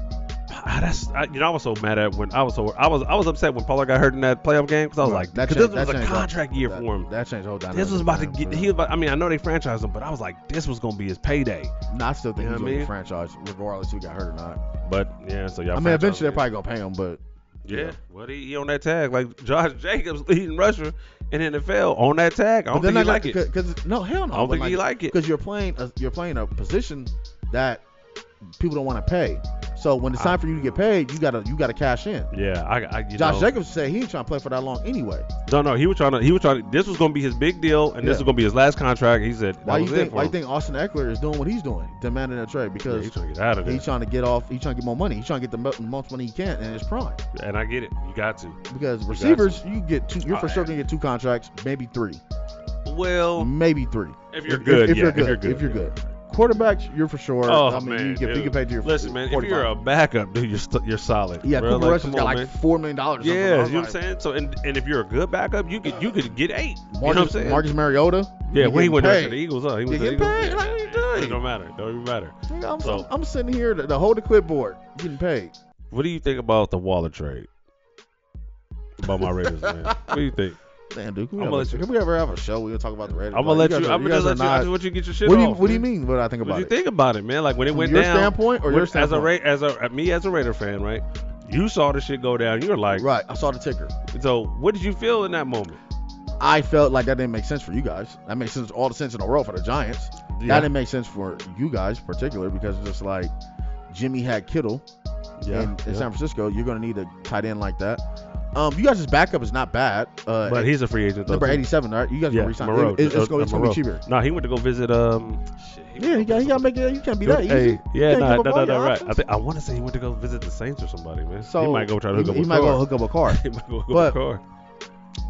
Speaker 1: Ah, That's I, you know I was so mad at when I was so I was I was upset when Pollard got hurt in that playoff game because I was
Speaker 2: Right.
Speaker 1: like,
Speaker 2: That
Speaker 1: because
Speaker 2: changed-
Speaker 1: this was
Speaker 2: that
Speaker 1: a
Speaker 2: changed all-
Speaker 1: contract year
Speaker 2: that,
Speaker 1: for him.
Speaker 2: that changed the whole dynamic.
Speaker 1: This was
Speaker 2: of
Speaker 1: about
Speaker 2: the
Speaker 1: to
Speaker 2: game,
Speaker 1: get.
Speaker 2: for
Speaker 1: He
Speaker 2: real.
Speaker 1: was. About, I mean, I know they franchised him, but I was like, this was gonna be his payday.
Speaker 2: No, I still
Speaker 1: You
Speaker 2: think
Speaker 1: know what
Speaker 2: he's gonna
Speaker 1: I mean?
Speaker 2: be franchise regardless if he got hurt or not.
Speaker 1: But yeah, so y'all.
Speaker 2: I mean,
Speaker 1: franchised
Speaker 2: eventually they're
Speaker 1: him.
Speaker 2: probably gonna pay him, but
Speaker 1: Yeah. Well, he, he on that tag like Josh Jacobs leading rusher in NFL on that tag. I don't think he like it.
Speaker 2: because no, hell no.
Speaker 1: I don't think he like it.
Speaker 2: because you're playing a, you're playing a position that people don't want to pay. So when it's
Speaker 1: I-
Speaker 2: time for you to get paid, you gotta you gotta cash in.
Speaker 1: Yeah, I, I you
Speaker 2: Josh
Speaker 1: know,
Speaker 2: Jacobs said he ain't trying to play for that long anyway.
Speaker 1: No, no, he was trying to. He was trying. To, this was gonna be his big deal, and this
Speaker 2: Yeah.
Speaker 1: was gonna be his last contract. He said, that
Speaker 2: Why you
Speaker 1: was it
Speaker 2: think
Speaker 1: for
Speaker 2: Why you
Speaker 1: him.
Speaker 2: think Austin Eckler is doing what he's doing, demanding a trade?
Speaker 1: Yeah,
Speaker 2: Because
Speaker 1: he's trying to get out of there,
Speaker 2: he's trying to get off. He's trying to get more money. He's trying to get the mo- most money he can in his prime.
Speaker 1: and I get it. You got to.
Speaker 2: Because
Speaker 1: Exactly.
Speaker 2: receivers, you get two. You're for
Speaker 1: Uh,
Speaker 2: sure gonna get two contracts, maybe three.
Speaker 1: Well,
Speaker 2: maybe three.
Speaker 1: if you're good,
Speaker 2: if
Speaker 1: yeah,
Speaker 2: you're good,
Speaker 1: if you're good,
Speaker 2: if you're
Speaker 1: yeah.
Speaker 2: good. Quarterbacks, you're for sure.
Speaker 1: Oh
Speaker 2: I mean,
Speaker 1: man,
Speaker 2: you get you
Speaker 1: dude.
Speaker 2: get paid to your
Speaker 1: Listen, man, if
Speaker 2: quarterback.
Speaker 1: you're a backup, dude, you're st- you're solid.
Speaker 2: yeah,
Speaker 1: bro.
Speaker 2: Cooper
Speaker 1: Like,
Speaker 2: Rush
Speaker 1: come
Speaker 2: has got
Speaker 1: on,
Speaker 2: like
Speaker 1: man.
Speaker 2: four million dollars.
Speaker 1: Yeah, you know what I'm saying. So and and if you're a good backup, you could you could get eight.
Speaker 2: Marcus,
Speaker 1: you know what I'm saying?
Speaker 2: Marcus Mariota.
Speaker 1: yeah,
Speaker 2: you
Speaker 1: when he
Speaker 2: getting
Speaker 1: went to
Speaker 2: paid.
Speaker 1: the Eagles, huh? He
Speaker 2: You
Speaker 1: was the
Speaker 2: getting
Speaker 1: Eagles.
Speaker 2: paid? Like, what you doing?
Speaker 1: It don't matter. It don't even matter.
Speaker 2: I'm, I'm-
Speaker 1: So-
Speaker 2: I'm sitting here to, to hold the clipboard, getting paid.
Speaker 1: What do you think about the Waller trade? About my Raiders, man. What do you think?
Speaker 2: Damn, dude, can we,
Speaker 1: I'ma
Speaker 2: ever,
Speaker 1: let you-
Speaker 2: can we ever have a show? We'll talk about the Raiders.
Speaker 1: I'm gonna let
Speaker 2: Like,
Speaker 1: you.
Speaker 2: guys are-
Speaker 1: I'm gonna
Speaker 2: guys
Speaker 1: just
Speaker 2: are
Speaker 1: let you. I
Speaker 2: not-
Speaker 1: just want you to get your shit
Speaker 2: what do
Speaker 1: off.
Speaker 2: you What do you
Speaker 1: man.
Speaker 2: mean? What I think
Speaker 1: What
Speaker 2: about
Speaker 1: do you
Speaker 2: it?
Speaker 1: think about it, man? Like when it
Speaker 2: From
Speaker 1: went
Speaker 2: your
Speaker 1: down,
Speaker 2: standpoint or
Speaker 1: when-
Speaker 2: your
Speaker 1: as a
Speaker 2: standpoint?
Speaker 1: Ra- as a me as a Raider fan, right? You saw the shit go down. You were like,
Speaker 2: Right. I saw the ticker.
Speaker 1: so what did you feel in that moment?
Speaker 2: I felt like that didn't make sense for you guys. That makes sense all the sense in the world for the Giants. That didn't make sense for you guys particular because it's just like Jimmy had Kittle
Speaker 1: yeah,
Speaker 2: in, in
Speaker 1: yeah.
Speaker 2: San Francisco. You're gonna need a tight end like that. Um, you guys' backup is not bad. Uh,
Speaker 1: But he's a free agent though.
Speaker 2: number
Speaker 1: too.
Speaker 2: 87, right? You guys
Speaker 1: Yeah,
Speaker 2: gonna resign?
Speaker 1: Moreau.
Speaker 2: It, it's,
Speaker 1: Uh,
Speaker 2: it's gonna, it's gonna
Speaker 1: Moreau.
Speaker 2: be cheaper.
Speaker 1: No, he went to go visit. Um, shit,
Speaker 2: Yeah, he got he got to make it. You can't be that easy.
Speaker 1: Hey, yeah,
Speaker 2: You
Speaker 1: no,
Speaker 2: can't give
Speaker 1: no,
Speaker 2: up
Speaker 1: no,
Speaker 2: all
Speaker 1: no,
Speaker 2: your
Speaker 1: right. I
Speaker 2: options.
Speaker 1: think I want to say he went to go visit the Saints or somebody, man.
Speaker 2: So
Speaker 1: he might go try to hook
Speaker 2: he,
Speaker 1: up
Speaker 2: he
Speaker 1: a
Speaker 2: might
Speaker 1: car.
Speaker 2: go hook up a car.
Speaker 1: he might go hook up
Speaker 2: But-
Speaker 1: a car.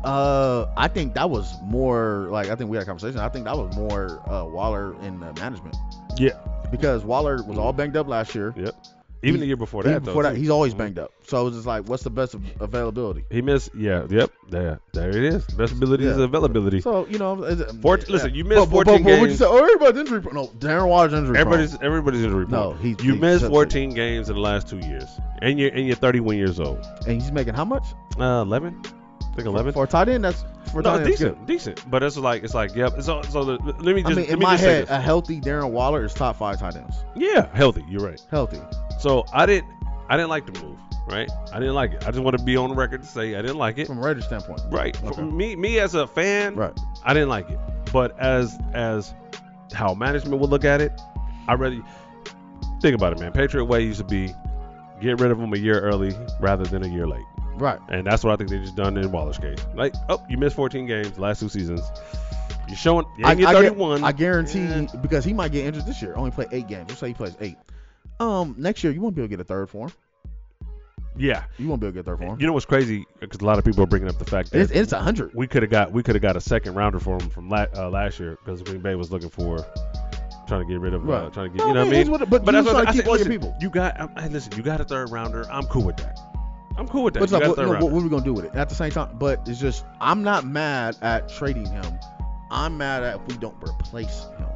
Speaker 2: Uh, I think that was more like I think we had a conversation. I think that was more uh, Waller in uh, management.
Speaker 1: Yeah.
Speaker 2: because Waller was all banged up last year.
Speaker 1: Yep. Even
Speaker 2: He-
Speaker 1: the year before
Speaker 2: Even
Speaker 1: that,
Speaker 2: before
Speaker 1: though,
Speaker 2: that,
Speaker 1: too.
Speaker 2: he's always
Speaker 1: Mhm.
Speaker 2: banged up. So it's just like, what's the best av- availability?
Speaker 1: He missed. Yeah. Yep. There. There it is. Best ability is
Speaker 2: Yeah.
Speaker 1: availability.
Speaker 2: So you know, is it-
Speaker 1: Fourt-
Speaker 2: yeah.
Speaker 1: listen, you missed
Speaker 2: But- but-
Speaker 1: 14
Speaker 2: but what'd you
Speaker 1: games.
Speaker 2: say? Oh, everybody's injury. prone. No, Darren Waller's injury. prone.
Speaker 1: Everybody's everybody's in the report.
Speaker 2: No, he-
Speaker 1: you
Speaker 2: he
Speaker 1: missed
Speaker 2: sucks.
Speaker 1: 14 games in the last two years, and you're and you're 31 years old.
Speaker 2: and he's making how much?
Speaker 1: Uh, 11. I think 11.
Speaker 2: for a tight end. That's for a
Speaker 1: no,
Speaker 2: tight end. that's
Speaker 1: decent, decent. But it's like it's like yep. So so the, let me
Speaker 2: good. I
Speaker 1: just
Speaker 2: mean,
Speaker 1: let
Speaker 2: in
Speaker 1: me
Speaker 2: my
Speaker 1: just say
Speaker 2: head,
Speaker 1: this.
Speaker 2: a healthy Darren Waller is top five tight ends.
Speaker 1: yeah, healthy. You're right.
Speaker 2: Healthy.
Speaker 1: So I didn't I didn't like the move. Right. I didn't like it. I just want to be on the record to say I didn't like it.
Speaker 2: From a Raiders standpoint.
Speaker 1: Right. For
Speaker 2: Okay.
Speaker 1: me me as a fan,
Speaker 2: Right.
Speaker 1: I didn't like it. But as as how management would look at it, I really think about it, man. Patriot Way used to be get rid of him a year early rather than a year late.
Speaker 2: Right.
Speaker 1: And that's what I think they just done in Waller's case. Like, oh, you missed 14 games last two seasons. You're showing and
Speaker 2: I,
Speaker 1: you're
Speaker 2: I gu-
Speaker 1: 31.
Speaker 2: I guarantee
Speaker 1: Yeah.
Speaker 2: because he might get injured this year. Only play eight games. Let's say he plays eight. Um, next year you won't be able to get a third for him.
Speaker 1: yeah.
Speaker 2: You won't be able to get a third for him.
Speaker 1: You know what's crazy? Because a lot of people are bringing up the fact that
Speaker 2: It's it's a hundred.
Speaker 1: we could have got we could have got a second rounder for him from la- uh, last year because Green Bay was looking for trying to get rid of uh,
Speaker 2: Right.
Speaker 1: trying to get
Speaker 2: No,
Speaker 1: you know
Speaker 2: it
Speaker 1: what I
Speaker 2: is
Speaker 1: mean.
Speaker 2: what it- but you
Speaker 1: that's
Speaker 2: just
Speaker 1: what
Speaker 2: gotta
Speaker 1: I
Speaker 2: keep
Speaker 1: said,
Speaker 2: all your
Speaker 1: listen,
Speaker 2: people.
Speaker 1: You got I'm, hey, listen, you got a third rounder. I'm cool with that. I'm cool with that.
Speaker 2: But
Speaker 1: you
Speaker 2: like,
Speaker 1: got
Speaker 2: what,
Speaker 1: a third
Speaker 2: you know, what
Speaker 1: rounder.
Speaker 2: what we gonna do with it? At the same time, but it's just I'm not mad at trading him. I'm mad at if we don't replace him.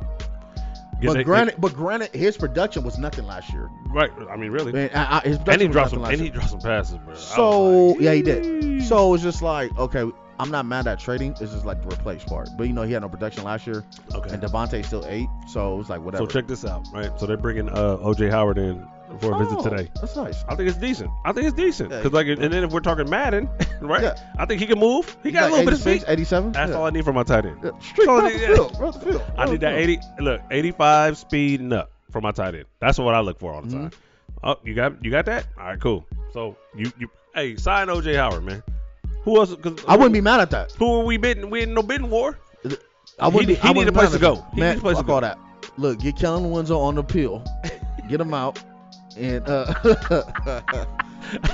Speaker 1: Yeah,
Speaker 2: but
Speaker 1: they- they-
Speaker 2: granted, but granted, his production was nothing last year.
Speaker 1: right? I mean, really.
Speaker 2: Man, I, I, his
Speaker 1: and he
Speaker 2: production
Speaker 1: dropped
Speaker 2: was
Speaker 1: some
Speaker 2: nothing last
Speaker 1: and he
Speaker 2: year.
Speaker 1: dropped some passes, bro. I was
Speaker 2: So
Speaker 1: like,
Speaker 2: yeah, he
Speaker 1: "Yee."
Speaker 2: did. So it's just like okay, I'm not mad at trading. It's just like the replace part. But you know, he had no production last year.
Speaker 1: okay.
Speaker 2: And Devontae still eight, so it's like whatever.
Speaker 1: So check this out, right? So they're bringing uh, OJ Howard in for a visit
Speaker 2: Oh,
Speaker 1: today.
Speaker 2: That's nice.
Speaker 1: I think it's decent. I think it's decent
Speaker 2: Yeah,
Speaker 1: because like, and then if we're talking Madden, right?
Speaker 2: Yeah.
Speaker 1: I think he can move. He got a little bit of speed.
Speaker 2: 87.
Speaker 1: That's
Speaker 2: yeah.
Speaker 1: all I need for my tight end.
Speaker 2: Yeah. Oh, Straight
Speaker 1: all I
Speaker 2: across
Speaker 1: need,
Speaker 2: the
Speaker 1: yeah.
Speaker 2: field. across the field.
Speaker 1: I need that 80. Look, 85 speed and up for my tight end. That's what I look for all
Speaker 2: Mm-hmm.
Speaker 1: the time. Oh, you got you got that? All right, cool. So you you hey sign OJ Howard, man. Who else? Cause
Speaker 2: I wouldn't be mad at that.
Speaker 1: Who are we bidding? We in no bidding war.
Speaker 2: I
Speaker 1: He
Speaker 2: wouldn't.
Speaker 1: need-
Speaker 2: be-
Speaker 1: he
Speaker 2: I
Speaker 1: need
Speaker 2: wouldn't
Speaker 1: a place
Speaker 2: be
Speaker 1: to
Speaker 2: mad
Speaker 1: go.
Speaker 2: at
Speaker 1: He
Speaker 2: that. Man,
Speaker 1: need a place to
Speaker 2: fuck
Speaker 1: go.
Speaker 2: all that. Look, get Kellen Winslow on the pill. get him out. And uh,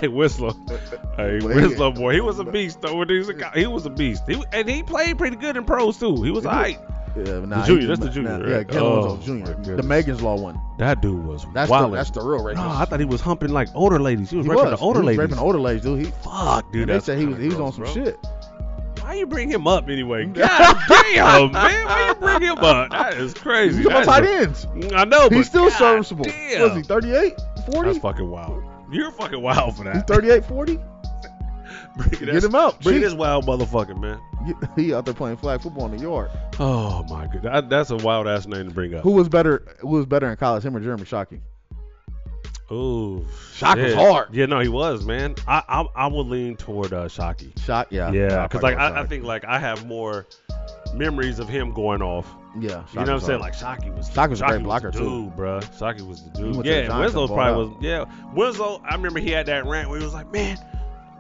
Speaker 1: Hey Whistler, hey
Speaker 2: Well, he-
Speaker 1: Whistler boy, he was a beast though. When he was a guy- he was a beast. He, and he played pretty good in pros too. He was
Speaker 2: He did.
Speaker 1: alright.
Speaker 2: yeah, nah,
Speaker 1: junior,
Speaker 2: he-
Speaker 1: that's the junior,
Speaker 2: Yeah,
Speaker 1: right?
Speaker 2: Kellen
Speaker 1: Oh,
Speaker 2: Winslow
Speaker 1: my
Speaker 2: Junior. The
Speaker 1: goodness.
Speaker 2: Megan's Law one.
Speaker 1: That dude was
Speaker 2: That's
Speaker 1: wilding.
Speaker 2: the that's the real rapist.
Speaker 1: no, I thought he was humping like older ladies. He was
Speaker 2: he
Speaker 1: raping
Speaker 2: was.
Speaker 1: the older
Speaker 2: he was
Speaker 1: ladies.
Speaker 2: raping older ladies, dude. He,
Speaker 1: Fuck, dude.
Speaker 2: and they
Speaker 1: that's
Speaker 2: said he was
Speaker 1: kinda
Speaker 2: he was
Speaker 1: gross,
Speaker 2: on some
Speaker 1: bro.
Speaker 2: shit.
Speaker 1: Why you bring him up anyway? Um, God damn, man. Why you bring him up? That is crazy.
Speaker 2: He's on
Speaker 1: That
Speaker 2: tight
Speaker 1: is
Speaker 2: ends.
Speaker 1: a- Mm, I know, but
Speaker 2: He's still
Speaker 1: God
Speaker 2: serviceable.
Speaker 1: Damn.
Speaker 2: Was he 38, 40?
Speaker 1: That's fucking wild. You're fucking wild for
Speaker 2: He's
Speaker 1: that.
Speaker 2: 38, 40?
Speaker 1: Bring
Speaker 2: Get him out.
Speaker 1: Bring
Speaker 2: Cheat.
Speaker 1: this wild motherfucker, man.
Speaker 2: He out there playing flag football in New York.
Speaker 1: Oh my god, that, that's a wild ass name to bring up.
Speaker 2: Who was better? Who was better in college? Him or Jeremy Shockey?
Speaker 1: Ooh,
Speaker 2: Shock was
Speaker 1: shit.
Speaker 2: hard.
Speaker 1: Yeah, no, he was, man. I I, I would lean toward uh, Shockey.
Speaker 2: Shock, yeah.
Speaker 1: Yeah, because like I, I
Speaker 2: Shockey.
Speaker 1: think like I have more memories of him going off.
Speaker 2: yeah.
Speaker 1: You know what I'm saying? Like Shockey was
Speaker 2: Shockey was a great
Speaker 1: the
Speaker 2: blocker, too.
Speaker 1: dude, bro. Shockey was the
Speaker 2: He
Speaker 1: dude.
Speaker 2: went to the
Speaker 1: Yeah,
Speaker 2: Giants
Speaker 1: and Winslow
Speaker 2: and
Speaker 1: probably
Speaker 2: balled
Speaker 1: was. Yeah, Winslow. I remember he had that rant where he was like, "Man,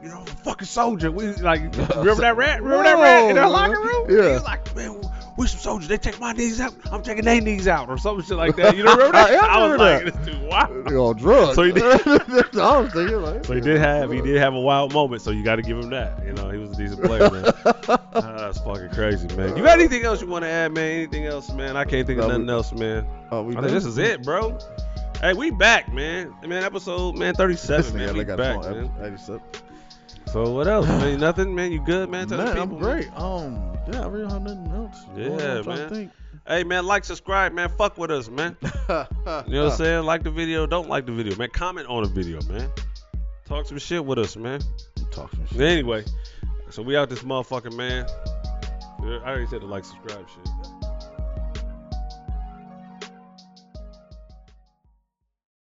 Speaker 1: you know, I'm a fucking soldier." We like remember that rant? Remember that rant in
Speaker 2: No,
Speaker 1: our locker
Speaker 2: man.
Speaker 1: room?
Speaker 2: Yeah.
Speaker 1: He was like, "Man, we some soldiers. They take my knees out. I'm taking their knees out, or some shit like that. You don't remember that?
Speaker 2: Yeah, I
Speaker 1: was
Speaker 2: remember
Speaker 1: like, this dude, wow.
Speaker 2: They all drugs.
Speaker 1: So he did-
Speaker 2: That's what I was thinking, like,
Speaker 1: So he did have he did have a wild moment. So you got to give him that. You know, he was a decent player, man. Ah, that's fucking crazy, man. You got anything else you want to add, man? Anything else, man? I can't think of
Speaker 2: No, we-
Speaker 1: nothing else, man.
Speaker 2: Oh, we
Speaker 1: I think this is it, bro. Hey, we back, man. Man, episode man
Speaker 2: This
Speaker 1: 37,
Speaker 2: nigga,
Speaker 1: man.
Speaker 2: they
Speaker 1: We
Speaker 2: got
Speaker 1: back,
Speaker 2: a phone.
Speaker 1: man.
Speaker 2: I just said-
Speaker 1: So what else? man, nothing, man. You good, man? Tell the
Speaker 2: Man,
Speaker 1: people,
Speaker 2: I'm great. Um, yeah, I really don't have nothing else.
Speaker 1: Yeah,
Speaker 2: going on. I'm trying to
Speaker 1: Hey, man, like, subscribe, man. Fuck with us, man.
Speaker 2: think.
Speaker 1: You know what I'm saying? Like the video, don't like the video, man. Comment on the video, man. Talk some shit with us, man.
Speaker 2: Talk some shit.
Speaker 1: Anyway, so we out this motherfucker, man. I already said the like, subscribe shit.